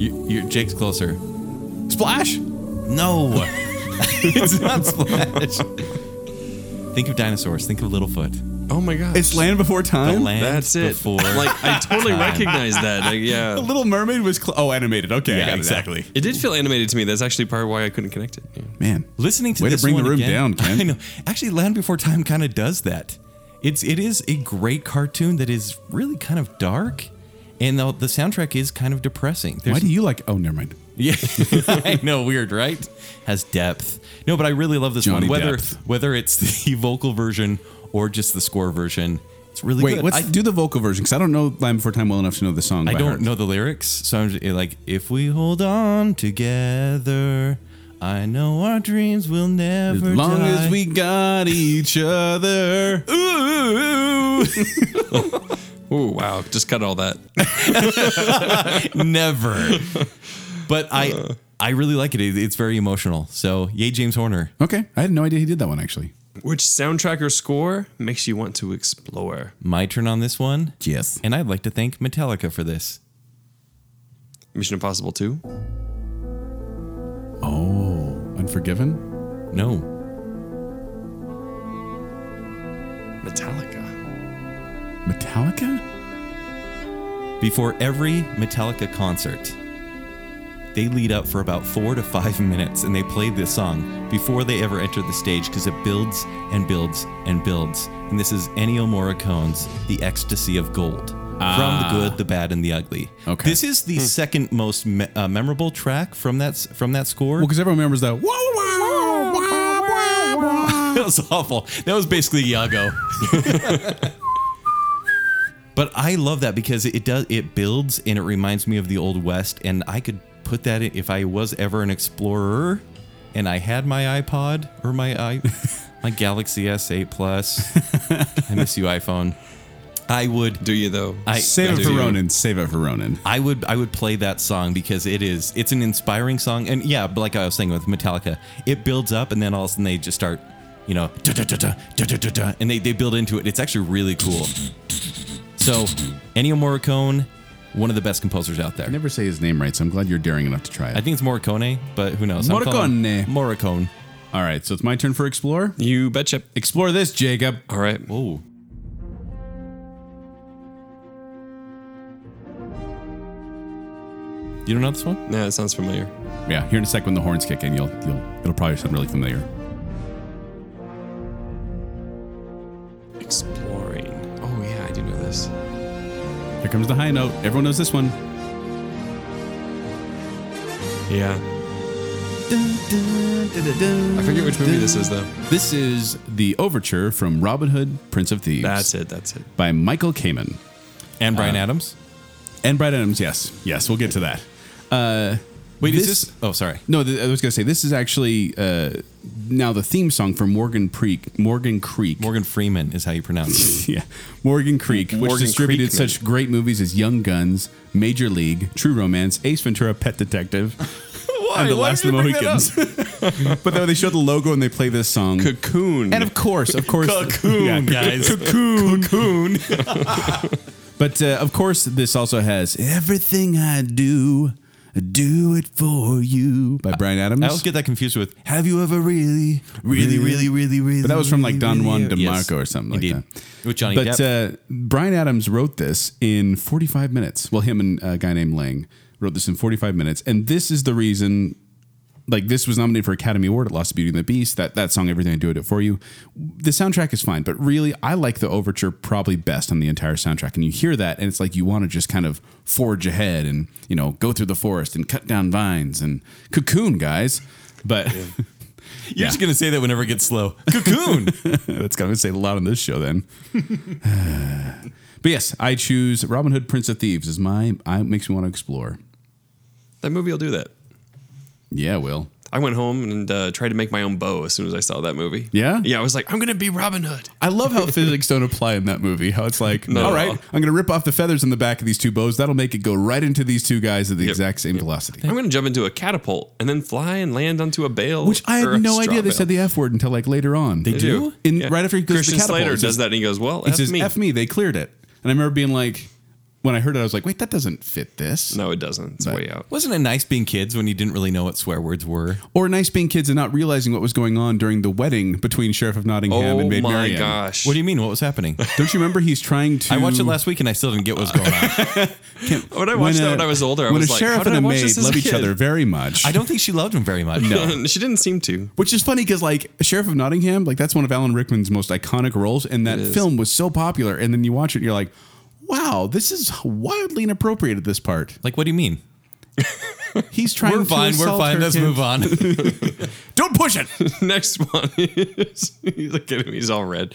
S4: You, you're, Jake's closer.
S2: Splash? <laughs>
S4: No. it's not Splash. Think of dinosaurs. Think of Littlefoot.
S3: Oh my gosh.
S2: It's Land Before Time?
S4: land
S3: That's it. <laughs>
S4: before
S3: Like I totally
S4: time.
S3: recognize that.
S2: <laughs>
S3: Like,
S2: The
S3: yeah.
S2: Little Mermaid was. Cl- oh, animated. Okay. I
S4: Yeah,
S2: got it now.
S4: exactly.
S3: It did feel animated to me. That's actually part of why I couldn't connect it. Yeah.
S2: Man.
S4: Listening to
S2: Way to
S4: this
S2: bring
S4: one
S2: the room
S4: again-
S2: down,
S4: <laughs>
S2: Ken.
S4: I know. Actually, Land Before Time kind of does that. It's it is a great cartoon that is really kind of dark, and the, the soundtrack is kind of depressing. There's
S2: Why do you like. Oh, never mind.
S4: Yeah, <laughs> I know, weird, right? Has depth. No, but I really love this
S2: Johnny
S4: one. Whether
S2: Depth.
S4: whether it's <laughs> the vocal version or just the score version, it's really
S2: Wait,
S4: good.
S2: let's
S4: I,
S2: do the vocal version because I don't know Land Before Time well enough to know the song.
S4: I
S2: by
S4: don't
S2: heart.
S4: know the lyrics, so I'm just, like, if we hold on together, I know our dreams will never
S2: As long
S4: die. <laughs>
S2: as we got each other.
S4: Ooh,
S3: Oh wow. Just cut all that. <laughs>
S4: never. But
S2: Uh.
S4: I, I really like it. It- It's very emotional. So, yay, James Horner.
S2: <laughs> Okay, I had no idea he did that one actually.
S3: Which soundtrack or score makes you want to explore?
S4: My turn on this one.
S2: Yes.
S4: And I'd like to thank Metallica for this.
S3: Mission Impossible 2?
S2: Oh, Unforgiven.
S4: No,
S3: Metallica.
S2: Metallica.
S4: Before every Metallica concert, they lead up for about four to five <laughs> minutes and they play this song before they ever enter the stage because it builds and builds and builds. And this is Ennio Morricone's The Ecstasy of Gold. From the good, the bad, and the ugly.
S2: Ah. Okay. Hmm.
S4: This is the second most me- uh, memorable track from that s- from that score.
S2: Well, because everyone remembers that. Whoa, whoa, wah, wah, wah.
S4: <laughs> that was awful. That was basically Iago. <laughs> But I love that because it does it builds and it reminds me of the old west and I could put that in if I was ever an explorer and I had my iPod or my
S2: <laughs>
S4: i my Galaxy S8 Plus. I miss you iPhone. I would
S3: Do you though?
S4: I
S2: Save
S3: do
S2: it for
S3: you.
S2: Ronan. Save it for Ronan.
S4: I would I would play that song because it is it's an inspiring song and yeah but like I was saying with Metallica it builds up and then all of a sudden they just start you know da, da, da, da, da, da, da, da, and they, they build into it it's actually really cool so Ennio Morricone one of the best composers out there
S2: I never say his name right, so I'm glad you're daring enough to try it.
S4: I think it's Morricone but who knows I'm calling-
S2: Morricone.
S4: Morricone
S2: All right, so it's my turn for explore.
S3: you betcha.
S2: Explore this, Jacob.
S3: All right.
S4: oh you don't know this one
S3: Yeah, that sounds familiar.
S2: Yeah, here in a sec when the horns kick in, you'll you'll it'll probably sound really familiar.
S3: Exploring. Oh yeah, I do know this.
S2: Here comes the high note. Everyone knows this one.
S3: Yeah. I forget which movie this is though.
S2: This is the overture from Robin Hood, Prince of Thieves.
S3: That's it. That's it.
S2: By Michael Kamen.
S4: and Brian
S2: Uh,
S4: Adams
S2: And Brad Adams, yes. Yes, we'll get to that. Uh,
S4: wait
S2: this-
S4: is this oh sorry
S2: No, th- I was going to say, this is actually uh, now the theme song for Morgan Creek. Morgan Creek.
S4: Morgan Freeman is how you pronounce it.
S2: <laughs> yeah. Morgan Creek, which
S3: Morgan
S2: distributed
S3: Creekman.
S2: such great movies as Young Guns, Major League, True Romance, Ace Ventura, Pet Detective, and The
S4: Why
S2: Last
S4: did
S2: of the
S4: you bring that
S2: Mohicans. <laughs> but then they show the logo and they play this song.
S3: Cocoon.
S2: And of course, of course,
S4: Cocoon, guys.
S2: cocoon, cocoon. but uh, of course, this also has everything I do, I do it for you by Brian Adams.
S4: I always get that confused with Have you ever really, really, really, really, really?
S2: But that was from like Don Juan
S4: really-
S2: DeMarco or something like
S4: Indeed.
S2: that.
S4: With Johnny
S2: but
S4: Depp.
S2: uh, Brian Adams wrote this in 45 minutes. Well, him and a guy named Lang wrote this in 45 minutes, and this is the reason. Like this was nominated for Academy Award. It lost Beauty and the Beast. That that song, Everything I Do I Do It for You. The soundtrack is fine, but really, I like the overture probably best on the entire soundtrack. And you hear that, and it's like you want to just kind of forge ahead and you know go through the forest and cut down vines and cocoon guys. But <laughs>
S4: You're just going to say that whenever it gets slow.
S2: <laughs>
S4: Cocoon.
S2: That's going to say a lot on this show then. <sighs> but yes, I choose Robin Hood, Prince of Thieves is my, I makes me want to explore.
S3: <laughs> that movie will do that.
S2: Yeah, Will.
S3: I went home and uh, tried to make my own bow as soon as I saw that movie.
S2: Yeah?
S3: Yeah, I was like, I'm gonna be Robin Hood.
S2: I love how physics don't apply in that movie. How it's like,
S3: Not at
S2: all right,
S3: all.
S2: I'm going to rip off the feathers on the back of these two bows. That'll make it go right into these two guys at the
S3: Yep.
S2: exact same velocity.
S3: I'm gonna jump into a catapult and then fly and land onto a bale.
S2: Which I
S3: or a
S2: had no idea
S3: straw
S2: they
S3: bale.
S2: said the F word until like later on. They
S3: do? do?
S2: In,
S3: Yeah.
S2: Right after he goes
S3: Christian
S2: to the catapult.
S3: Slater
S2: it
S3: does
S2: says-
S3: that and he goes, well,
S2: It
S3: F
S2: says,
S3: me.
S2: F me. They cleared it. And I remember being like, when I heard it, I was like, wait, that doesn't fit this.
S3: No, it doesn't. It's way out.
S4: Wasn't it nice being kids when you didn't really know what swear words were?
S2: Or nice being kids and not realizing what was going on during the wedding between Sheriff of Nottingham
S3: Oh
S2: and Maid
S3: my
S2: Marian.
S3: gosh.
S4: What do you mean? What
S2: <laughs>
S4: was happening?
S2: Don't you remember he's trying to?
S4: I watched it last week and I still didn't get what was
S2: <laughs>
S4: going on.
S3: When I watched that when I was older, I
S2: when
S3: was
S2: a
S3: like,
S2: sheriff
S3: how did
S2: and
S3: I
S2: a
S3: watch
S2: maid
S3: this as a
S2: love each
S3: kid?
S2: other very much.
S4: I don't think she loved him very
S3: <laughs>
S4: much. No.
S3: she didn't seem to. <laughs>
S2: Which is funny because like Sheriff of Nottingham, like that's one of Alan Rickman's most iconic roles, and that
S3: It is.
S2: film was so popular. And then you watch it, and you're like, wow, this is wildly inappropriate at this part.
S4: Like, what do you mean?
S2: He's trying.
S4: We're
S2: to
S4: fine. We're
S2: assault
S4: fine.
S2: her
S4: Let's
S2: kids.
S4: move on.
S2: <laughs> Don't push it.
S3: Next one <laughs> is look at him, he's all red.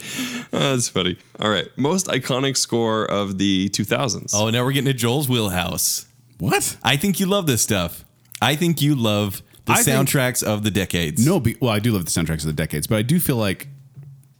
S3: Uh, that's funny. All right. Most iconic score of the 2000s.
S4: oh, now we're getting to Joel's wheelhouse.
S2: <laughs> what?
S4: I think you love this stuff. I think you love the
S2: I think-
S4: soundtracks of the decades.
S2: No, be, well, I do love the soundtracks of the decades, but I do feel like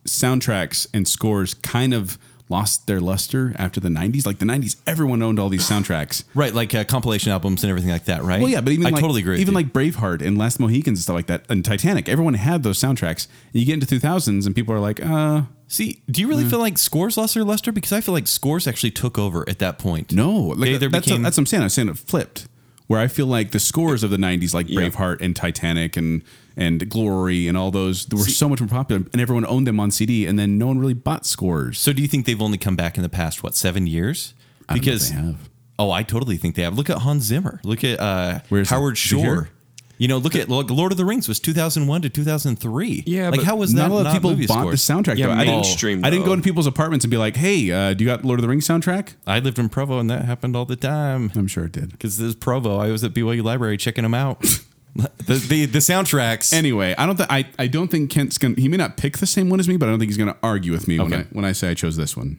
S2: soundtracks and scores kind of lost their luster after the 90s. Like the 90s, everyone owned all these soundtracks.
S4: Right, like uh, compilation albums and everything like that, right?
S2: Well, yeah, but even
S4: I
S2: like,
S4: totally agree. with
S2: Even
S4: you.
S2: like Braveheart and Last Mohicans and stuff like that, and Titanic, everyone had those soundtracks. And you get into 2000s, and people are like, uh,
S4: see, do you really feel like scores lost their luster? Because I feel like scores actually took over at that point.
S2: no, like
S4: They either
S2: that's,
S4: became-
S2: that's what I'm saying. I'm saying it flipped. Where I feel like the scores of the '90s, like
S3: Yeah.
S2: Braveheart and Titanic and and Glory and all those, were so much more popular, and everyone owned them on CD, and then no one really bought scores.
S4: So do you think they've only come back in the past what seven years?
S2: I don't know if
S4: Because
S2: they have.
S4: oh, I totally think they have. Look at Hans Zimmer. Look at uh,
S2: Where's that?
S4: Howard
S2: Is it here?
S4: Shore. You know, look at look, Lord of the Rings was 2001 to 2003.
S3: Yeah,
S4: like
S3: but
S4: how was that?
S2: not a lot of people
S4: movie
S2: bought the
S4: scores?
S2: soundtrack.
S3: Yeah,
S2: though. I didn't-
S3: mainstream,
S2: I didn't go
S3: though.
S2: into people's apartments and be like, "Hey, uh, do you got Lord of the Rings soundtrack?"
S4: I lived in Provo and that happened all the time.
S2: I'm sure it did.
S4: Because this is Provo, I was at BYU Library checking
S2: <laughs>
S4: them out. the, the the soundtracks.
S2: Anyway, I don't think I, I don't think Kent's gonna. He may not pick the same one as me, but I don't think he's gonna argue with me when
S4: Okay.
S2: I when I say I chose this one.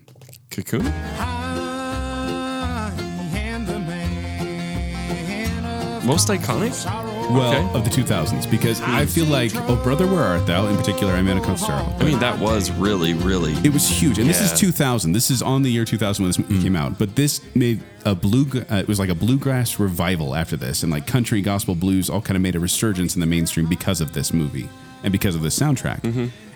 S3: Cocoon?
S5: I
S3: Most iconic?
S2: Well,
S3: Okay.
S2: of the 2000s, because I feel like Oh Brother, Where Art Thou? in particular, I'm Anna Costello.
S3: I mean, that was really, really.
S2: It was huge, and this
S3: Yeah.
S2: is 2000. This is on the year 2000 when this movie came out. But this made a blue. Uh, it was like a bluegrass revival after this, and like country, gospel, blues all kind of made a resurgence in the mainstream because of this movie and because of this soundtrack.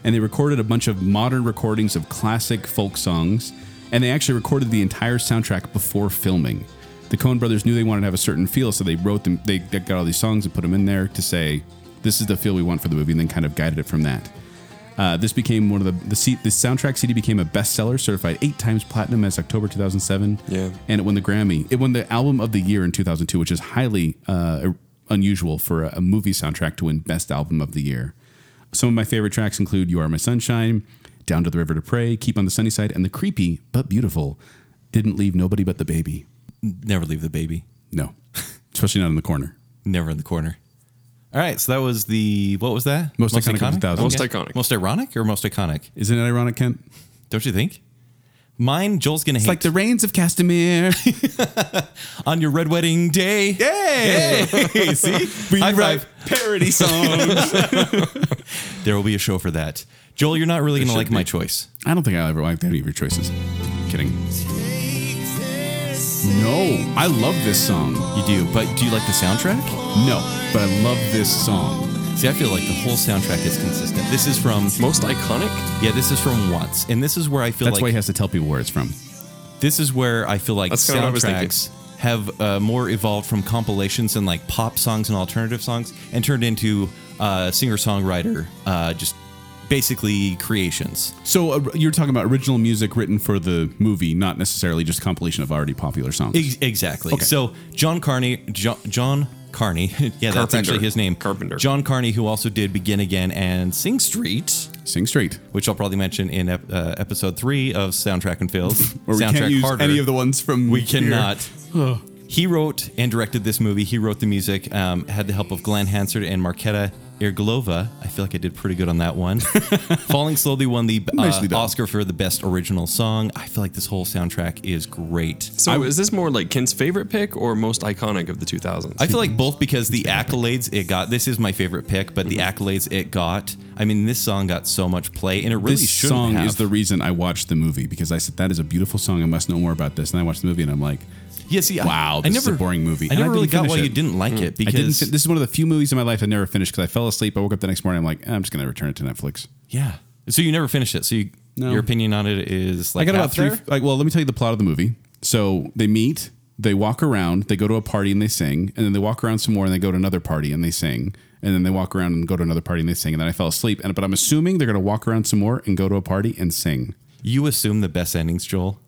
S2: And they recorded a bunch of modern recordings of classic folk songs, and they actually recorded the entire soundtrack before filming. The Coen Brothers knew they wanted to have a certain feel, so they wrote them. They got all these songs and put them in there to say, "This is the feel we want for the movie," and then kind of guided it from that. Uh, this became one of the the, C, the soundtrack CD became a bestseller, certified eight times platinum as October 2007.
S3: Yeah.
S2: and it won the Grammy. It won the album of the year in 2002, which is highly uh, unusual for a, a movie soundtrack to win best album of the year. Some of my favorite tracks include "You Are My Sunshine," "Down to the River to Pray," "Keep on the Sunny Side," and the creepy but beautiful "Didn't Leave Nobody But the Baby."
S4: Never leave the baby.
S2: No, <laughs> especially not in the corner.
S4: Never in the corner. All right, so that was the what was that?
S2: Most iconic of the thousand.
S4: Most
S3: Most
S4: iconic.
S3: iconic.
S4: Most ironic or most iconic?
S2: Isn't it ironic, Kent?
S4: Don't you think? Mine, Joel's gonna
S2: It's
S4: hate
S2: like the rains of Castamere.
S4: on your red wedding day.
S2: Yay! See, <laughs> we
S4: High
S2: write
S4: five.
S2: parody songs.
S4: There will be a show for that. Joel, you're not really gonna
S3: should
S4: like
S3: be.
S4: my choice.
S2: I don't think I ever liked any of your choices. Kidding. No, I love this song.
S4: You do, but do you like the soundtrack?
S2: No, but I love this song.
S4: See, I feel like the whole soundtrack is consistent. This is from
S3: Most iconic?
S4: yeah, this is from Once, and this is where I feel
S2: That's
S4: like
S2: why he has to tell people where it's from.
S4: this is where I feel like
S3: That's kinda what I was thinking.
S4: soundtracks have uh, more evolved from compilations and like pop songs and alternative songs and turned into uh, singer songwriter, uh, just basically creations.
S2: So uh, you're talking about original music written for the movie, not necessarily just compilation of already popular songs.
S4: Ex- exactly.
S2: Okay.
S4: So John Carney, John, John Carney, <laughs> yeah, that's
S3: Carpenter.
S4: actually his name,
S3: Carpenter.
S4: John Carney, who also did Begin Again and Sing Street.
S2: Sing straight.
S4: Which I'll probably mention in ep- uh, episode three of Soundtrack
S2: <laughs>
S4: and Fails.
S2: Or we
S4: Soundtrack
S2: can't use
S4: Harder.
S2: any of the ones from.
S4: We
S2: <sighs>
S4: cannot. He wrote and directed this movie. He wrote the music. Um, had the help of Glenn Hansard and Marketa Irglova. I feel like I did pretty good on
S2: <laughs>
S4: that one. Falling Slowly won the
S2: Nicely
S4: uh,
S2: done.
S4: Oscar for the best original song. I feel like this whole soundtrack is great.
S3: So is this more like Kent's favorite pick or most iconic of the 2000s?
S4: I feel like both because the accolades it got. This is my favorite pick, but the
S2: Mm-hmm.
S4: accolades it got. I mean, this song got so much play, and it really
S2: This
S4: shouldn't
S2: song
S4: have.
S2: is the reason I watched the movie because I said that is a beautiful song. I must know more about this. And I watched the movie and I'm like,
S4: yeah, see, I-
S2: Wow,
S4: I
S2: this is a
S4: never,
S2: boring movie.
S4: I
S2: And I
S4: never really
S2: didn't finish
S4: got why
S2: it. Mm.
S4: you didn't like it
S2: I
S4: because
S2: didn't. Fin- this is one of the few movies in my life I never finished because I fell asleep. I woke up the next morning. I'm like, I'm just gonna return it to Netflix.
S4: Yeah. So you never finished it. So you,
S2: No.
S4: your opinion on it is like
S2: I got about
S4: half
S2: three.
S4: there?
S2: Like, well, let me tell you the plot of the movie. So they meet, they walk around, they go to a party and they sing, and then they walk around some more and they go to another party and they sing, and then they walk around and go to another party and they sing, and then I fell asleep. And but I'm assuming they're gonna walk around some more and go to a party and sing.
S4: You assume the best
S2: <laughs>
S4: endings, Joel.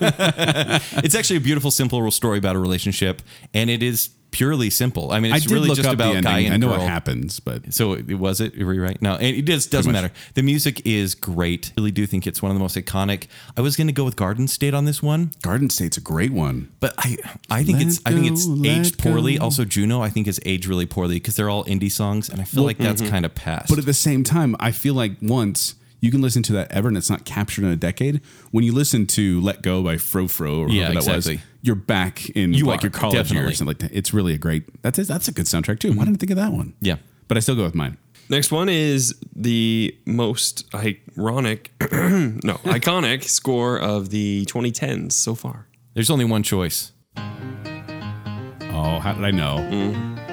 S4: it's actually a beautiful, simple real story about a relationship, and it is purely simple. I mean, it's
S2: I did
S4: really
S2: look
S4: just
S2: up
S4: about
S2: the
S4: guy
S2: ending.
S4: and
S2: I know
S4: girl.
S2: what happens, but
S4: So it was it? Were you right? No, and it just doesn't
S2: much.
S4: matter. The music is great. really do think it's one of the most iconic. I was going to go with Garden State on this one,
S2: Garden State's a great one.
S4: but I I think
S2: Let
S4: it's I think it's
S2: go, let
S4: aged poorly.
S2: go.
S4: Also, Juno I think is aged really poorly because they're all indie songs, and I feel like that's kind of past.
S2: Mm-hmm. But at the same time, I feel like once you can listen to that ever and it's not captured in a decade. When you listen to Let Go by Fro Fro or
S4: Yeah,
S2: whatever that
S4: exactly.
S2: was, you're back in
S4: You
S2: like
S4: are,
S2: your college
S4: definitely.
S2: years. And like it's really a great that's that's a good soundtrack too. Why didn't I think of that one?
S4: Yeah.
S2: But I still go with mine.
S3: Next one is the most ironic, <clears throat> no, iconic score of the 2010s so far.
S4: there's only one choice.
S2: Oh, how did I know?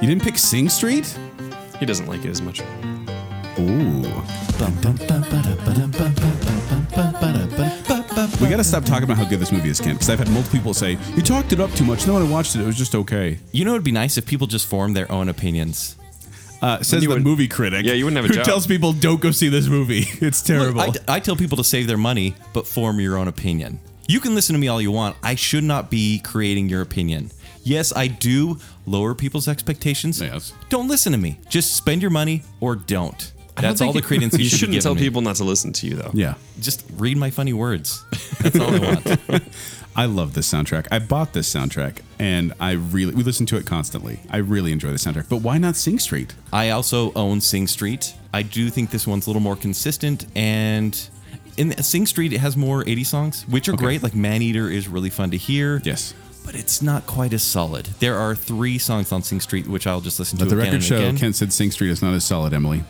S2: You didn't pick Sing Street?
S3: He doesn't like it as much.
S2: Ooh. We gotta stop talking about how good this movie is, Kent, because I've had multiple people say, You talked it up too much. No, when I watched it, it was just okay.
S4: You know, it'd be nice if people just form their own opinions.
S2: Uh, says
S3: You
S2: the
S3: would-
S2: movie critic.
S3: Yeah, you wouldn't have a
S2: who
S3: job.
S2: tells people don't go see this movie. <laughs> It's terrible.
S4: I, I tell people to save their money, but form your own opinion. You can listen to me all you want. I should not be creating your opinion. Yes, I do lower people's expectations.
S2: Yes.
S4: Don't listen to me. Just spend your money or don't. That's
S3: think
S4: all the
S3: it- <laughs>
S4: credence you,
S3: You
S4: should be
S3: shouldn't tell
S4: giving me.
S3: people not to listen to you, though.
S2: yeah,
S4: Just read my
S3: <laughs>
S4: funny words. That's all I want.
S2: I love this soundtrack. I bought this soundtrack, and I really we listen to it constantly. I really enjoy the soundtrack. But why not Sing Street?
S4: I also own Sing Street. I do think this one's a little more consistent and in Sing Street it has more 80 songs, which are great. Like Man Eater is really fun to hear.
S2: Yes.
S4: but it's not quite as solid. There are three songs on Sing Street which I'll just listen
S2: Let
S4: to.
S2: the
S4: again
S2: record
S4: and
S2: show
S4: again.
S2: Kent said Sing Street is not as solid, Emily.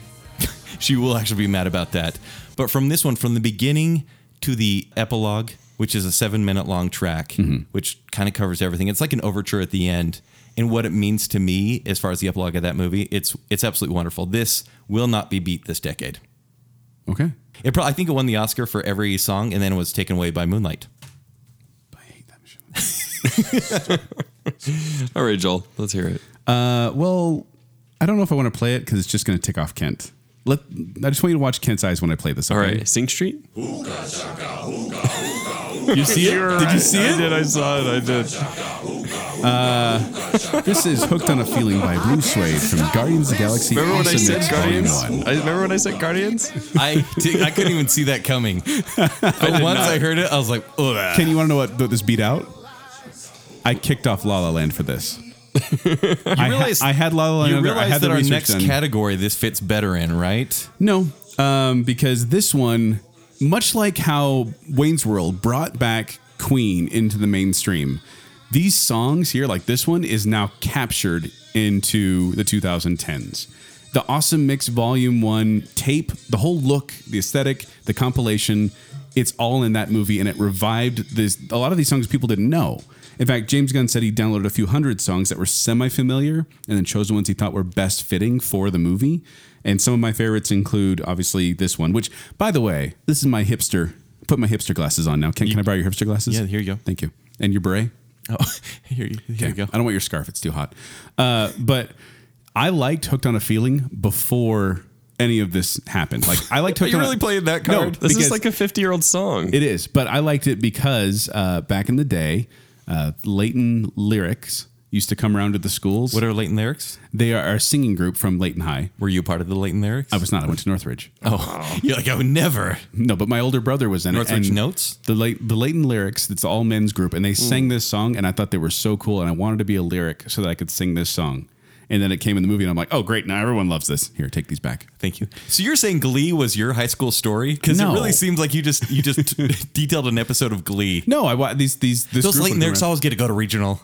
S4: she will actually be mad about that. But from this one, from the beginning to the epilogue, which is a seven minute long track,
S2: Mm-hmm.
S4: which kind of covers everything. It's like an overture at the end. And what it means to me as far as the epilogue of that movie, it's it's absolutely wonderful. This will not be beat this decade.
S2: Okay.
S4: It probably I think it won the Oscar for every song and then was taken away by
S2: <laughs>
S4: Moonlight.
S2: I hate that show.
S3: All right, Joel, let's hear it.
S2: Uh, well, I don't know if I want to play it because it's just going to tick off Kent. Let I just want you to watch Kent's eyes when I play this.
S3: All
S2: okay?
S3: right, Sing Street.
S2: You see it? Did you see
S3: I
S2: it?
S3: did. I saw it. I did.
S2: This is Hooked on a Feeling by Blue Suede from Guardians of the Galaxy.
S3: Remember when I
S2: Awesome
S3: said
S2: Mix Volume
S3: Guardians?
S2: One.
S3: I remember when I said Guardians.
S4: I did, I couldn't even see that coming. But once I heard it, I was like, Ugh.
S2: Ken, you want to know what, what this beat out? I kicked off La La Land for
S4: <laughs>
S2: this. I, ha-
S4: realize-
S2: I had La La Land.
S4: You
S2: under- I
S4: realize
S2: had
S4: that
S2: the
S4: our
S2: research
S4: next
S2: done.
S4: category this fits better in, right?
S2: No, um, because this one, much like how Wayne's World brought back Queen into the mainstream, these songs here, like this one, is now captured into the 2010s. The Awesome Mix Volume 1 tape, the whole look, the aesthetic, the compilation, it's all in that movie and it revived this a lot of these songs people didn't know in fact james gunn said he downloaded a few hundred songs that were semi-familiar and then chose the ones he thought were best fitting for the movie and some of my favorites include obviously this one which by the way this is my hipster put my hipster glasses on now can, can i borrow your hipster glasses
S4: Yeah, here you go.
S2: thank you and your beret
S4: Oh, <laughs> here, you- here you
S2: Okay.
S4: go.
S2: I don't want your scarf; it's too hot. Uh, but I liked "Hooked on a Feeling" before any of this happened. Like I
S4: <laughs>
S2: liked "Hooked
S4: You
S2: on."
S4: really
S2: a,
S4: played that
S2: No,
S4: card?
S3: This
S2: because-
S3: is like a 50 year old song.
S2: it is, but I liked it because uh, back in the day, uh, Leighton Lyrics used to come around to the schools.
S4: What are Leighton lyrics?
S2: they are a singing group from Leighton High.
S4: Were you part of the Leighton lyrics?
S2: I was not. I went to Northridge.
S4: Oh, <laughs> you're like, I would never.
S2: No, but my older brother was in it.
S4: Northridge
S2: and
S4: Notes? Mm.
S2: The late the Leighton lyrics. It's all men's group, and they sang this song, and I thought they were so cool, and I wanted to be a lyric so that I could sing this song. And then it came in the movie, and I'm like, oh great, now everyone loves this. Here, take these back.
S4: Thank you. So you're saying Glee was your high school story? Because
S2: No.
S4: it really seems like you just you just <laughs> detailed an episode of Glee.
S2: No, I wa- these these this
S4: Those
S2: group
S4: Leighton
S2: would go
S4: lyrics
S2: around.
S4: always get to go to regional.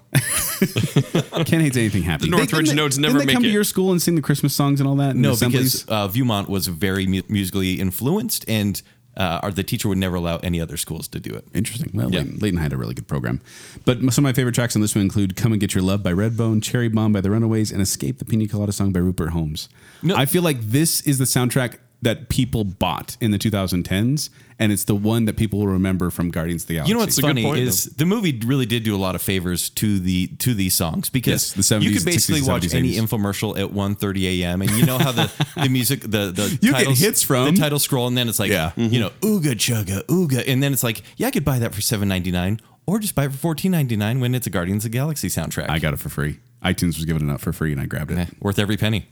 S2: Ken hates anything happy.
S4: <laughs>
S3: The Northridge
S2: didn't
S3: Notes
S2: didn't
S3: never
S2: they come
S3: make
S2: to
S3: it.
S2: your school and sing the Christmas songs and all that. and
S4: No,
S2: assemblies?
S4: because uh, Viewmont was very mu- musically influenced, and uh, our, the teacher would never allow any other schools to do it.
S2: Interesting. Well,
S4: Yeah.
S2: Leighton, Leighton had a really good program. But m- some of my favorite tracks on this one include Come and Get Your Love by Redbone, Cherry Bomb by The Runaways, and Escape the Pina Colada song by Rupert Holmes.
S4: No.
S2: I feel like this is the soundtrack that people bought in the 2010s, and it's the one that people will remember from Guardians of the Galaxy.
S4: You know what's
S3: a good
S4: funny
S3: point,
S4: is the movie really did do a lot of favors to the to these songs
S2: Yes,
S4: because
S2: the 70s,
S4: you could basically
S2: 60s,
S4: watch
S2: 70s,
S4: any
S2: 80s.
S4: infomercial at 1.30 a.m. and you know
S2: <laughs>
S4: how the, the music the the
S2: You get hits from-
S4: the title scroll and then it's like
S2: Yeah.
S4: you know ooga chugga ooga and then it's like yeah I could buy that for 7.99 or just buy it for 14.99 when it's a Guardians of the Galaxy soundtrack
S2: I got it for free. iTunes was giving it out for free, and I grabbed it.
S4: Eh, worth every penny.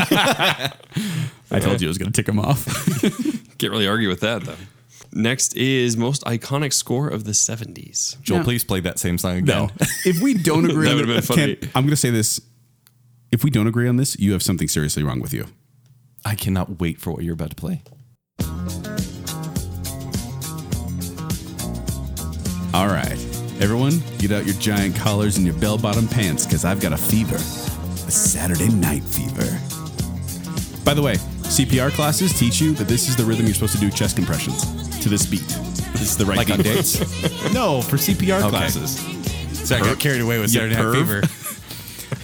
S2: I told you I was going to tick them
S4: <laughs>
S2: off.
S3: Can't really argue with that though. Next is most iconic score of the <laughs>
S4: <laughs>
S3: 70s.
S4: Joel,
S2: No.
S4: please play that same song again.
S2: if we don't agree,
S3: That
S2: on
S3: would've
S2: this-
S3: been funny.
S2: Ken, I'm going to say this. If we don't agree on this, you have something seriously wrong with you.
S4: I cannot wait for what you're about to play.
S2: All right, everyone, get out your giant collars and your bell bottom pants because I've got a fever. A Saturday night fever. By the way, CPR classes teach you that this is the rhythm you're supposed to do chest compressions to this beat. This is the right
S4: Like
S2: beat.
S4: on
S2: <laughs>
S4: dates?
S2: no, for CPR
S4: Okay.
S2: classes.
S4: So I got carried away with
S2: You
S4: Saturday Night Fever.
S2: perv.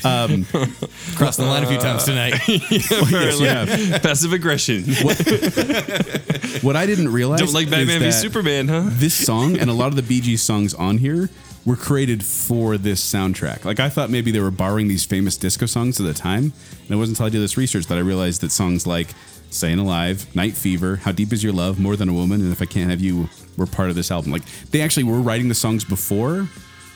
S4: <laughs> Crossed Um, the line a few times tonight.
S2: Yes, you have.
S3: Passive aggression.
S2: <laughs> What I didn't realize
S3: Don't like Batman v
S2: is that
S3: Superman, huh?
S2: this song and a lot of the Bee Gees songs on here were created for this soundtrack. Like I thought maybe they were borrowing these famous disco songs of the time, and it wasn't until I did this research that I realized that songs like "Staying Alive," "Night Fever," "How Deep Is Your Love," "More Than a Woman," and "If I Can't Have You" were part of this album. Like they actually were writing the songs before,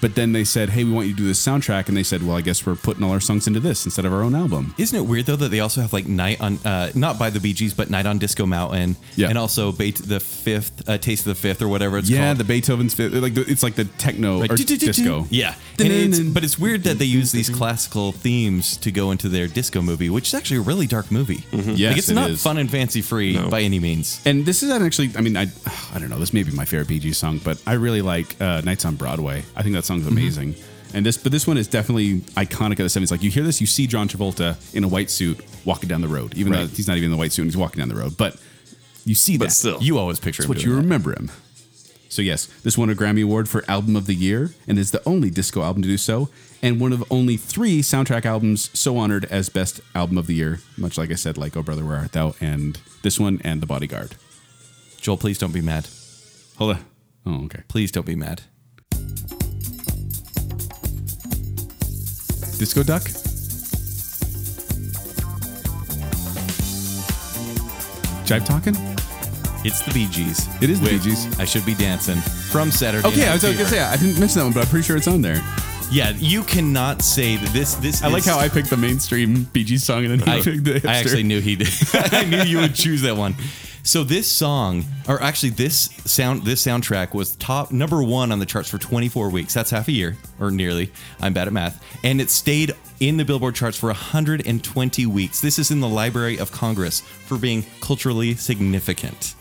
S2: but then they said, "Hey, we want you to do this soundtrack," and they said, "Well, I guess we're putting all our songs into this instead of our own album."
S4: Isn't it weird though that they also have like night on uh, not by the Bee Gees, but night on Disco Mountain,
S2: Yeah.
S4: and also Bait the Fifth, uh, Taste of the Fifth, or whatever it's
S2: yeah,
S4: called.
S2: the Beethoven's Fifth- like the, it's like the techno
S4: Like,
S2: or
S4: do-do-do-do.
S2: disco.
S4: Yeah, And it's- but it's weird that they use these classical themes to go into their disco movie, which is actually a really dark movie.
S2: Yes,
S4: like, it's
S2: it
S4: not
S2: is.
S4: fun and fancy free by any means.
S2: And this is actually, I mean, I, I don't know. This may be my favorite BG song, but I really like uh, Nights on Broadway. I think that song's amazing. And this, but this one is definitely iconic of the '70s. Like you hear this, you see John Travolta in a white suit walking down the road, even
S3: Right.
S2: though he's not even in the white suit and he's walking down the road. But you see
S3: But
S2: that.
S3: still.
S4: You always picture
S2: It's
S4: him
S2: what
S4: doing
S2: you
S4: that.
S2: remember him. So yes, this won a Grammy Award for Album of the Year and is the only disco album to do so, and one of only three soundtrack albums so honored as Best Album of the Year. Much like I said, like Oh Brother Where Art Thou, and this one and The Bodyguard.
S4: Joel, please don't be mad.
S2: Hold on. Oh, okay.
S4: Please don't be mad.
S2: Disco Duck. Jive talking.
S4: It's the Bee Gees.
S2: It is the Bee
S4: With
S2: Gees.
S4: I should be dancing from Saturday.
S2: Okay,
S4: Night
S2: I was gonna
S4: Fever.
S2: say I didn't mention that one, but I'm pretty sure it's on there.
S4: Yeah, you cannot say that this. This
S2: I like
S4: is-
S2: how I picked the mainstream Bee Gees song and then <laughs>
S4: I,
S2: I, picked the hipster.
S4: I actually knew he did. <laughs> I knew you would choose that one. So this song, or actually this sound, this soundtrack was top number one on the charts for 24 weeks. That's half a year, or nearly. I'm bad at math, and it stayed in the Billboard charts for 120 weeks. This is in the Library of Congress for being culturally significant.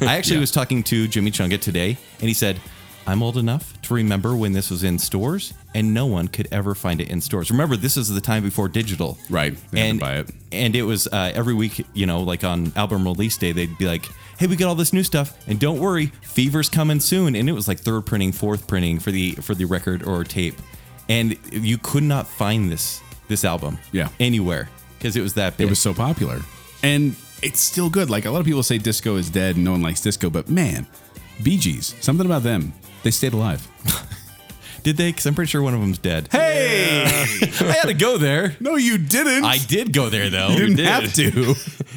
S4: I actually was talking to Jimmy Chunga today, and he said, I'm old enough to remember when this was in stores, and no one could ever find it in stores. Remember, this is the time before digital.
S2: Right. They had to
S4: and
S2: buy it.
S4: and it was uh, every week, you know, like on album release day, they'd be like, "Hey, we got all this new stuff, and don't worry, Fever's coming soon." And it was like third printing, fourth printing for the for the record or tape, and you could not find this this album,
S2: Yeah.
S4: anywhere because it was that big.
S2: It was so popular. And it's still good. Like a lot of people say disco is dead and no one likes disco, but man, Bee Gees, something about them. They stayed alive.
S4: Did they? Because I'm pretty sure one of them's dead.
S2: Hey!
S4: <laughs> I had to go there.
S2: No, you didn't.
S4: I did go there though.
S2: didn't
S3: did.
S2: have to.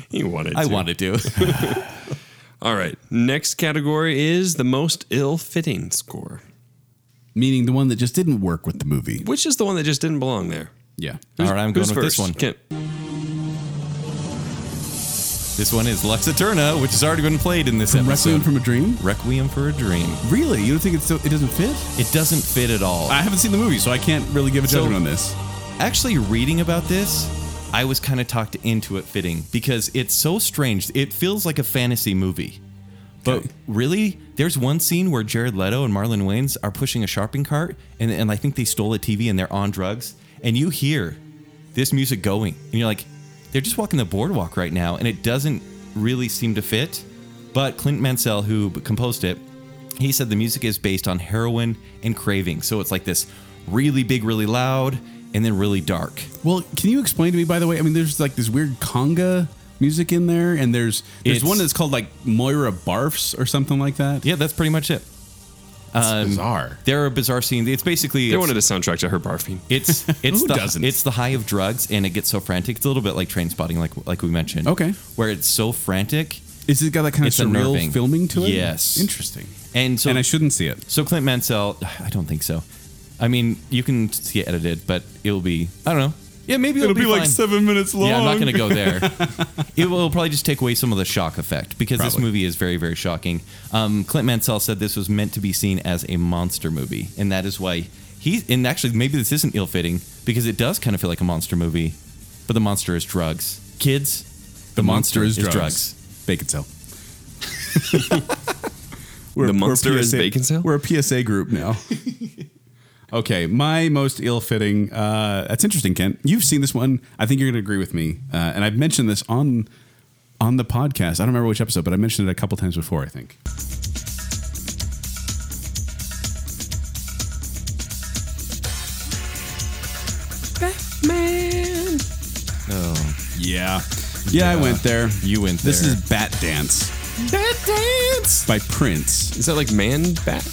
S3: He wanted.
S4: I
S3: to.
S4: wanted to. <laughs>
S3: All right. Next category is the most ill-fitting score,
S2: <laughs> Meaning the one that just didn't work with the movie.
S3: which is the one that just didn't belong there.
S2: Yeah.
S4: all right, I'm going
S3: Who's
S4: with this
S3: first?
S4: one.
S3: Kent.
S4: This one is Lux Eterna, which has already been played in this
S2: Wrestling
S4: episode.
S2: from a Dream?
S4: Requiem for a Dream.
S2: Really? You don't think it's so, it doesn't fit?
S4: It doesn't fit at all.
S2: I haven't seen the movie, so I can't really give a
S4: So-
S2: judgment on this.
S4: actually reading about this, I was kind of talked into it fitting because it's so strange. It feels like a fantasy movie. But
S2: Okay.
S4: really, there's one scene where Jared Leto and Marlon Wayans are pushing a shopping cart, and, and I think they stole a TV and they're on drugs. And you hear this music going, and you're like, they're just walking the boardwalk right now, and it doesn't really seem to fit. But Clint Mansell, who composed it, he said the music is based on heroin and craving. So it's like this really big, really loud, and then really dark.
S2: Well, can you explain to me, by the way? I mean, there's like this weird conga music in there, and there's there's
S4: It's-
S2: one that's called like Moira Barfs or something like that.
S4: Yeah, that's pretty much it. Um,
S2: It's bizarre.
S4: There are bizarre scenes. It's basically
S3: They
S4: it's-
S3: wanted a soundtrack to her barfing.
S4: It's
S2: <laughs>
S4: it's
S2: Who
S4: the
S2: doesn't?
S4: it's the high of drugs and it gets so frantic. It's a little bit like train spotting, like like we mentioned.
S2: Okay.
S4: where it's so frantic,
S2: Is it got that kind
S4: It's
S2: of surreal
S4: unnerving.
S2: filming to it?
S4: Yes.
S2: Interesting.
S4: and so
S2: and I shouldn't see it.
S4: so Clint Mansell. <sighs> I don't think so. I mean, you can see it edited, but it'll be I don't know. Yeah, maybe it'll, fine.
S2: minutes long.
S4: Yeah, I'm not gonna
S2: <laughs>
S4: go there. it will probably just take away some of the shock effect because this
S2: Probably.
S4: movie is very very shocking. Um, Clint Mansell said this was meant to be seen as a monster movie, and that is why he. And actually, maybe this isn't ill fitting because it does kind of feel like a monster movie, but the monster is drugs, kids.
S2: The monster is drugs. Bacon cell. we're,
S3: The monster
S2: <laughs> we're
S3: is bacon cell?
S2: We're a PSA group <laughs> now. okay, my most ill-fitting. Uh, that's interesting, Kent. You've seen this one. I think you're going to agree with me. Uh, and I've mentioned this on on the podcast. I don't remember which episode, but I mentioned it a couple times before. I think.
S4: Oh,
S2: Yeah. Yeah, I
S4: Yeah.
S2: went there.
S4: You went
S2: This
S4: there.
S2: is Bat Dance. Bat Dance by Prince.
S3: Is that like man bat?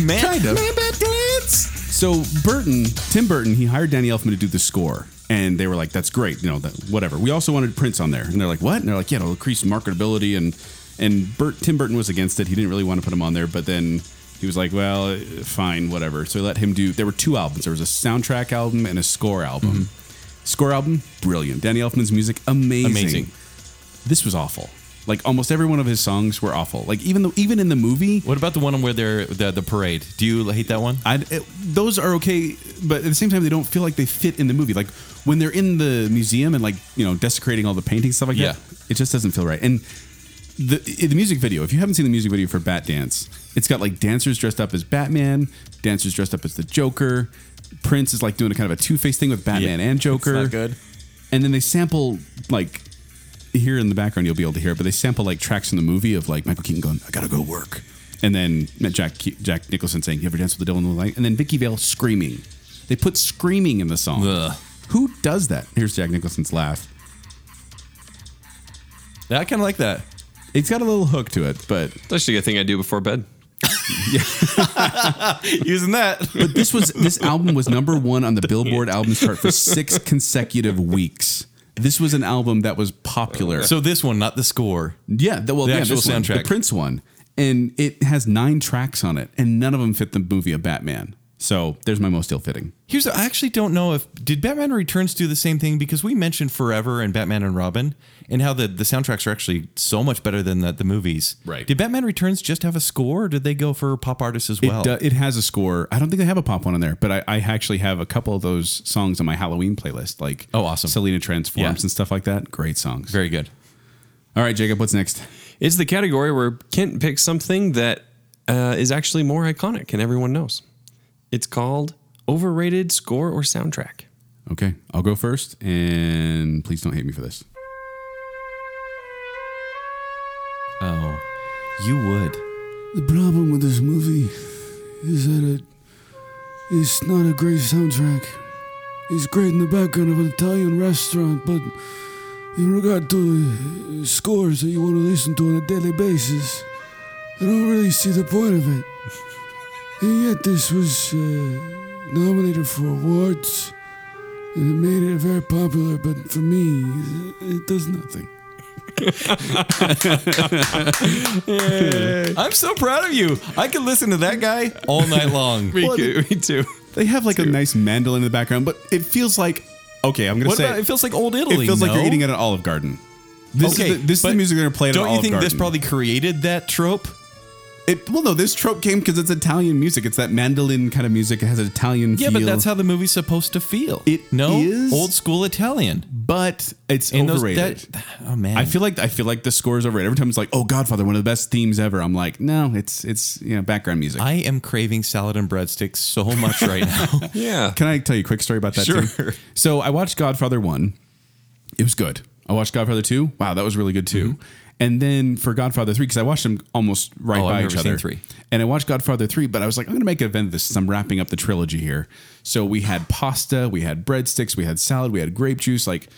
S4: man,
S2: Kind of.
S4: man, bad dance.
S2: So Burton, Tim Burton, he hired Danny Elfman to do the score, and they were like, "That's great, you know, that, whatever." We also wanted Prince on there, and they're like, "What?" And they're like, "Yeah, it'll increase marketability." And and Bert, Tim Burton was against it; he didn't really want to put him on there, but then he was like, "Well, eh, fine, whatever." So he let him do. There were two albums. There was a soundtrack album and a score album. Score album, brilliant. Danny Elfman's music,
S4: Amazing.
S2: amazing. This was awful. Like almost every one of his songs were awful. Like even though even in the movie,
S4: What about the one where they're the the parade? Do you hate that one?
S2: I it, those are okay, but at the same time, they don't feel like they fit in the movie. Like when they're in the museum and like you know desecrating all the paintings stuff like
S4: Yeah.
S2: that, it just doesn't feel right. And the the music video, if you haven't seen the music video for Bat Dance, It's got like dancers dressed up as Batman, dancers dressed up as the Joker. Prince is like doing a kind of a two face thing with Batman
S4: Yeah.
S2: and Joker.
S6: not good.
S2: And then they sample like here in the background you'll be able to hear, it, but they sample like tracks from the movie of like Michael Keaton going, "I gotta go work," and then Jack Jack Nicholson saying, "You ever dance with the devil in the light?" and then Vicky Vale screaming. They put screaming in the song.
S4: Ugh.
S2: Who does that? Here's Jack Nicholson's laugh.
S4: Yeah, I kind of like that.
S2: It's got a little hook to it, but
S3: It's actually a thing I do before bed.
S4: <laughs> Using that.
S2: but this was this album was number one on the Billboard album chart for six consecutive weeks. This was an album that was popular.
S4: so this one, not the score.
S2: Yeah, the, well,
S4: The
S2: yeah,
S4: actual
S2: this one, the
S4: soundtrack.
S2: Prince one, and it has nine tracks on it, and none of them fit the movie of Batman. So there's my most ill-fitting.
S4: Here's I actually don't know if did Batman Returns do the same thing because we mentioned Forever and Batman and Robin and how the, the soundtracks are actually so much better than the, the movies.
S2: Right.
S4: Did Batman Returns just have a score or did they go for pop artists as well?
S2: It, do- it has a score. I don't think they have a pop one on there, but I, I actually have a couple of those songs on my Halloween playlist, like
S4: Oh, awesome.
S2: Selena Transforms
S4: Yeah.
S2: and stuff like that. Great songs.
S4: Very good.
S2: All right, Jacob, what's next?
S3: It's the category where Kent picks something that uh, is actually more iconic and everyone knows. It's called overrated score or soundtrack.
S2: Okay, I'll go first, and please don't hate me for this.
S4: Oh, you would.
S7: The problem with this movie is that it it's not a great soundtrack. It's great in the background of an Italian restaurant, but in regard to the uh, scores that you want to listen to on a daily basis, I don't really see the point of it. And yet, this was uh, nominated for awards, and it made it very popular. But for me, it does nothing.
S4: I'm so proud of you. I could listen to that guy all night long.
S3: <laughs> Me, too, me too.
S2: They have like a nice mandolin in the background, but it feels like okay. I'm gonna
S4: What
S2: say
S4: about, it feels like old Italy.
S2: it feels like you're
S4: no?
S2: eating at an Olive Garden. This
S4: Okay,
S2: is the, this is the
S4: but
S2: music they're gonna play at an
S4: Don't you
S2: Olive
S4: think this
S2: Garden.
S4: probably created that trope?
S2: It, well, no, this trope came because it's Italian music. It's that mandolin kind of music. It has an Italian
S4: Yeah,
S2: feel.
S4: but that's how the movie's supposed to feel.
S2: It
S4: no
S2: is-
S4: old school Italian.
S2: But it's
S4: And those-
S2: overrated.
S4: that- oh man,
S2: I feel like I feel like the score is overrated. Every time it's like, oh, Godfather, one of the best themes ever. I'm like, no, it's it's you know background music.
S4: I am craving salad and breadsticks so much right now.
S3: Yeah.
S2: Can I tell you a quick story about that?
S4: Sure.
S2: Too? So I watched Godfather one. It was good. I watched Godfather two. Wow, that was really good too.
S4: Mm-hmm.
S2: And then for Godfather three, because I watched them almost right
S4: Oh, I've
S2: by
S4: never
S2: each
S4: seen
S2: other.
S4: three.
S2: And I watched Godfather three, but I was like, I'm going to make an event of this. since I'm wrapping up the trilogy here. So we had pasta, we had breadsticks, we had salad, we had grape juice. Like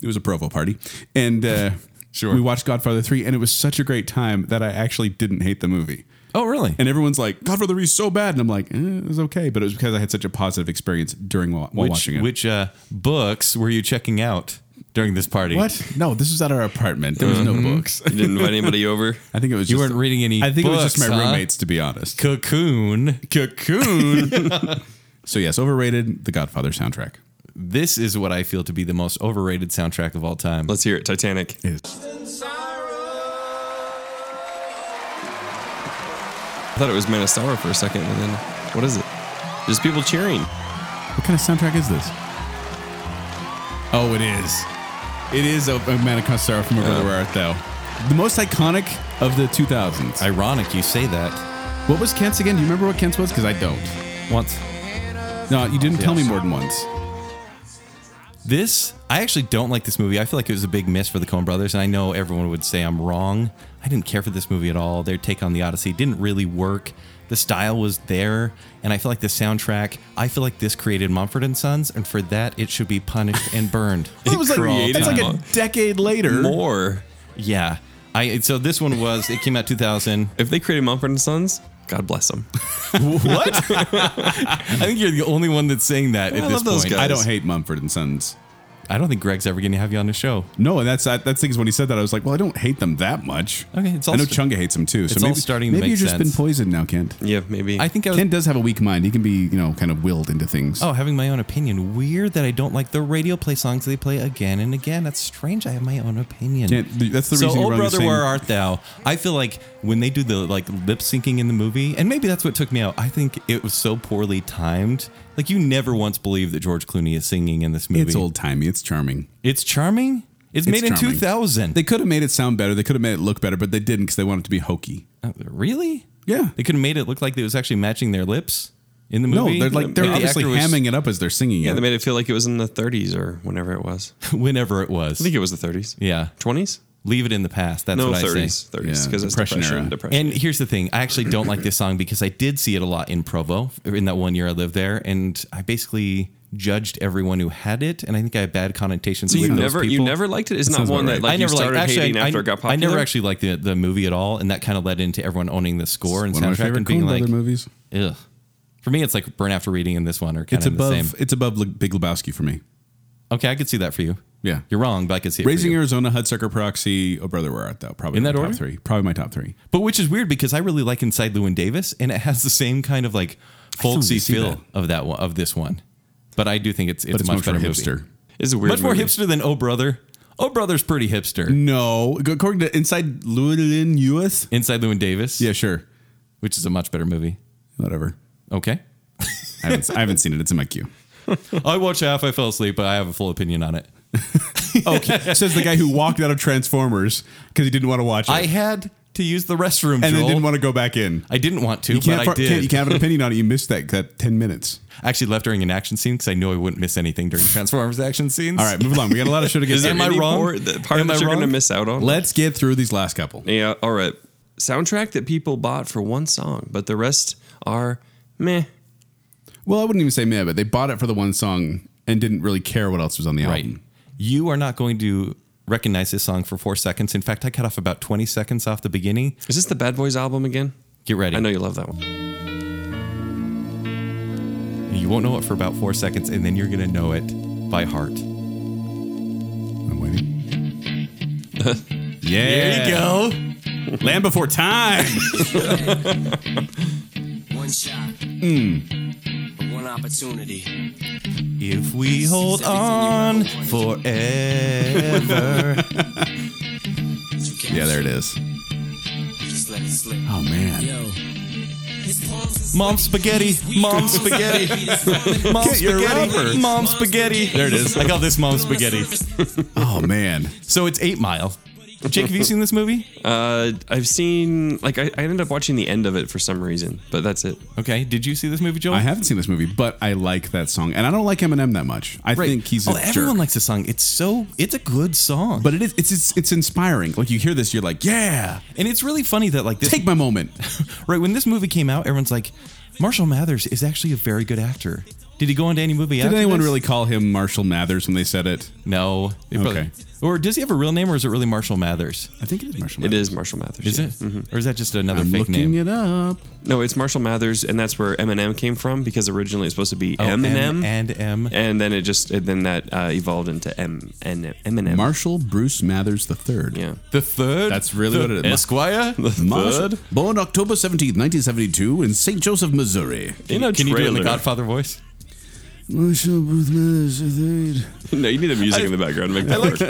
S2: it was a Provo party, and uh,
S4: <laughs> Sure.
S2: we watched Godfather three, and it was such a great time that I actually didn't hate the movie.
S4: <laughs> oh really?
S2: And everyone's like, Godfather 3 is so bad. And I'm like, eh, it was okay. But it was because I had such a positive experience during while, while
S4: which
S2: watching it.
S4: which uh, books were you checking out during this party?
S2: What? No, this was at our apartment. There was no books.
S3: You didn't <laughs> invite anybody over.
S2: <laughs> I think it was
S4: Mm-hmm.
S2: just-
S4: You weren't reading any
S2: I think it was just
S4: books,
S2: my
S4: huh?
S2: roommates, to be honest.
S4: Cocoon. Cocoon.
S2: So, yes, overrated the Godfather soundtrack.
S4: <laughs> this is what I feel to be the most overrated soundtrack of all time.
S3: Let's hear it. Titanic. I thought it was Manasara for a second, and then what is it? There's people cheering.
S2: What kind of soundtrack is this? Oh, it is. It is a, a Manicastara from Over the Where Art Thou. The most iconic of the 2000s.
S4: Ironic you say that.
S2: what was Kent's again? Do you remember what Kent's was? Because I don't.
S4: Once
S2: No, you didn't tell me more than once.
S4: this, I actually don't like this movie. I feel like it was a big miss for the Coen Brothers, and I know everyone would say I'm wrong. I didn't care for this movie at all. Their take on the Odyssey didn't really work. The style was there, and I feel like the soundtrack. I feel like this created Mumford and Sons, and for that, it should be punished and
S3: <laughs>
S4: burned.
S2: It was like,
S3: created
S2: it's like a
S3: mo-
S2: decade later.
S3: More.
S4: Yeah. I so this one was it came out 2000.
S3: If they created Mumford and Sons, God bless them.
S4: what? I think you're the only one that's saying that at
S3: I
S4: this
S3: love those
S4: point.
S3: guys.
S2: I don't hate Mumford and Sons.
S4: I don't think Greg's ever going to have you on the show.
S2: No, and that's that, that's things when he said that I was like, well, I don't hate them that much.
S4: Okay, it's all
S2: I know
S4: st-
S2: Chunga hates them too. So
S4: it's all
S2: maybe,
S4: starting to
S2: maybe
S4: make
S2: you've just
S4: sense.
S2: been poisoned now, Kent.
S3: Yeah, maybe.
S4: I think I was
S2: Kent does have a weak mind. He can be you know kind of willed into things.
S4: Oh, having my own opinion. Weird that I don't like the radio play songs they play again and again. That's strange. I have my own opinion.
S2: Kent, th- that's the
S4: so,
S2: reason.
S4: oh
S2: you're on the
S4: brother,
S2: same-
S4: where art thou? I feel like when they do the like lip syncing in the movie, and maybe that's what took me out. I think it was so poorly timed. Like you never once believed that George Clooney is singing in this movie.
S2: It's old timey. It's charming.
S4: It's charming. It's, made in
S2: charming.
S4: 2000.
S2: They could have made it sound better. They could have made it look better, but they didn't because they wanted it to be hokey.
S4: Uh, really?
S2: Yeah.
S4: They could have made it look like it was actually matching their lips in the
S2: No,
S4: movie.
S2: they're like they're
S4: Made the
S2: obviously
S4: actor was-
S2: hamming it up as they're singing
S3: Yeah,
S2: it.
S3: they made it feel like it was in the 30s or whenever it was. I
S4: <laughs> whenever it was.
S3: think it was the 30s.
S4: yeah.
S3: 20s?
S4: Leave it in the past. That's
S3: no,
S4: what I
S3: 30s.
S4: say.
S3: 30s.
S2: Yeah,
S3: Because it's
S2: Depression
S3: depression.
S2: era.
S3: Depression.
S4: And here's the thing. I actually don't like this song because I did see it a lot in Provo in that one year I lived there, and I basically judged everyone who had it, and I think I had bad connotations.
S3: so
S4: with
S3: you
S4: those
S3: never you
S4: people.
S3: never liked it? It's not
S2: sounds
S3: one
S2: about right.
S3: that like
S4: I
S3: you
S4: never
S3: started
S4: like actually.
S3: hating
S4: I,
S3: after it got
S4: I
S3: popular?
S4: never actually liked the, the movie at all, and that kind of led into everyone owning the score and
S2: One of my
S4: soundtrack
S2: favorite
S4: and being
S2: Coen
S4: like,
S2: Brother movies.
S4: ugh. For me, it's like Burn After Reading and this one are kind
S2: It's
S4: of the
S2: above
S4: same.
S2: it's above Le- Big Lebowski for me.
S4: Okay, I could see that for you.
S2: Yeah.
S4: You're wrong, but I could see it. for
S2: Raising
S4: you.
S2: Arizona, Hudsucker Proxy, Oh Brother Where Art Thou? Probably
S4: In
S2: my
S4: that
S2: top
S4: order?
S2: three. Probably my top three.
S4: But which is weird because I really like Inside Llewyn Davis, and it has the same kind of like
S2: don't
S4: folksy
S2: really see
S4: feel
S2: that.
S4: of that one, of this one. But I do think it's it's,
S2: But
S4: a
S2: it's
S4: much,
S2: much
S4: better
S2: more
S4: movie.
S2: hipster.
S3: It's a weird
S4: Much more
S3: movie.
S4: hipster than Oh Brother. Oh Brother's pretty hipster.
S2: No, according to Inside Llewellyn Lewis.
S4: Inside Llewyn Davis,
S2: Yeah, sure.
S4: which is a much better movie.
S2: Whatever. <laughs>
S4: Okay,
S2: I haven't, I haven't seen it. It's in my queue.
S4: I watched half. I fell asleep, but I have a full opinion on it.
S2: Okay. Says the guy who walked out of Transformers because he didn't want to watch it
S4: I had to use the restroom,
S2: and then
S4: Joel.
S2: didn't want to go back in.
S4: I didn't want to,
S2: You can't,
S4: but I
S2: far-
S4: did.
S2: can't- you can't have an opinion on it. You missed that, that 10 minutes.
S4: I actually left during an action scene because I knew I wouldn't miss anything during <laughs> Transformers action scenes.
S2: All right, move along. We got a lot of show to get
S3: Is there
S2: through.
S4: Am I
S3: any
S4: wrong?
S3: more that part
S4: Am
S3: that
S4: I
S3: you're going to
S4: wrong?
S3: miss out on?
S2: Let's get through these last couple.
S3: Yeah, all right. Soundtrack that people bought for one song, but the rest are meh.
S2: Well, I wouldn't even say meh, but they bought it for the one song and didn't really care what else was on the
S4: Right.
S2: album.
S4: You are not going to recognize this song for four seconds. In fact, I cut off about 20 seconds off the beginning.
S3: Is this the Bad Boys album again?
S4: Get ready.
S3: I know you love that one.
S4: You won't know it for about four seconds, and then you're going to know it by heart.
S2: I'm waiting.
S4: Yeah. There you go.
S2: Land Before Time.
S6: One shot.
S2: Hmm.
S6: One opportunity.
S4: If we hold on forever.
S2: yeah, there it is.
S6: Just let it slip.
S2: Oh, man.
S6: Yo. His palms is
S4: Mom spaghetti. Mom <laughs> spaghetti. Mom
S2: Get your rubber.
S4: spaghetti. Mom spaghetti. There it is. I call this mom spaghetti.
S2: Oh, man.
S4: So it's Eight Mile. Jake, have you seen this movie?
S3: Uh, I've seen, like, I, I ended up watching the end of it for some reason, but that's it.
S4: Okay. Did you see this movie, Joel?
S2: I haven't seen this movie, but I like that song. And I don't like Eminem that much. I think he's a
S4: oh, everyone
S2: jerk.
S4: likes this song. It's so it's a good song,
S2: but it is, it's, it's, it's inspiring. Like, you hear this, you're like, yeah,
S4: and it's really funny that like this
S2: take my moment.
S4: right when this movie came out, everyone's like, Marshall Mathers is actually a very good actor. Did he go into any movie?
S2: Did anyone really call him Marshall Mathers when they said it?
S4: No. They probably-
S2: Okay.
S4: Or does he have a real name, or is it really Marshall Mathers?
S2: I think it is Marshall
S3: It
S2: Mathers. Mm-hmm.
S3: is Marshall Mathers.
S4: Is
S3: yeah.
S4: it, or is that just another
S2: I'm
S4: fake
S2: looking
S4: name?
S2: it up.
S3: No, it's Marshall Mathers, and that's where Eminem came from because originally it's supposed to be
S4: Oh, M
S3: Eminem,
S4: and M.
S3: and then it just and then that uh, evolved into M and Eminem.
S2: Marshall Bruce Mathers the third.
S3: yeah,
S4: The third.
S2: That's really what it is. <laughs>
S4: Esquire. The
S2: Marshall,
S4: third.
S2: born October 17th, 1972 in St. Joseph, Missouri.
S4: Can you- can you do it in the
S3: trailer.
S4: Godfather voice?
S7: Marshall Bruce Mathers III.
S3: <laughs> no, you need the music in the background to make that work.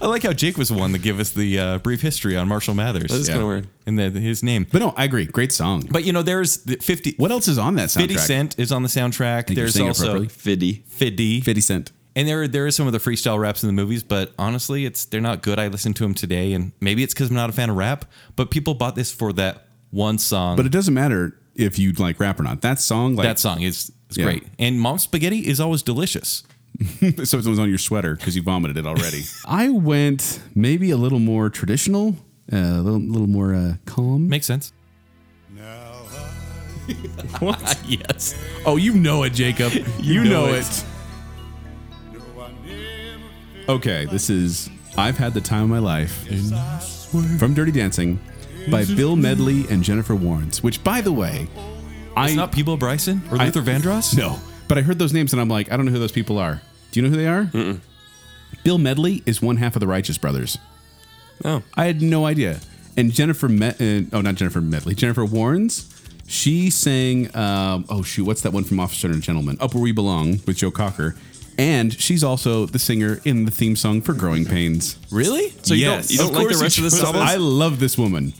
S4: I like how Jake was the one that gave us the uh, brief history on Marshall Mathers.
S3: That's kind of weird.
S4: And the, his name.
S2: But no, I agree. Great song.
S4: But you know, there's the 50.
S2: what else is on that soundtrack?
S4: 50 Cent is on the soundtrack.
S2: you're
S4: There's
S2: saying it
S4: also
S2: properly.
S3: Fiddy.
S4: 50.
S2: 50 Cent.
S4: And there there is some of the freestyle raps in the movies, but honestly, it's they're not good. I listened to them today, and maybe it's because I'm not a fan of rap. But people bought this for that one song.
S2: But it doesn't matter if you like rap or not. That song, like, <laughs>
S4: that song is, is
S2: Yeah.
S4: great. And mom spaghetti is always delicious.
S2: so it was on your sweater because you vomited it already. <laughs> I went maybe a little more traditional, uh, a little, little more uh, calm.
S4: Makes sense. <laughs>
S3: What?
S4: Yes.
S2: Oh, you know it,
S4: <laughs>
S2: Jacob. You, know,
S4: know
S2: it. Okay, this is I've Had the Time of My Life from Dirty Dancing by Bill Medley and Jennifer Warrens, which, by the way,
S4: It's not Peebo Bryson or
S2: I-
S4: Luther Vandross.
S2: No, but I heard those names and I'm like, I don't know who those people are. Do you know who they are? Bill Medley is one half of the Righteous Brothers.
S3: Oh,
S2: I had no idea. And Jennifer, Met, uh, oh, not Jennifer Medley, Jennifer Warrens. She sang, um, oh shoot, what's that one from Officer and Gentleman? Up Where We Belong with Joe Cocker. And she's also the singer in the theme song for Growing Pains.
S4: Really?
S3: so you don't you don't like the rest of this album?
S2: I love this woman.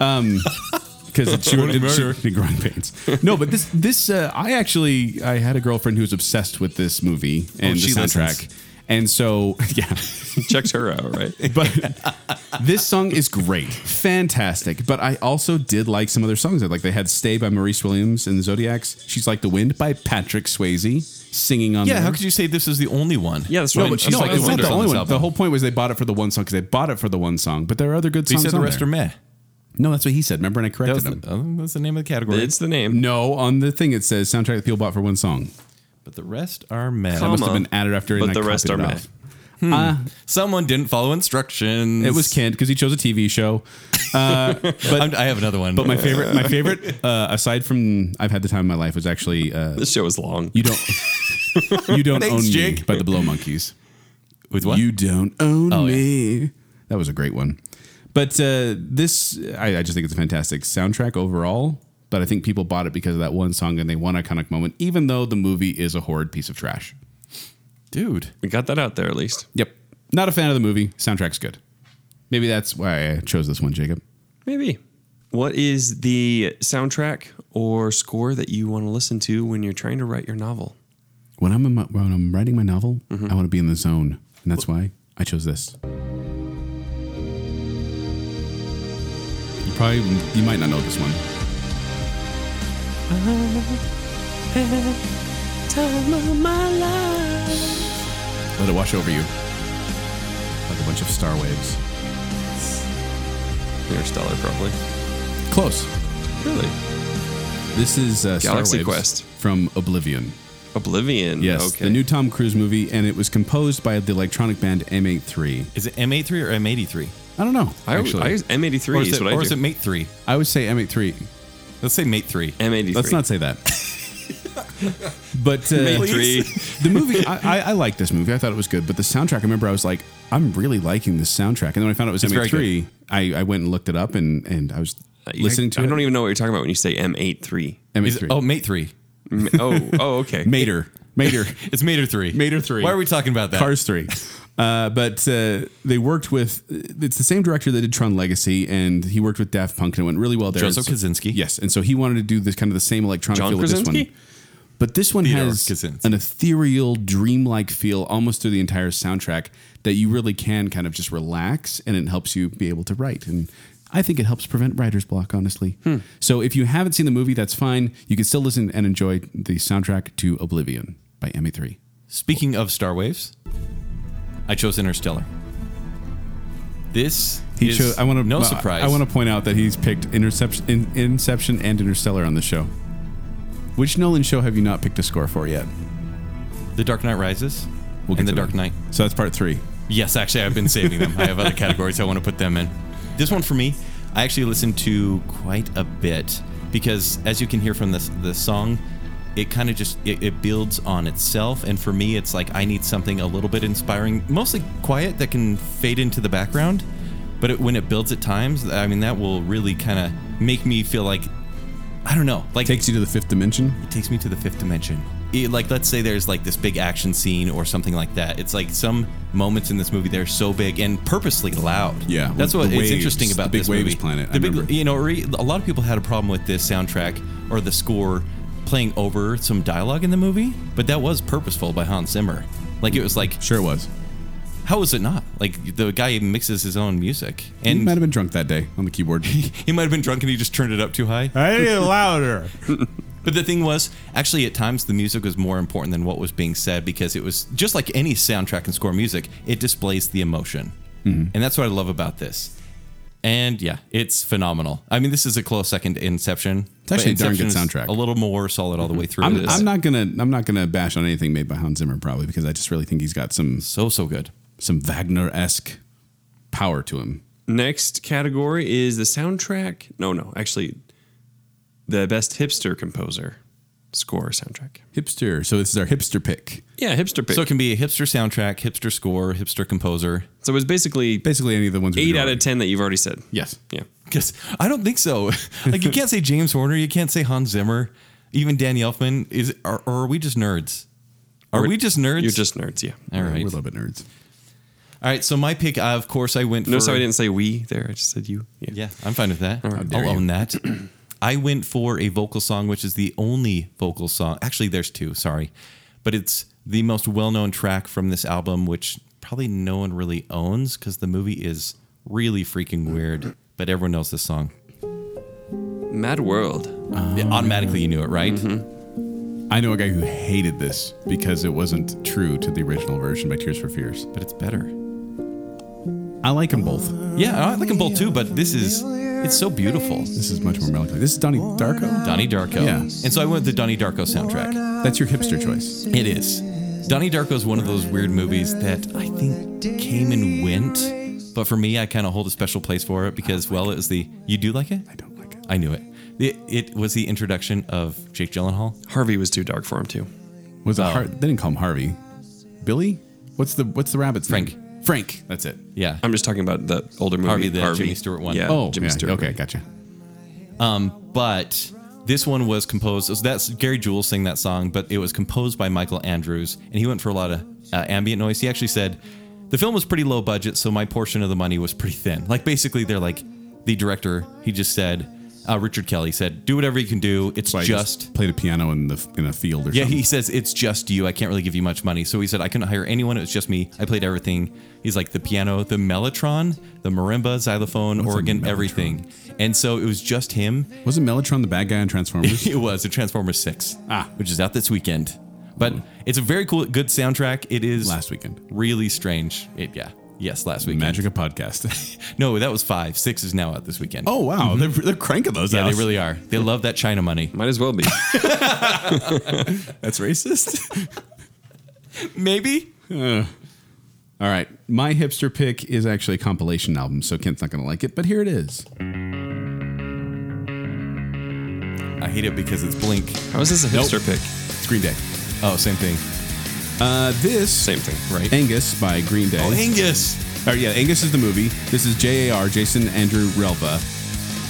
S2: Um,
S4: <laughs>
S2: because she wrote
S4: murder.
S2: in growing pains. No, but this this uh, I actually I had a girlfriend who was obsessed with this movie and
S4: Oh, she
S2: the soundtrack,
S4: listens.
S2: And so, <laughs> yeah,
S3: Checks her out,
S2: <laughs>
S3: right?
S4: <laughs>
S2: but this song is great, fantastic. But I also did like some other songs. Like they had "Stay" by Maurice Williams and the Zodiacs. She's like the wind by Patrick Swayze singing on.
S4: Yeah,
S2: there.
S4: how could you say this is the only one?
S3: Yeah, that's
S2: No,
S3: right.
S2: but
S3: She's
S2: no,
S3: like "Oh,
S2: it's
S3: the
S2: not
S3: winner
S2: the
S3: on
S2: only
S3: this
S2: one.
S3: album.
S2: The whole point was they bought it for the one song because they bought it for the one song. But there are other good
S4: He
S2: songs.
S4: said the
S2: on
S4: rest
S2: there.
S4: are meh.
S2: No, that's what he said. Remember, and I
S4: That
S2: corrected
S4: was the,
S2: him.
S4: oh, that's the name of the category.
S3: It's the name.
S2: No, on the thing it says soundtrack that people bought for one song.
S4: but the rest are meh.
S3: Come
S2: Must have
S3: Huh.
S2: been added after,
S3: But
S2: and I
S3: the rest
S2: copied
S3: are
S2: it
S3: meh.
S2: off. Uh,
S4: Someone didn't follow instructions.
S2: it was Kent because he chose a TV show.
S4: I'm- I have another one.
S2: But my favorite, my
S3: <laughs>
S2: favorite, uh, aside from I've had the time of my life, was actually uh,
S3: This show is long.
S2: you don't, you <laughs> don't
S4: Thanks,
S2: own me
S4: Jake.
S2: by the Blow Monkeys.
S4: with what?
S2: You don't own
S4: Oh, yeah.
S2: me. That was a great one. But uh, this, I, I just think it's a fantastic soundtrack overall. But I think people bought it because of that one song and they one iconic moment, even though the movie is a horrid piece of trash.
S4: dude.
S3: we got that out there at least.
S2: Yep. Not a fan of the movie. Soundtrack's good. Maybe that's why I chose this one, Jacob.
S3: Maybe. What is the soundtrack or score that you want to listen to when you're trying to write your novel?
S2: When I'm in my, when I'm writing my novel,
S3: Mm-hmm.
S2: I want to be in the zone, and that's why I chose this. You probably you might not know this one. Let it wash over you like a bunch of star waves.
S3: Interstellar, probably.
S2: Close.
S3: Really?
S2: This is uh, star
S3: Galaxy
S2: waves
S3: Quest.
S2: from Oblivion.
S3: Oblivion.
S2: Yes,
S3: Okay.
S2: the new Tom Cruise movie, and it was composed by the electronic band M83.
S4: Is it M83 or M83?
S2: I don't know.
S3: I,
S2: actually,
S3: I use
S4: Or
S3: M83
S4: is
S3: is
S4: it,
S3: what
S4: or
S3: I
S4: is it
S3: do.
S4: Mate 3?
S2: I would say M83.
S4: Let's say Mate 3.
S3: M83.
S2: Let's not say that.
S4: <laughs>
S2: but uh, <laughs>
S3: M83.
S2: the movie, I, I, I like this movie. I thought it was good, but the soundtrack. I remember I was like, I'm really liking this soundtrack, and then when I found out it was
S4: It's very
S2: M83, I, I went and looked it up, and and I was listening to
S3: I
S2: it.
S3: don't even know what you're talking about when you say M83.
S4: Is it-
S2: M83.
S4: oh, Mate 3.
S3: M- oh, oh, okay.
S2: Mater, Mater.
S4: It's Mater 3.
S2: Mater 3.
S4: Why are we talking about that?
S2: Cars Three. Uh, but uh, they worked with it's the same director that did Tron Legacy, and he worked with Daft Punk, and it went really well there.
S4: Joseph
S2: And so-
S4: Kaczynski.
S2: yes, and so he wanted to do this kind of the same electronic
S3: John
S2: feel with this one.
S3: Krasinski?
S2: But this one
S4: Theodore
S2: has
S4: Kaczynski.
S2: an ethereal, dreamlike feel almost through the entire soundtrack that you really can kind of just relax, and it helps you be able to write. And I think it helps prevent writer's block, honestly.
S4: Hmm.
S2: So if you haven't seen the movie, that's fine. You can still listen and enjoy the soundtrack to Oblivion by Emmy Three.
S4: Speaking of star waves, I chose Interstellar. This
S2: He
S4: is
S2: chose. I want to.
S4: no surprise.
S2: I, want to point out that he's picked Interception, in, Inception, and Interstellar on the show. Which Nolan show have you not picked a score for yet?
S4: The Dark Knight Rises.
S2: We'll
S4: and The
S2: to
S4: Dark
S2: that.
S4: Knight.
S2: So that's part three.
S4: Yes,
S2: <laughs>
S4: actually, I've been saving them. I have other categories I want to put them in. This one for me, I actually listened to quite a bit because, as you can hear from this the song, it kind of just it, it builds on itself. And for me, it's like I need something a little bit inspiring, mostly quiet that can fade into the background. But it, when it builds at times, I mean, that will really kind of make me feel like I don't know, like
S2: Takes you to the fifth dimension.
S4: takes me to the fifth dimension. It- like, let's say there's like this big action scene or something like that. It's like some moments in this movie they're so big and purposely loud.
S2: Yeah,
S4: that's
S2: the
S4: what
S2: waves,
S4: it's interesting
S2: the
S4: about
S2: big
S4: this
S2: waves
S4: movie.
S2: planet, I
S4: The big,
S2: remember.
S4: you know, re, a lot of people had a problem with this soundtrack or the score playing over some dialogue in the movie, but that was purposeful by Hans Zimmer. Like it was like,
S2: Sure was.
S4: how is it not? Like the guy mixes his own music,
S2: And he
S4: and
S2: might have been drunk that day on the
S4: <laughs>
S2: keyboard.
S4: he might have been drunk and he just turned it up too high.
S2: I need louder.
S4: But the thing was, actually, at times the music was more important than what was being said because it was just like any soundtrack and score music, it displays the emotion.
S2: Mm-hmm.
S4: And that's what I love about this. And yeah, it's phenomenal. I mean, this is a close second to Inception. It's
S2: actually a darn good soundtrack. Mm-hmm.
S4: A little more solid all the way through.
S2: I'm,
S4: It is
S2: I'm not gonna. I'm not gonna bash on anything made by Hans Zimmer probably because I just really think he's got some
S4: so, so good.
S2: some Wagner esque power to him.
S3: Next category is the soundtrack. No, no, actually, the best hipster composer score soundtrack.
S2: Hipster. So this is our hipster pick.
S3: Yeah, hipster pick.
S4: So
S3: So,
S4: it can be a hipster soundtrack, hipster score, hipster composer. <laughs>
S3: it was basically
S2: Basically, any of the ones we
S3: eight
S2: did
S3: out of
S2: already.
S3: ten that you've already said.
S2: Yes.
S3: Yeah.
S4: Because I don't think so. <laughs> like, you can't say James Horner, you can't say Hans Zimmer, even Danny Elfman. Is, or, or are we just nerds? Are
S3: We're-
S4: we just nerds?
S3: You're just nerds. Yeah.
S4: All
S2: We're a
S4: right.
S2: little bit nerds.
S4: All right, so my pick, I, of course, I went.
S3: No,
S4: for,
S3: sorry, I didn't say we there. I just said you. Yeah.
S4: Yeah, I'm fine with that.
S2: dare you.
S4: I'll own that. I went for a vocal song, which is the only vocal song. Actually, there's two. Sorry, but it's the most well-known track from this album, which probably no one really owns because the movie is really freaking weird. But everyone knows this song.
S3: Mad World.
S4: Yeah, automatically, you knew it, right?
S3: Mm-hmm.
S2: I know a guy who hated this because it wasn't true to the original version by Tears for Fears.
S4: But it's better.
S2: I like them both.
S4: Yeah, I like them both too, but this is it's so beautiful.
S2: This is much more melancholy. This is Donnie Darko.
S4: Donnie Darko.
S2: Yeah.
S4: And so I went with the Donnie Darko soundtrack.
S2: That's your hipster choice.
S4: It is. Donnie Darko is one of those weird movies that I think came and went, but for me, I kind of hold a special place for it because, well, it was the. You do like it?
S2: I don't like it.
S4: I knew it. It, it was the introduction of Jake Gyllenhaal.
S3: Harvey was too dark for him too.
S2: Was
S4: Oh.
S2: it Har- they didn't call him Harvey. Billy? What's the what's the rabbit's
S4: Frank.
S2: name? Frank. That's it.
S4: Yeah.
S3: I'm just talking about the older movie.
S4: Harvey, the Jimmy Stewart one.
S3: Yeah,
S2: Oh,
S3: Jimmy
S2: yeah,
S3: Stewart.
S2: Okay, gotcha.
S4: but this one was composed. So that's Gary Jules sang that song, but it was composed by Michael Andrews, and he went for a lot of uh, ambient noise. He actually said the film was pretty low budget, so my portion of the money was pretty thin. Like basically, they're like the director. He just said uh, Richard Kelly said, "Do whatever you can do. It's
S2: Like,
S4: just." <laughs>
S2: play the piano in the in a field or
S4: Yeah,
S2: something.
S4: he says it's just you. I can't really give you much money. So he said I couldn't hire anyone. It was just me. I played everything. He's like the piano, the mellotron, the marimba, xylophone,
S2: What's a
S4: organ,
S2: mellotron?
S4: everything. And so it was just him
S2: Wasn't Mellotron the bad guy in
S4: <laughs>
S2: Transformers?
S4: it was a Transformers Six,
S2: Ah. Hmm.
S4: which is out this weekend. But it's a very cool, good soundtrack. It is
S2: Last weekend.
S4: Really strange. It yeah, yes, last weekend.
S2: Magic of
S4: <laughs>
S2: podcast.
S4: No, that was five. Six is now out this weekend.
S2: Hmm. oh wow, they're, they're cranking those
S4: Mm-hmm. yeah,
S2: out.
S4: they really are. They love that China money.
S3: Might as well be.
S2: <laughs> That's racist.
S4: Maybe.
S2: All right, my hipster pick is actually a compilation album, so Kent's not going to like it, but here it is.
S4: I hate it because it's Blink.
S3: How is this a hipster pick?
S2: It's Green Day.
S4: Oh, same thing.
S2: Uh, this
S3: Same thing, right?
S2: Angus by Green Day.
S4: Oh, Angus.
S2: Or, yeah, Angus is the movie. This is J.A.R. Jason Andrew Relva,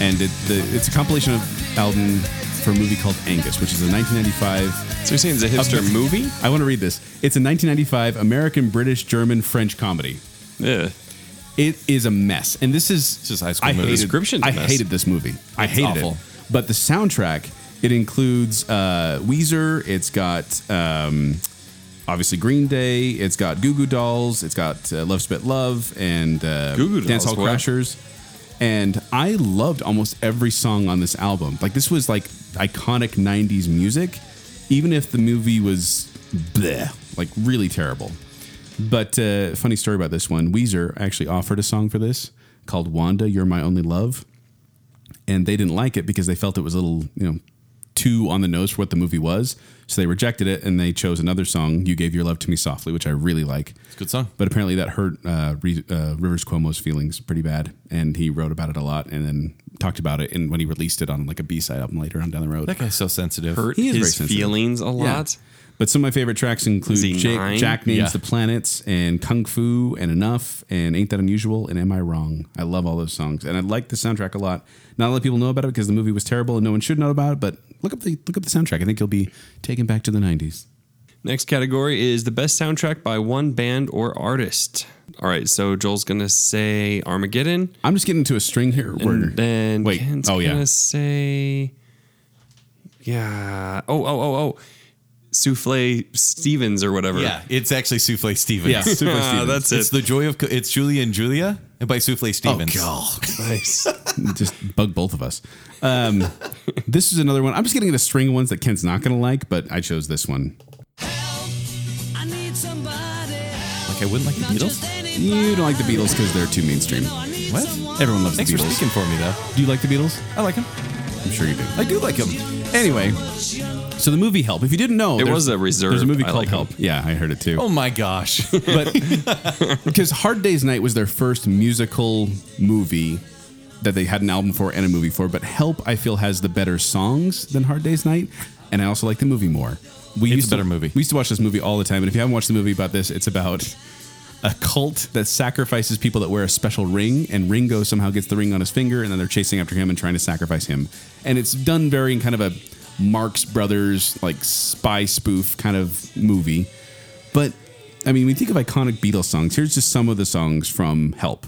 S2: and it, the, it's a compilation of album for a movie called Angus, which is a 1995.
S3: So you're saying it's a hipster
S2: Ameri-
S3: movie?
S2: I want to read this. It's a 1995 American, British, German, French comedy.
S3: Yeah.
S2: It is a mess, and this is
S4: This is high school
S2: I
S4: movie.
S2: Hated,
S3: Description's a
S2: I
S3: mess.
S2: hated this movie. I hated
S4: awful.
S2: it. But the soundtrack it includes uh, Weezer. It's got um, obviously Green Day. It's got Goo Goo Dolls. It's got uh, Love Spit Love and uh,
S3: Goo Goo
S2: Dance
S3: Dolls,
S2: Hall
S3: wow.
S2: Crashers. And I loved almost every song on this album. Like this was like iconic '90s music, even if the movie was bleh, like really terrible. But uh, funny story about this one. Weezer actually offered a song for this called "Wanda, You're My Only Love," and they didn't like it because they felt it was a little, you know, too on the nose for what the movie was. So they rejected it and they chose another song, "You Gave Your Love to Me Softly," which I really like.
S4: It's a good song.
S2: But apparently that hurt uh, Re- uh, Rivers Cuomo's feelings pretty bad, and he wrote about it a lot, and then talked about it, and when he released it on like a B side album later on down the road.
S4: That guy's so sensitive.
S3: Hurt
S2: He is very
S3: his
S2: sensitive.
S3: feelings a lot.
S2: But some of my favorite tracks include
S3: Is he
S2: Jack,
S3: nine?
S2: Jack Names
S4: Yeah.
S2: the Planets and Kung Fu and Enough and Ain't That Unusual and Am I Wrong? I love all those songs. And I like the soundtrack a lot. Not a lot of people know about it because the movie was terrible and no one should know about it, but look up the look up the soundtrack. I think you'll be taken back to the nineties.
S3: Next category is the best soundtrack by one band or artist. All right, so Joel's gonna say Armageddon.
S2: I'm just getting to a string here where
S3: And then
S2: Wait,
S3: Ken's
S2: oh, yeah. <laughs>
S3: gonna say Yeah. Oh, oh, oh, oh. Souffle Stevens or whatever.
S4: Yeah, it's actually Souffle Stevens.
S2: Yeah,
S4: <laughs>
S2: Soufflé
S3: Ah,
S2: Stevens.
S3: that's
S4: it's
S3: it.
S4: the joy of it's Julia and Julia by Souffle Stevens.
S2: Oh,
S3: nice.
S2: God. just bug both of us.
S3: <laughs>
S2: Um, this is another one. I'm just getting into string of ones that Ken's not gonna like, but I chose this one.
S8: I need somebody.
S4: Like I wouldn't like the Beatles.
S2: You don't like the Beatles because they're too mainstream.
S4: What?
S2: Everyone loves
S4: Thanks
S2: the
S4: for
S2: Beatles.
S4: speaking for me though.
S2: Do you like the Beatles?
S4: I like him.
S2: I'm sure you do.
S4: I do like him.
S2: Anyway, so the movie Help. If you didn't know,
S3: It
S2: there's-
S3: was a reserve.
S2: There's a movie
S3: I
S2: called
S3: like
S2: Help. Yeah, I heard it too.
S4: Oh my gosh. <laughs>
S2: But <laughs> because Hard Day's Night was their first musical movie that they had an album for and a movie for, but Help I feel has the better songs than Hard Day's Night, and I also like the movie more. We
S4: It's
S2: used
S4: a
S2: to,
S4: better movie.
S2: We used to watch this movie all the time, and if you haven't watched the movie about this, it's about a cult that sacrifices people that wear a special ring, and Ringo somehow gets the ring on his finger, and then they're chasing after him and trying to sacrifice him. And it's done very in kind of a Marx Brothers like spy spoof kind of movie. But I mean, we think of iconic Beatles songs. Here's just some of the songs from Help.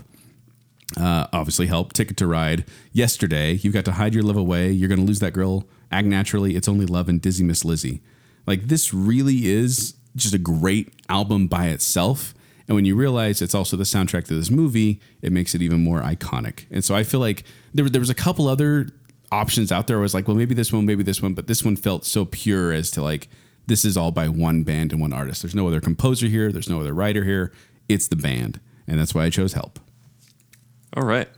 S2: Uh, obviously, Help, Ticket to Ride, Yesterday, You've Got to Hide Your Love Away, You're Gonna Lose That Girl, Act Naturally, It's Only Love, and Dizzy Miss Lizzie. Like this really is just a great album by itself. And when you realize it's also the soundtrack to this movie, it makes it even more iconic. And so I feel like there, there was a couple other options out there. I was like, well, maybe this one, maybe this one, but this one felt so pure as to like, this is all by one band and one artist. There's no other composer here. There's no other writer here. It's the band. And that's why I chose Help.
S3: All right.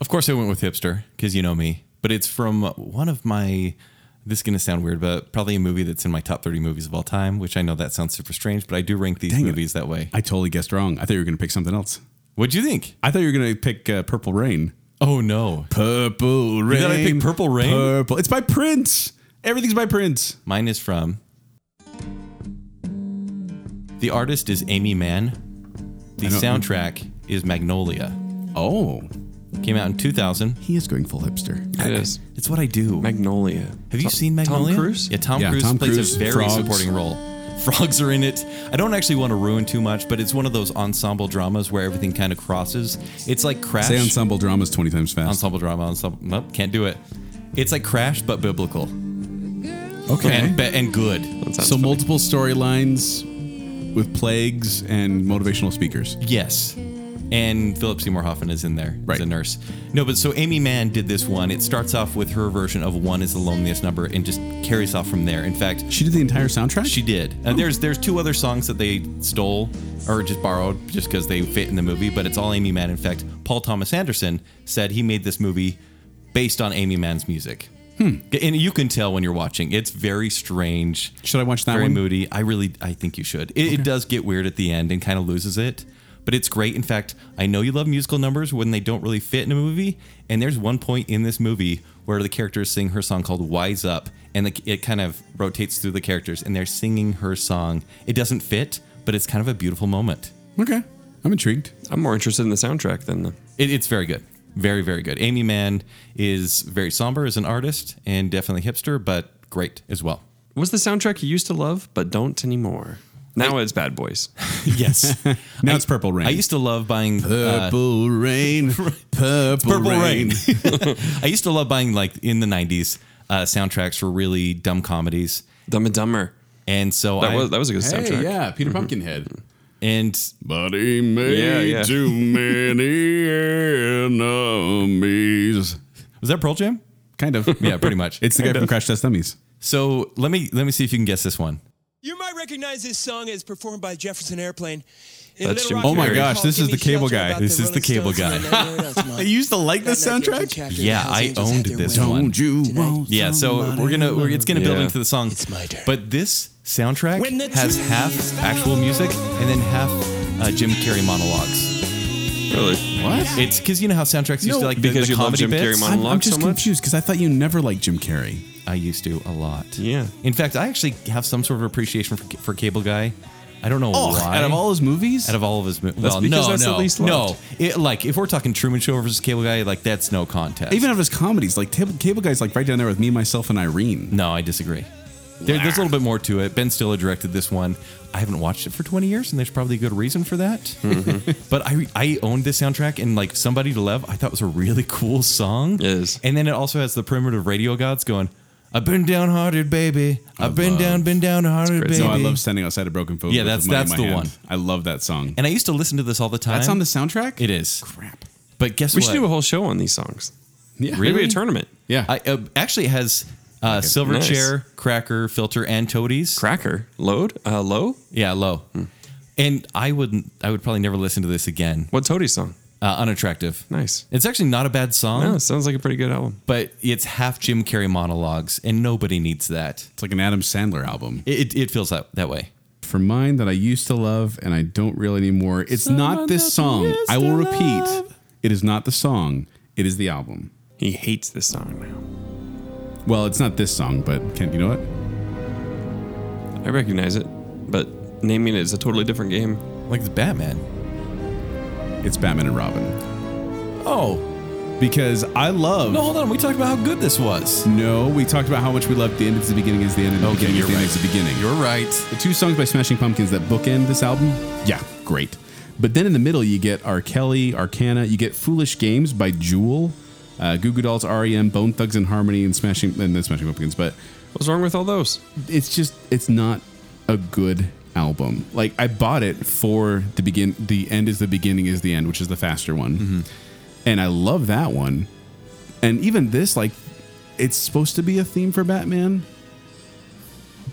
S4: Of course, I went with hipster because you know me. But it's from one of my. This is gonna sound weird, but probably a movie that's in my top thirty movies of all time. Which I know that sounds super strange, but I do rank these
S2: Dang it.
S4: movies that way.
S2: I totally guessed wrong. I thought you were going to pick something else.
S4: What'd you think?
S2: I thought you were going to pick uh, Purple Rain.
S4: Oh no,
S2: Purple Rain.
S4: thought I picked Purple Rain?
S2: Purple. It's by Prince. Everything's by Prince.
S4: mine is from. The artist is Amy Mann. The
S2: I don't-
S4: soundtrack is Magnolia.
S2: Oh,
S4: Came out in 2000.
S2: he is going full hipster.
S3: It is.
S4: It's what I do.
S3: Magnolia.
S4: Have
S3: Tom-
S4: you seen Magnolia?
S3: Tom Cruise?
S4: Yeah, Tom
S2: Yeah,
S4: Cruise
S2: Tom
S4: plays
S2: Cruise,
S4: a very
S2: frogs.
S4: supporting role. <laughs> Frogs are in it. I don't actually want to ruin too much, but it's one of those ensemble dramas where everything kind of crosses. It's like Crash.
S2: Say ensemble dramas 20 times fast.
S4: ensemble drama. Ensemble. Nope, can't do it. It's like Crash, but biblical
S2: Okay.
S4: and be- and good.
S3: That sounds
S2: So
S3: funny.
S2: multiple storylines with plagues and motivational speakers.
S4: Yes. And Philip Seymour Hoffman is in there
S2: Right.
S4: as a nurse. No, but so Amy Mann did this one. It starts off with her version of One is the Loneliest Number and just carries off from there. In fact,
S2: She did the entire soundtrack?
S4: She did. And there's there's two other songs that they stole or just borrowed just because they fit in the movie, but it's all Amy Mann. In fact, Paul Thomas Anderson said he made this movie based on Amy Mann's music. Hmm. And you can tell when you're watching. It's very strange.
S2: Should I watch that
S4: very
S2: one?
S4: moody. I really I think you should. It, it does get weird at the end and kind of loses it. But it's great. In fact, I know you love musical numbers when they don't really fit in a movie. And there's one point in this movie where the characters sing her song called Wise Up, and the, it kind of rotates through the characters, and they're singing her song. It doesn't fit, but it's kind of a beautiful moment.
S2: Okay. I'm intrigued.
S3: I'm more interested in the soundtrack than the.
S4: It, it's very good. Very, very good. Amy Mann is very somber as an artist and definitely hipster, but great as well.
S3: What's the soundtrack you used to love but don't anymore? Now it's Bad Boys. <laughs>
S4: Yes.
S2: Now it's Purple Rain.
S4: I used to love buying uh,
S2: Purple <laughs> rain, purple,
S4: Purple
S2: rain.
S4: Rain. <laughs> I used to love buying like in the '90s uh, soundtracks for really dumb comedies,
S3: Dumb and Dumber.
S4: and so
S3: That
S4: I
S3: was that was a good soundtrack.
S2: Hey, yeah, Peter
S4: Mm-hmm.
S2: Pumpkinhead.
S4: and
S2: But he made
S3: Yeah, yeah.
S2: too many enemies.
S4: was that Pearl Jam?
S2: Kind
S4: <laughs>
S2: of.
S4: Yeah,
S3: <laughs>
S4: pretty much.
S2: It's the guy from Crash Test Dummies.
S4: so let me let me see if you can guess this one.
S6: You might recognize this song as performed by Jefferson Airplane. In
S3: That's Jim
S6: Little Rock,
S3: Oh my
S6: Mary
S2: gosh,
S6: Paul
S2: this is
S6: Give Me
S2: the cable
S6: Shelter
S2: guy.
S6: about
S4: This is the
S6: Rolling
S4: cable
S6: Stones
S4: guy.
S6: and everyone <laughs> else, Mom.
S2: You used to like
S6: That night, different chapter of
S4: Yeah,
S6: Hells
S4: I
S6: Angels had
S4: owned
S6: their
S4: this
S6: way.
S4: one.
S2: Don't you
S6: Tonight.
S2: want
S4: Yeah, so
S2: somebody
S4: we're gonna we're,
S2: to
S4: it's gonna build
S3: Yeah.
S4: into the song.
S6: It's my turn.
S4: But this soundtrack
S6: When the
S4: has
S6: trees
S4: half actual music and then half uh, Jim Carrey monologues.
S3: Really?
S2: What?
S4: It's because you know how soundtracks used
S2: No,
S4: to like the-
S3: because
S4: the
S3: you love
S4: comedy
S3: Jim Carrey
S4: bits?
S3: monologues.
S2: I'm, I'm
S3: Unlock
S2: just
S3: so much?
S2: confused because I thought you never liked Jim Carrey.
S4: I used to a lot.
S3: Yeah.
S4: In fact, I actually have some sort of appreciation for, for Cable Guy. I don't know
S3: Oh,
S4: why.
S2: out of all his movies,
S4: out of all of his movies, well,
S3: because
S4: no,
S3: that's the
S4: no,
S3: least
S4: no.
S3: loved.
S4: It, like if we're talking Truman Show versus Cable Guy, like that's no contest.
S2: even out of his comedies, like Cable, Cable Guy's like right down there with me, myself, and Irene.
S4: no, I disagree. There, there's a little bit more to it. Ben Stiller directed this one. I haven't watched it for 20 years, and there's probably a good reason for that. <laughs> but I I owned this soundtrack, and like somebody to love, I thought was a really cool song.
S3: It is.
S4: And then it also has the primitive radio gods going. I've been downhearted, baby. I've been down, been downhearted,
S3: It's
S4: baby.
S3: great.
S2: No, I love standing outside a broken foot.
S4: Yeah,
S2: with
S4: that's-
S2: money in
S4: that's
S2: my
S4: the
S2: hand.
S4: one.
S2: I love that song.
S4: And I used to listen to this all the time.
S2: that's on the soundtrack.
S4: It is.
S2: Crap.
S4: But guess
S3: We
S4: what?
S3: should do a whole show on these songs.
S2: Yeah.
S3: Maybe a tournament.
S2: Yeah.
S4: I, uh, actually, it has uh, Silverchair,
S3: Nice.
S4: Cracker, Filter, and Toadies.
S3: Cracker. Load. Uh, low.
S4: yeah, low.
S2: Hmm.
S4: And I wouldn't. I would probably never listen to this again.
S3: What Toadie song?
S4: Uh, unattractive.
S3: Nice.
S4: It's actually not a bad song,
S3: Yeah, it sounds like a pretty good album.
S4: but it's half Jim Carrey monologues, and nobody needs that.
S2: it's like an Adam Sandler album.
S4: It, it, it feels that, that way.
S2: for mine that I used to love and I don't really anymore. It's not this song. I will repeat. It is not the song. It is the album.
S3: He hates this song now.
S2: Well, it's not this song, but can you know what?
S3: I recognize it, but naming it is a totally different game.
S4: Like the Batman.
S2: It's Batman and Robin.
S4: Oh
S2: Because I love
S4: no! Hold on. We talked about how good this was.
S2: No, we talked about how much we loved the end is the beginning is the end and the
S4: Okay,
S2: beginning is
S4: you're
S2: the end
S4: right.
S2: is the beginning.
S4: You're right.
S2: the two songs by Smashing Pumpkins that bookend this album, yeah, great. But then in the middle, you get R. Kelly, Arcana, you get Foolish Games E by Jewel, uh, Goo Goo Dolls, REM, Bone Thugs and Harmony, and Smashing and then Smashing Pumpkins. But
S3: What's wrong with all those?
S2: it's just it's not a good album. Like I bought it for the begin the end is the beginning is the end, which is the faster one. And I love that one. And even this like it's supposed to be a theme for Batman,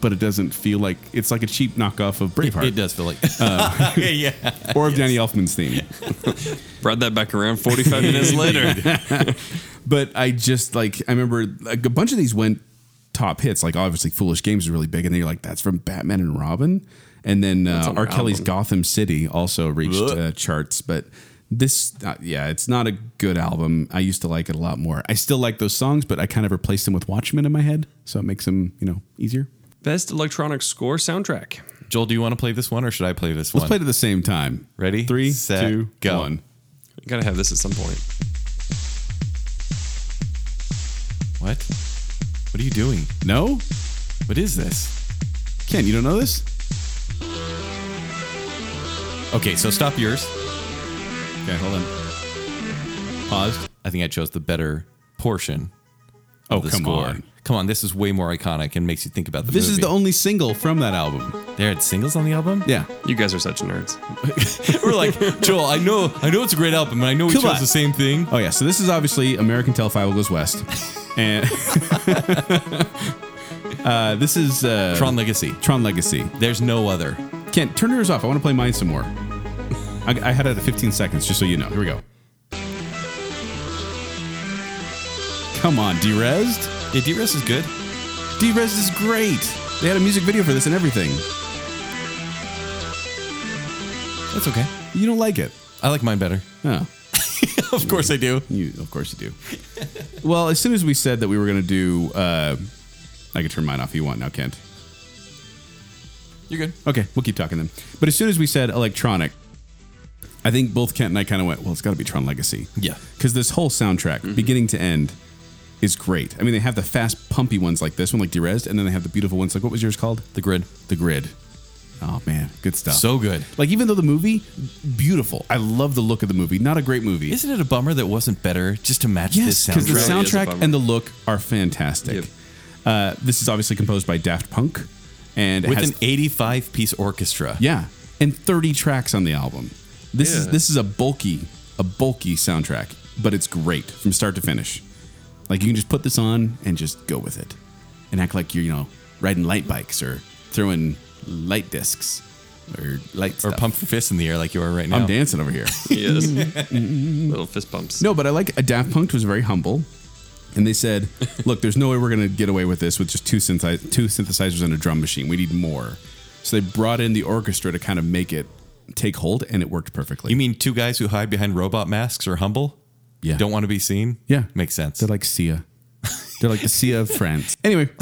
S2: but it doesn't feel like it's like a cheap knockoff of Braveheart
S4: <laughs> It does
S2: <laughs>
S4: feel like um, <laughs> yeah.
S2: or of Danny Elfman's theme.
S3: Brought that back around <laughs> 45 minutes later.
S2: But I just like I remember like a bunch of these went top hits. Like obviously, Foolish Games is really big, and then you're like, that's from Batman and Robin. And then uh,
S3: an
S2: R. Kelly's
S3: album.
S2: Gotham City also reached
S4: Ugh.
S2: uh, charts, but this, uh, yeah, it's not a good album. I used to like it a lot more. I still like those songs, but I kind of replaced them with Watchmen in my head, so it makes them, you know, easier.
S3: Best electronic score soundtrack.
S4: <laughs> Joel, do you want to play this one or should I play this
S2: Let's
S4: one?
S2: play it at the same time.
S4: Ready,
S2: Three,
S4: set,
S2: two,
S4: go.
S2: one.
S3: You gotta have this at some point.
S4: what? What are you doing?
S2: No,
S4: What is this?
S2: Ken, you don't know this?
S4: Okay, so stop yours.
S2: Okay, hold on.
S4: Paused. I think I chose the better portion.
S2: Oh,
S4: of the
S2: come
S4: score.
S2: on.
S4: Come on, this is way more iconic and makes you think about the
S2: This is
S4: movie.
S2: the only single from that album.
S4: They had singles on the album? <laughs>
S2: Yeah.
S3: You guys are such nerds.
S4: We're like, Joel, I know I know it's a great album, and I know we
S2: Come
S4: chose
S2: on.
S4: the same thing.
S2: Oh yeah, so this is obviously American Telefiable Goes West, and <laughs> uh, this is uh,
S4: Tron Legacy.
S2: Tron Legacy.
S4: There's no other.
S2: Kent, turn yours off. I want to play mine some more. I, I had it at 15 seconds, just so you know. Here we go. Come on, Derezed.
S4: Yeah, D-Rest is good.
S2: Derezed is great. They had a music video for this and everything.
S4: That's okay.
S2: You don't like it?
S4: I like mine
S2: <laughs>
S4: better.
S2: Oh,
S4: of course I do.
S2: you of course you do. well, as soon as we said that we were gonna do, uh, I can turn mine off if you want now, Kent.
S4: You're good.
S2: Okay, we'll keep talking then. But as soon as we said electronic, I think both Kent and I kind of went, well, it's got to be Tron Legacy.
S4: Yeah. Mm-hmm.
S2: Because this whole soundtrack, beginning to end, is great. I mean, they have the fast, pumpy ones like this one, like Derezed, and then they have the beautiful ones like, what was yours called?
S4: The grid.
S2: The Grid. Oh, man. Good stuff.
S4: So good.
S2: Like, even though the movie, beautiful. I love the look of the movie. Not a great movie.
S4: Isn't it a bummer that wasn't better just to match
S2: Yes,
S4: this
S2: because the
S4: soundtrack?
S3: sound- Really is a
S2: soundtrack
S3: bummer.
S2: and the look are fantastic. Uh, this is obviously composed by Daft Punk, and it
S4: With
S2: has
S4: an 85 piece orchestra.
S2: Yeah, and 30 tracks on the album. This is
S3: Yeah.
S2: this is a bulky a bulky soundtrack, but it's great from start to finish. Like you can just put this on and just go with it, and act like you're you know riding light bikes or throwing light discs or light
S4: Or
S2: stuff.
S4: pump your fist in the air like you are right now.
S2: I'm dancing over
S4: <laughs>
S2: here.
S3: Yes. Little fist bumps.
S2: No, but I like a Daft Punk was very humble, and they <laughs> said, "Look, there's no way we're gonna get away with this with just two synthi- two synthesizers and a drum machine. We need more." So they brought in the orchestra to kind of make it take hold, and it worked perfectly.
S4: You mean two guys who hide behind robot masks are humble?
S2: Yeah.
S4: Don't want to be seen?
S2: Yeah,
S4: Makes sense.
S2: They're like Sia. They're like the Sia of <laughs> France. Anyway,
S4: <laughs>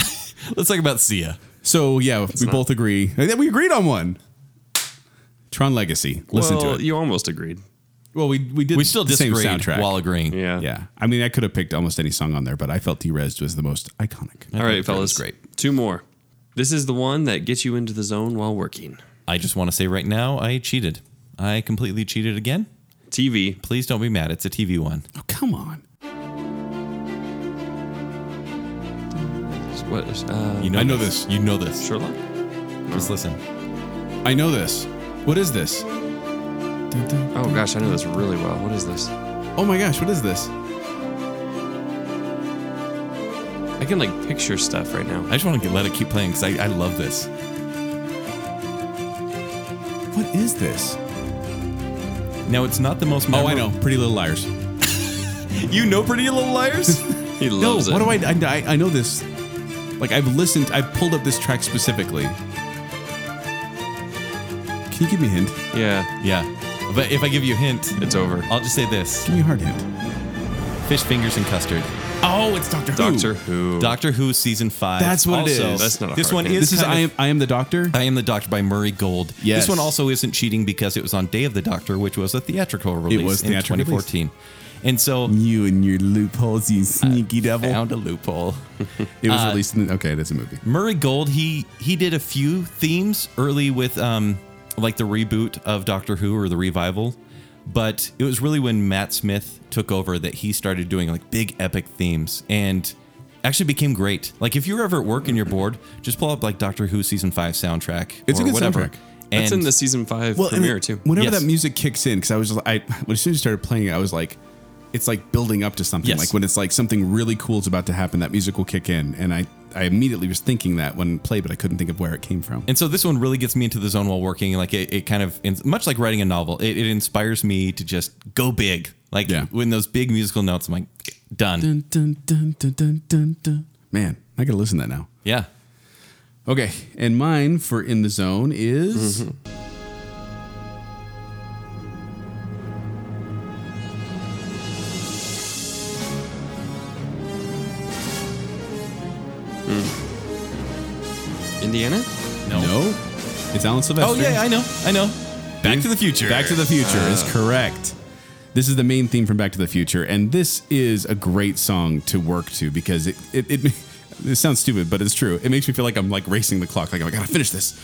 S4: Let's talk about Sia.
S2: so yeah, we both agree. Hey, We agreed on one. Tron Legacy. Listen
S3: well,
S2: to it.
S3: you almost agreed.
S2: Well, we we did.
S4: We still
S2: the same
S4: disagreed
S2: soundtrack.
S4: while agreeing.
S3: Yeah.
S2: yeah, I mean, I could have picked almost any song on there, but I felt Derezed was the most iconic.
S3: All right,
S4: think that was
S3: fellas.
S4: great.
S3: Two more. This is the one that gets you into the zone while working.
S4: I just want to say right now, I cheated. I completely cheated again.
S3: TV.
S4: Please don't be mad. It's a TV one.
S2: Oh, come on.
S3: What? is- Uh,
S4: You know
S2: I know this.
S4: You know this.
S3: Sherlock.
S4: Just listen.
S2: I know this. What is this?
S3: Oh gosh, I know this really well. What is this?
S2: Oh my gosh, what is this?
S3: I can like picture stuff right now.
S4: I just want to let it keep playing because I, I love this.
S2: What is this?
S4: Now it's not the most.
S2: Oh, I
S4: memorable-
S2: know. Pretty Little Liars.
S4: You know Pretty Little
S2: <laughs>
S4: Liars?
S3: He
S2: No,
S3: loves
S2: what
S3: it.
S2: do I, I? I know this. Like I've listened. I've pulled up this track specifically. Can you give me a hint?
S3: Yeah,
S4: <laughs> yeah. But if I give you a hint,
S3: it's over.
S4: I'll just say this:
S2: Give me a hard hint.
S4: fish fingers and custard.
S2: Oh, it's Doctor Who.
S3: Doctor Who.
S4: Doctor Who season five.
S2: That's what it
S4: Also,
S2: is.
S3: That's not a
S4: this
S3: hard
S4: one
S3: hint.
S4: is.
S2: This is
S4: kind
S2: I am.
S4: of-
S2: I am the Doctor.
S4: I am the Doctor by Murray Gold.
S2: Yes.
S4: This one also isn't cheating because it was on Day of the Doctor, which was a theatrical release
S2: was
S4: in
S2: theatrical release.
S4: 2014. And so
S2: You and your loopholes, you sneaky devil. Uh,
S4: found a
S2: <laughs>
S4: loophole.
S2: It was released in. The, okay, it is a movie.
S4: Murray Gold, he he did a few themes early with um like the reboot of Doctor Who or the revival, but it was really when Matt Smith took over that he started doing like big epic themes and actually became great. Like if you're ever at work and you're bored, just pull up like Doctor Who season five soundtrack.
S2: It's a
S4: or
S2: good
S4: whatever.
S2: soundtrack.
S4: And
S3: That's in the season five
S2: and
S3: premiere
S2: it-
S3: too.
S2: Whenever
S4: Yes.
S2: that music kicks in, because I was, I when as soon as you started playing it, I was like, it's like building up to something.
S4: Yes.
S2: Like when it's like something really cool is about to happen, that music will kick in, and I, I immediately was thinking that when played, but I couldn't think of where it came from.
S4: And so this one really gets me into the zone while working. Like it, it kind of, it's much like writing a novel, it, it inspires me to just go big. Like
S2: Yeah.
S4: when those big musical notes, I'm like, done.
S2: Dun, dun, dun, dun, dun, dun, dun. Man, I gotta listen to that now.
S4: Yeah.
S2: Okay, and mine for in the zone is
S3: Indiana?
S2: no. it's Alan
S4: Oh
S2: Silvestri.
S4: yeah, I know, I know. Back to the future. Uh.
S2: Back to the Future is correct. This is the main theme from Back to the Future, and this is a great song to work to because it it, it, <laughs> it sounds stupid, but it's true. It makes me feel like I'm like racing the clock, like I gotta finish this.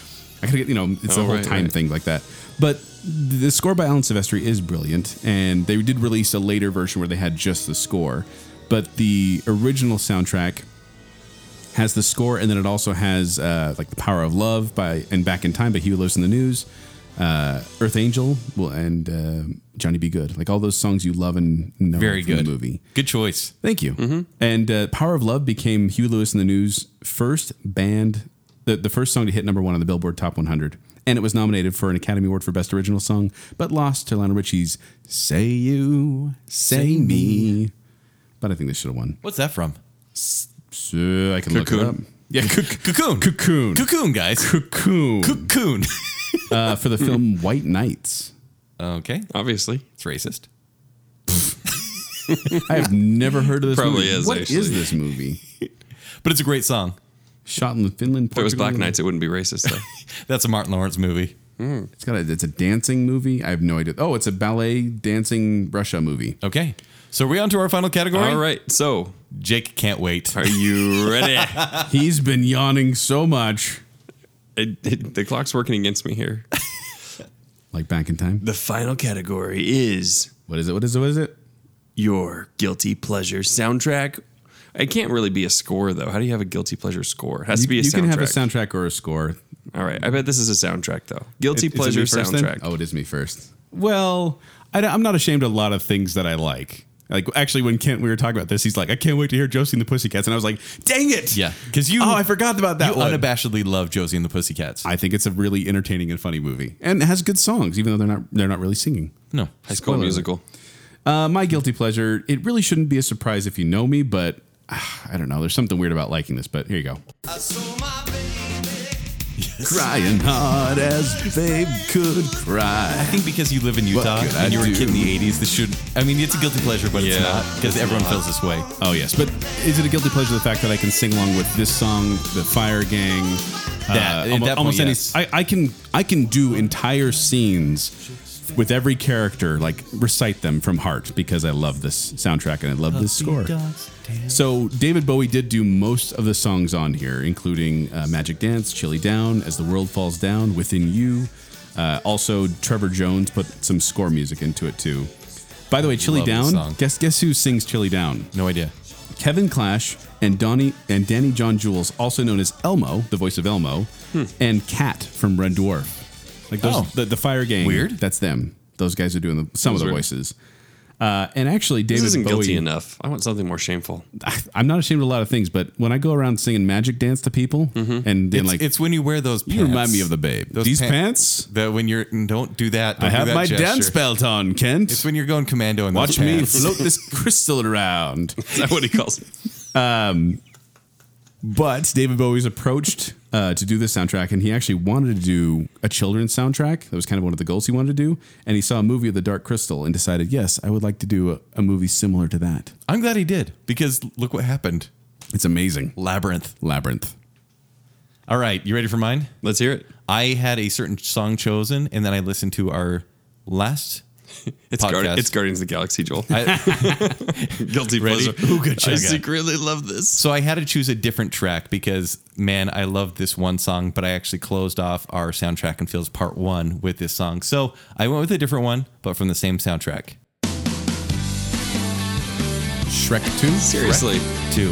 S2: I gotta get you know, it's
S3: Oh,
S2: a whole
S3: right,
S2: time
S3: right.
S2: thing like that. But the score by Alan Silvestri is brilliant, and they did release a later version where they had just the score, but the original soundtrack has the score, and then it also has uh, like the Power of Love by and Back in Time by Huey Lewis in the News, uh, Earth Angel, well, and uh, Johnny Be Good, like all those songs you love and know
S4: Very
S2: from
S4: good
S2: the movie.
S4: Good choice.
S2: Thank you. And uh, Power of Love became Huey Lewis in the News' first band, the, the first song to hit number one on the Billboard Top 100. And it was nominated for an Academy Award for Best Original Song, but lost to Lionel Richie's Say You, Say Me. But I think they should have won.
S4: What's that from?
S2: So I can
S3: Cocoon.
S2: look it up. Yeah, cocoon.
S4: Cocoon.
S2: Cocoon.
S4: Cocoon, guys.
S2: Cocoon.
S4: Cocoon. <laughs>
S2: Uh, for the film White Knights.
S4: okay,
S3: Obviously.
S4: it's racist.
S2: I have never heard of this
S3: Probably
S2: movie.
S3: is,
S2: What
S3: actually.
S2: is this movie?
S4: But it's a great song.
S2: Shot in Finland,
S3: If it was
S2: Portugal?
S3: Black Knights, it wouldn't be
S2: <laughs>
S3: racist though.
S4: That's a Martin Lawrence movie.
S2: It's got a, it's a dancing movie. I have no idea. Oh, it's a ballet dancing Russia movie.
S4: Okay, so are we on to our final category?
S3: All right. So,
S4: Jake can't wait.
S3: are you <laughs> ready?
S2: He's been yawning so much.
S3: It- it- the clock's working against me here.
S2: Like back in time.
S3: The final category is
S2: What is it? What is it? What is it?
S3: your guilty pleasure soundtrack. It can't really be a score though. How do you have a guilty pleasure score? It has to be a
S2: you
S3: soundtrack.
S2: can have a soundtrack or a score.
S3: All right. I bet this is a soundtrack though.
S2: Is-
S3: Guilty
S2: is it me
S3: pleasure
S2: first then?
S3: soundtrack.
S2: Oh, it is me first. Well, I, am not ashamed of a lot of things that I like. Like actually, when Kent we were talking about this, he's like, "I can't wait to hear Josie and the Pussycats," and I was like, "Dang it!"
S4: Yeah, because you.
S2: Oh, I forgot about that
S4: You
S2: one.
S4: unabashedly love Josie and the Pussycats.
S2: I think it's a really entertaining and funny movie, and it has good songs, even though they're not they're not really singing.
S4: no.
S3: High School
S2: Spoiler.
S3: Musical.
S2: Uh, my guilty pleasure. It really shouldn't be a surprise if you know me, but ah, I don't know. There's something weird about liking this, but here you go.
S8: I saw my baby.
S2: Crying hard as babe could cry.
S4: I think because you live in Utah
S2: could I
S4: and you were a
S2: do?
S4: kid in the 80s, this should. I mean, it's a guilty pleasure, but it's
S3: Yeah,
S4: not because everyone feels this way.
S2: Oh yes, but is it a guilty pleasure the fact that I can sing along with this song, the Fire Gang?
S4: That-
S2: almo-
S4: at that point,
S2: almost
S4: yes.
S2: any. I, I can I can do entire scenes with every character, like recite them from heart because I love this soundtrack and I love this score. So David Bowie did do most of the songs on here, including uh, Magic Dance, Chilly Down, As the World Falls Down, Within You. Uh, also, Trevor Jones put some score music into it too. By the way, Chilly
S4: Love
S2: Down.
S4: this song.
S2: Guess guess who sings Chilly Down?
S4: No idea.
S2: Kevin Clash and Donnie and Danny John Jules, also known as Elmo, the voice of Elmo, and Cat from Red Dwarf. Like those,
S4: Hmm. Oh.
S2: the, the Fire Gang.
S4: Weird.
S2: That's them. Those guys are doing the, some
S3: Those
S2: of the
S3: are-
S2: voices. Uh, and actually, David
S3: This isn't
S2: Bowie,
S3: guilty enough. I want something more shameful. <laughs>
S2: I'm not ashamed of a lot of things, but when I go around singing magic dance to people and then
S4: Mm-hmm. It's,
S2: like
S4: it's when you wear those pants.
S2: you remind me of the babe.
S4: Those
S2: These
S4: pan-
S2: pants?
S4: The, when you're. Don't do that.
S2: I
S4: Don't do
S2: have
S4: that
S2: my
S4: gesture.
S2: dance belt on, Kent.
S4: It's when you're going commando and
S2: Watch me float this crystal around.
S3: Is that what he calls it?
S2: But David Bowie was approached uh, to do this soundtrack, and he actually wanted to do a children's soundtrack. That was kind of one of the goals he wanted to do. And he saw a movie of The Dark Crystal and decided, yes, I would like to do a, a movie similar to that.
S4: I'm glad he did because look what happened.
S2: It's amazing.
S4: Labyrinth.
S2: Labyrinth.
S4: All right, you ready for mine?
S3: Let's hear it.
S4: I had a certain song chosen, and then I listened to our last.
S3: It's, Guardi-
S4: Podcast.
S3: it's Guardians of the Galaxy, Joel.
S4: <laughs> I,
S3: guilty
S4: Ready?
S3: pleasure.
S4: Ooh, good
S3: I
S4: job.
S3: secretly love this.
S4: so I had to choose a different track because, man, I love this one song, but I actually closed off our soundtrack and feels part one with this song. So I went with a different one, but from the same soundtrack.
S2: Shrek 2.
S3: Seriously.
S4: Two.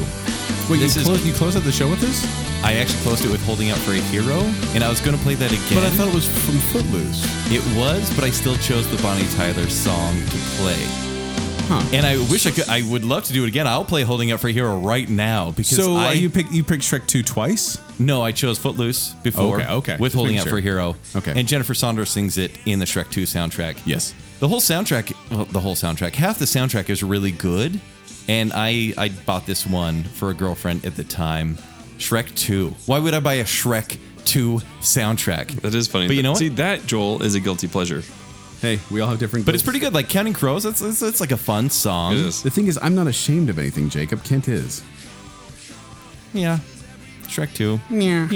S2: Wait,
S4: This
S2: you,
S4: is-
S2: close, you close out the show with this?
S4: I actually closed it with "Holding Out for a Hero," and I was going to play that again.
S2: But I thought it was from Footloose.
S4: It was, but I still chose the Bonnie Tyler song to play. And I wish I could. I would love to do it again. I'll play "Holding Up for a Hero" right now because
S2: So
S4: I
S2: are you pick you picked Shrek two twice?
S4: no, I chose "Footloose" before.
S2: Okay, okay.
S4: With
S2: Just
S4: "Holding
S2: making
S4: Up
S2: sure.
S4: for a Hero."
S2: Okay.
S4: And Jennifer Saunders sings it in the Shrek Two soundtrack.
S2: Yes.
S4: The whole soundtrack, well, the whole soundtrack, half the soundtrack is really good. And I, I bought this one for a girlfriend at the time, Shrek Two. Why would I buy a Shrek Two soundtrack?
S3: That is funny.
S4: But you know what?
S3: See, that Joel is a guilty pleasure.
S2: Hey, we all have different.
S4: but it's pretty good. Like Counting Crows, it's, it's, it's like a fun song.
S3: It is.
S2: The thing is, I'm not ashamed of anything, Jacob. Kent is.
S4: Yeah. Shrek 2. Yeah.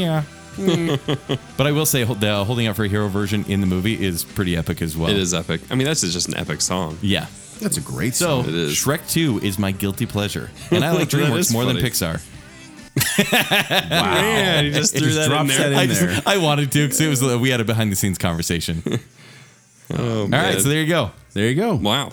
S4: Yeah. <laughs> but I will say hold- the Holding Out for a Hero version in the movie is pretty epic as well.
S3: It is epic. I mean, that's just an epic song.
S4: Yeah.
S2: That's a great
S4: So
S2: song.
S3: It is.
S4: Shrek 2 is my guilty pleasure. And I like
S3: That
S4: DreamWorks
S3: is
S4: more than
S3: funny.
S4: Pixar.
S2: wow. Man,
S3: he just
S2: It
S3: threw that in
S2: drops
S3: there.
S2: that in
S4: I,
S2: there.
S4: just- I wanted to because it was we had a behind the scenes conversation.
S3: Oh,
S4: All right, so there you go.
S2: there you go.
S3: Wow.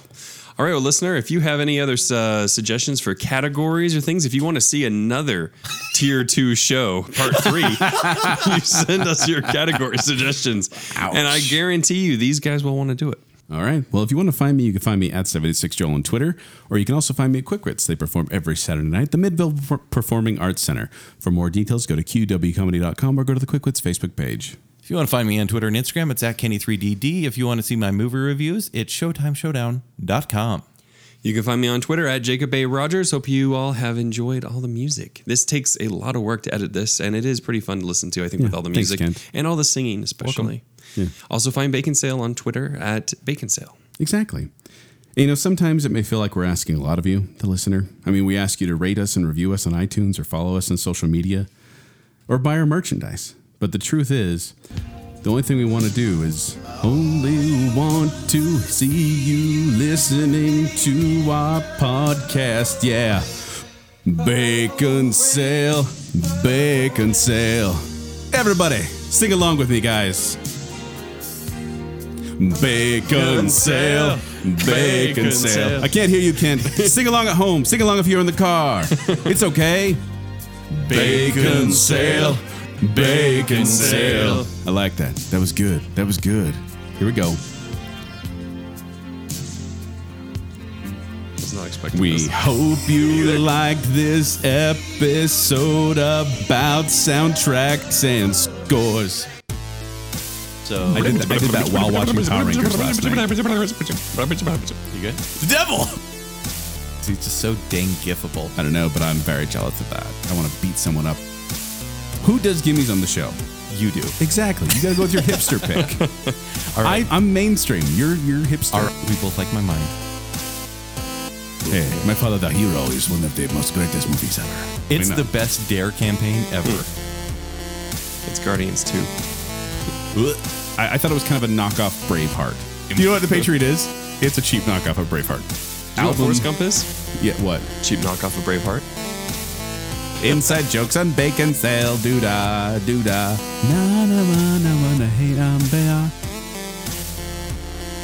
S3: All right, well, listener, if you have any other uh, suggestions for categories or things, if you want to see another tier two show, part three,
S2: <laughs>
S3: you send us your category suggestions.
S2: Ouch.
S3: And I guarantee you, these guys will want to do it.
S2: All right. Well, if you want to find me, you can find me at 76Joel on Twitter, or you can also find me at Quick Wits. They perform every Saturday night at the Midville Perfor- Performing Arts Center. For more details, go to qwcomedy.com or go to the Quick Wits Facebook page.
S4: If you want to find me on Twitter and Instagram, it's at Kenny3DD. If you want to see my movie reviews, it's ShowtimeShowdown.com.
S3: You can find me on Twitter at Jacob A. Rogers. Hope you all have enjoyed all the music. This takes a lot of work to edit this, and it is pretty fun to listen to, I think, with all the
S2: thanks,
S3: music
S2: Kent.
S3: and all the singing, especially. Also, find Bacon Sale on Twitter at Bacon Sale.
S2: Exactly. And, You know, sometimes it may feel like we're asking a lot of you, the listener. I mean, we ask you to rate us and review us on iTunes or follow us on social media or buy our merchandise. But the truth is, the only thing we want to do is only want to see you listening to our podcast. Yeah. Bacon sale, bacon sale. Everybody, sing along with me, guys. Bacon sale, bacon
S3: Bacon
S2: sale.
S3: sale.
S2: I can't hear you, Kent. sing along at home. Sing along if you're in the car. It's okay. Bacon sale, bacon sale. I like that. That was good. That was good. Here we go.
S3: I was not expecting
S2: We
S3: this.
S2: hope you liked this episode about soundtracks and scores.
S4: So,
S2: I did, I did that while watching Power Rangers last night.
S4: you good? The devil! He's just so dang giftable.
S2: I don't know, but I'm very jealous of that. I want to beat someone up. Who does gimmies on the show?
S4: You do.
S2: Exactly. You gotta go with your hipster <laughs> pick.
S4: All right.
S2: I, I'm mainstream. You're you're hipster.
S4: All right. We both like my mind.
S2: Hey, Eh, my father, the hero, is one of the most greatest movies ever.
S4: It's
S2: Why
S4: the
S2: not?
S4: best dare campaign ever.
S3: It's Guardians 2.
S2: uh, I, I thought it was kind of a knockoff Braveheart. You know what the Patriot is? It's a cheap knockoff of Braveheart.
S3: Do you know
S2: Album-
S3: what Forrest Gump is?
S2: Yeah, what?
S3: Cheap knockoff of Braveheart.
S2: Inside jokes on bacon sale, doo da, doo da. Na na na na na na, hey, I'm there.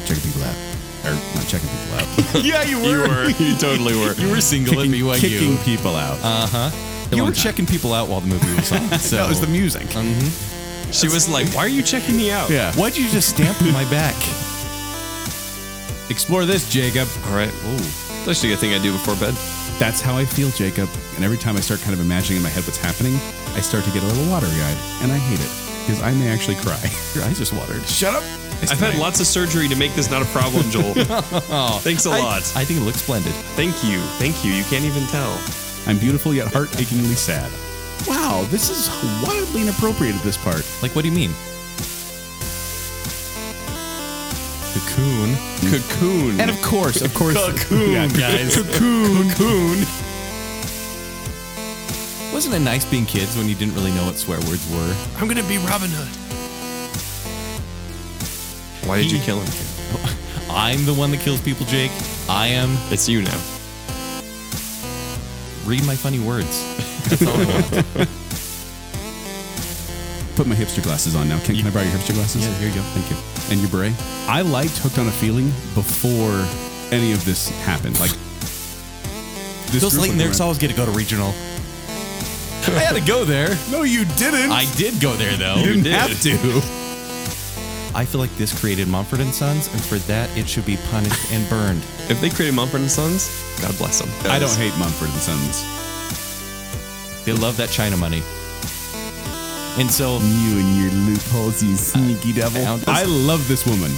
S2: Checking people out. Or not checking people out. <laughs>
S4: yeah, you were. You
S3: <laughs>
S4: were. You totally were. you were single at BYU.
S2: Kicking people out.
S4: You were checking people out while the movie was on. So
S2: that was the music.
S3: She was like, Why are you checking me out?
S2: yeah.
S4: Why'd you just stamp my back?
S2: Explore this, Jacob.
S3: All right. Whoa. That's actually a thing I do before bed.
S2: That's how I feel, Jacob. And every time I start kind of imagining in my head what's happening, I start to get a little watery-eyed, and I hate it because I may actually cry. <laughs> Your eyes just watered. Shut up.
S3: I've had lots of surgery to make this not a
S2: <laughs>
S3: problem, Joel. Thanks a lot.
S4: I think it looks splendid.
S3: Thank you. Thank you. You can't even tell.
S2: I'm beautiful yet heart-achingly sad. Wow, this is wildly inappropriate at this part. <laughs>
S4: Like, what do you mean? Cocoon.
S3: Cocoon.
S2: Mm. And of course, of course,
S4: Cocoon,
S2: Hmm, Yeah,
S4: guys. <laughs> Cocoon. Cocoon. Wasn't it nice being kids when you didn't really know what swear words were?
S6: I'm gonna be Robin Hood.
S3: Why did you kill him?
S4: I'm the one that kills people, Jake. I am.
S3: It's you now.
S4: Read my funny words.
S2: put my hipster glasses on now. Can, can I borrow your hipster glasses?
S4: Yeah, here you go.
S2: Thank you. And your beret. I liked Hooked on a Feeling before any of this happened. Like this
S4: Those
S2: group
S4: late
S2: of
S4: lyrics
S2: them- <laughs>
S4: always get to go to regional. I had to go there.
S2: No, you didn't.
S4: I did go there though.
S2: didn't
S3: did.
S2: have to.
S4: I feel like this created Mumford and Sons, and for that it should be punished and burned.
S3: If they created Mumford and Sons, God bless them.
S2: I don't hate Mumford and Sons.
S4: They love that China money. And so
S2: You and your loopholes, you sneaky devil.
S4: found
S2: I
S4: this-
S2: love this woman.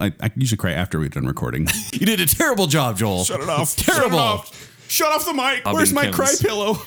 S2: I, I usually cry after we're done recording.
S4: you did a terrible job, Joel.
S2: Shut it off.
S4: Terrible.
S2: Shut it off. Shut off the mic.
S3: I'll be
S2: Where's
S3: in
S2: my cry
S3: Kim's.
S2: pillow?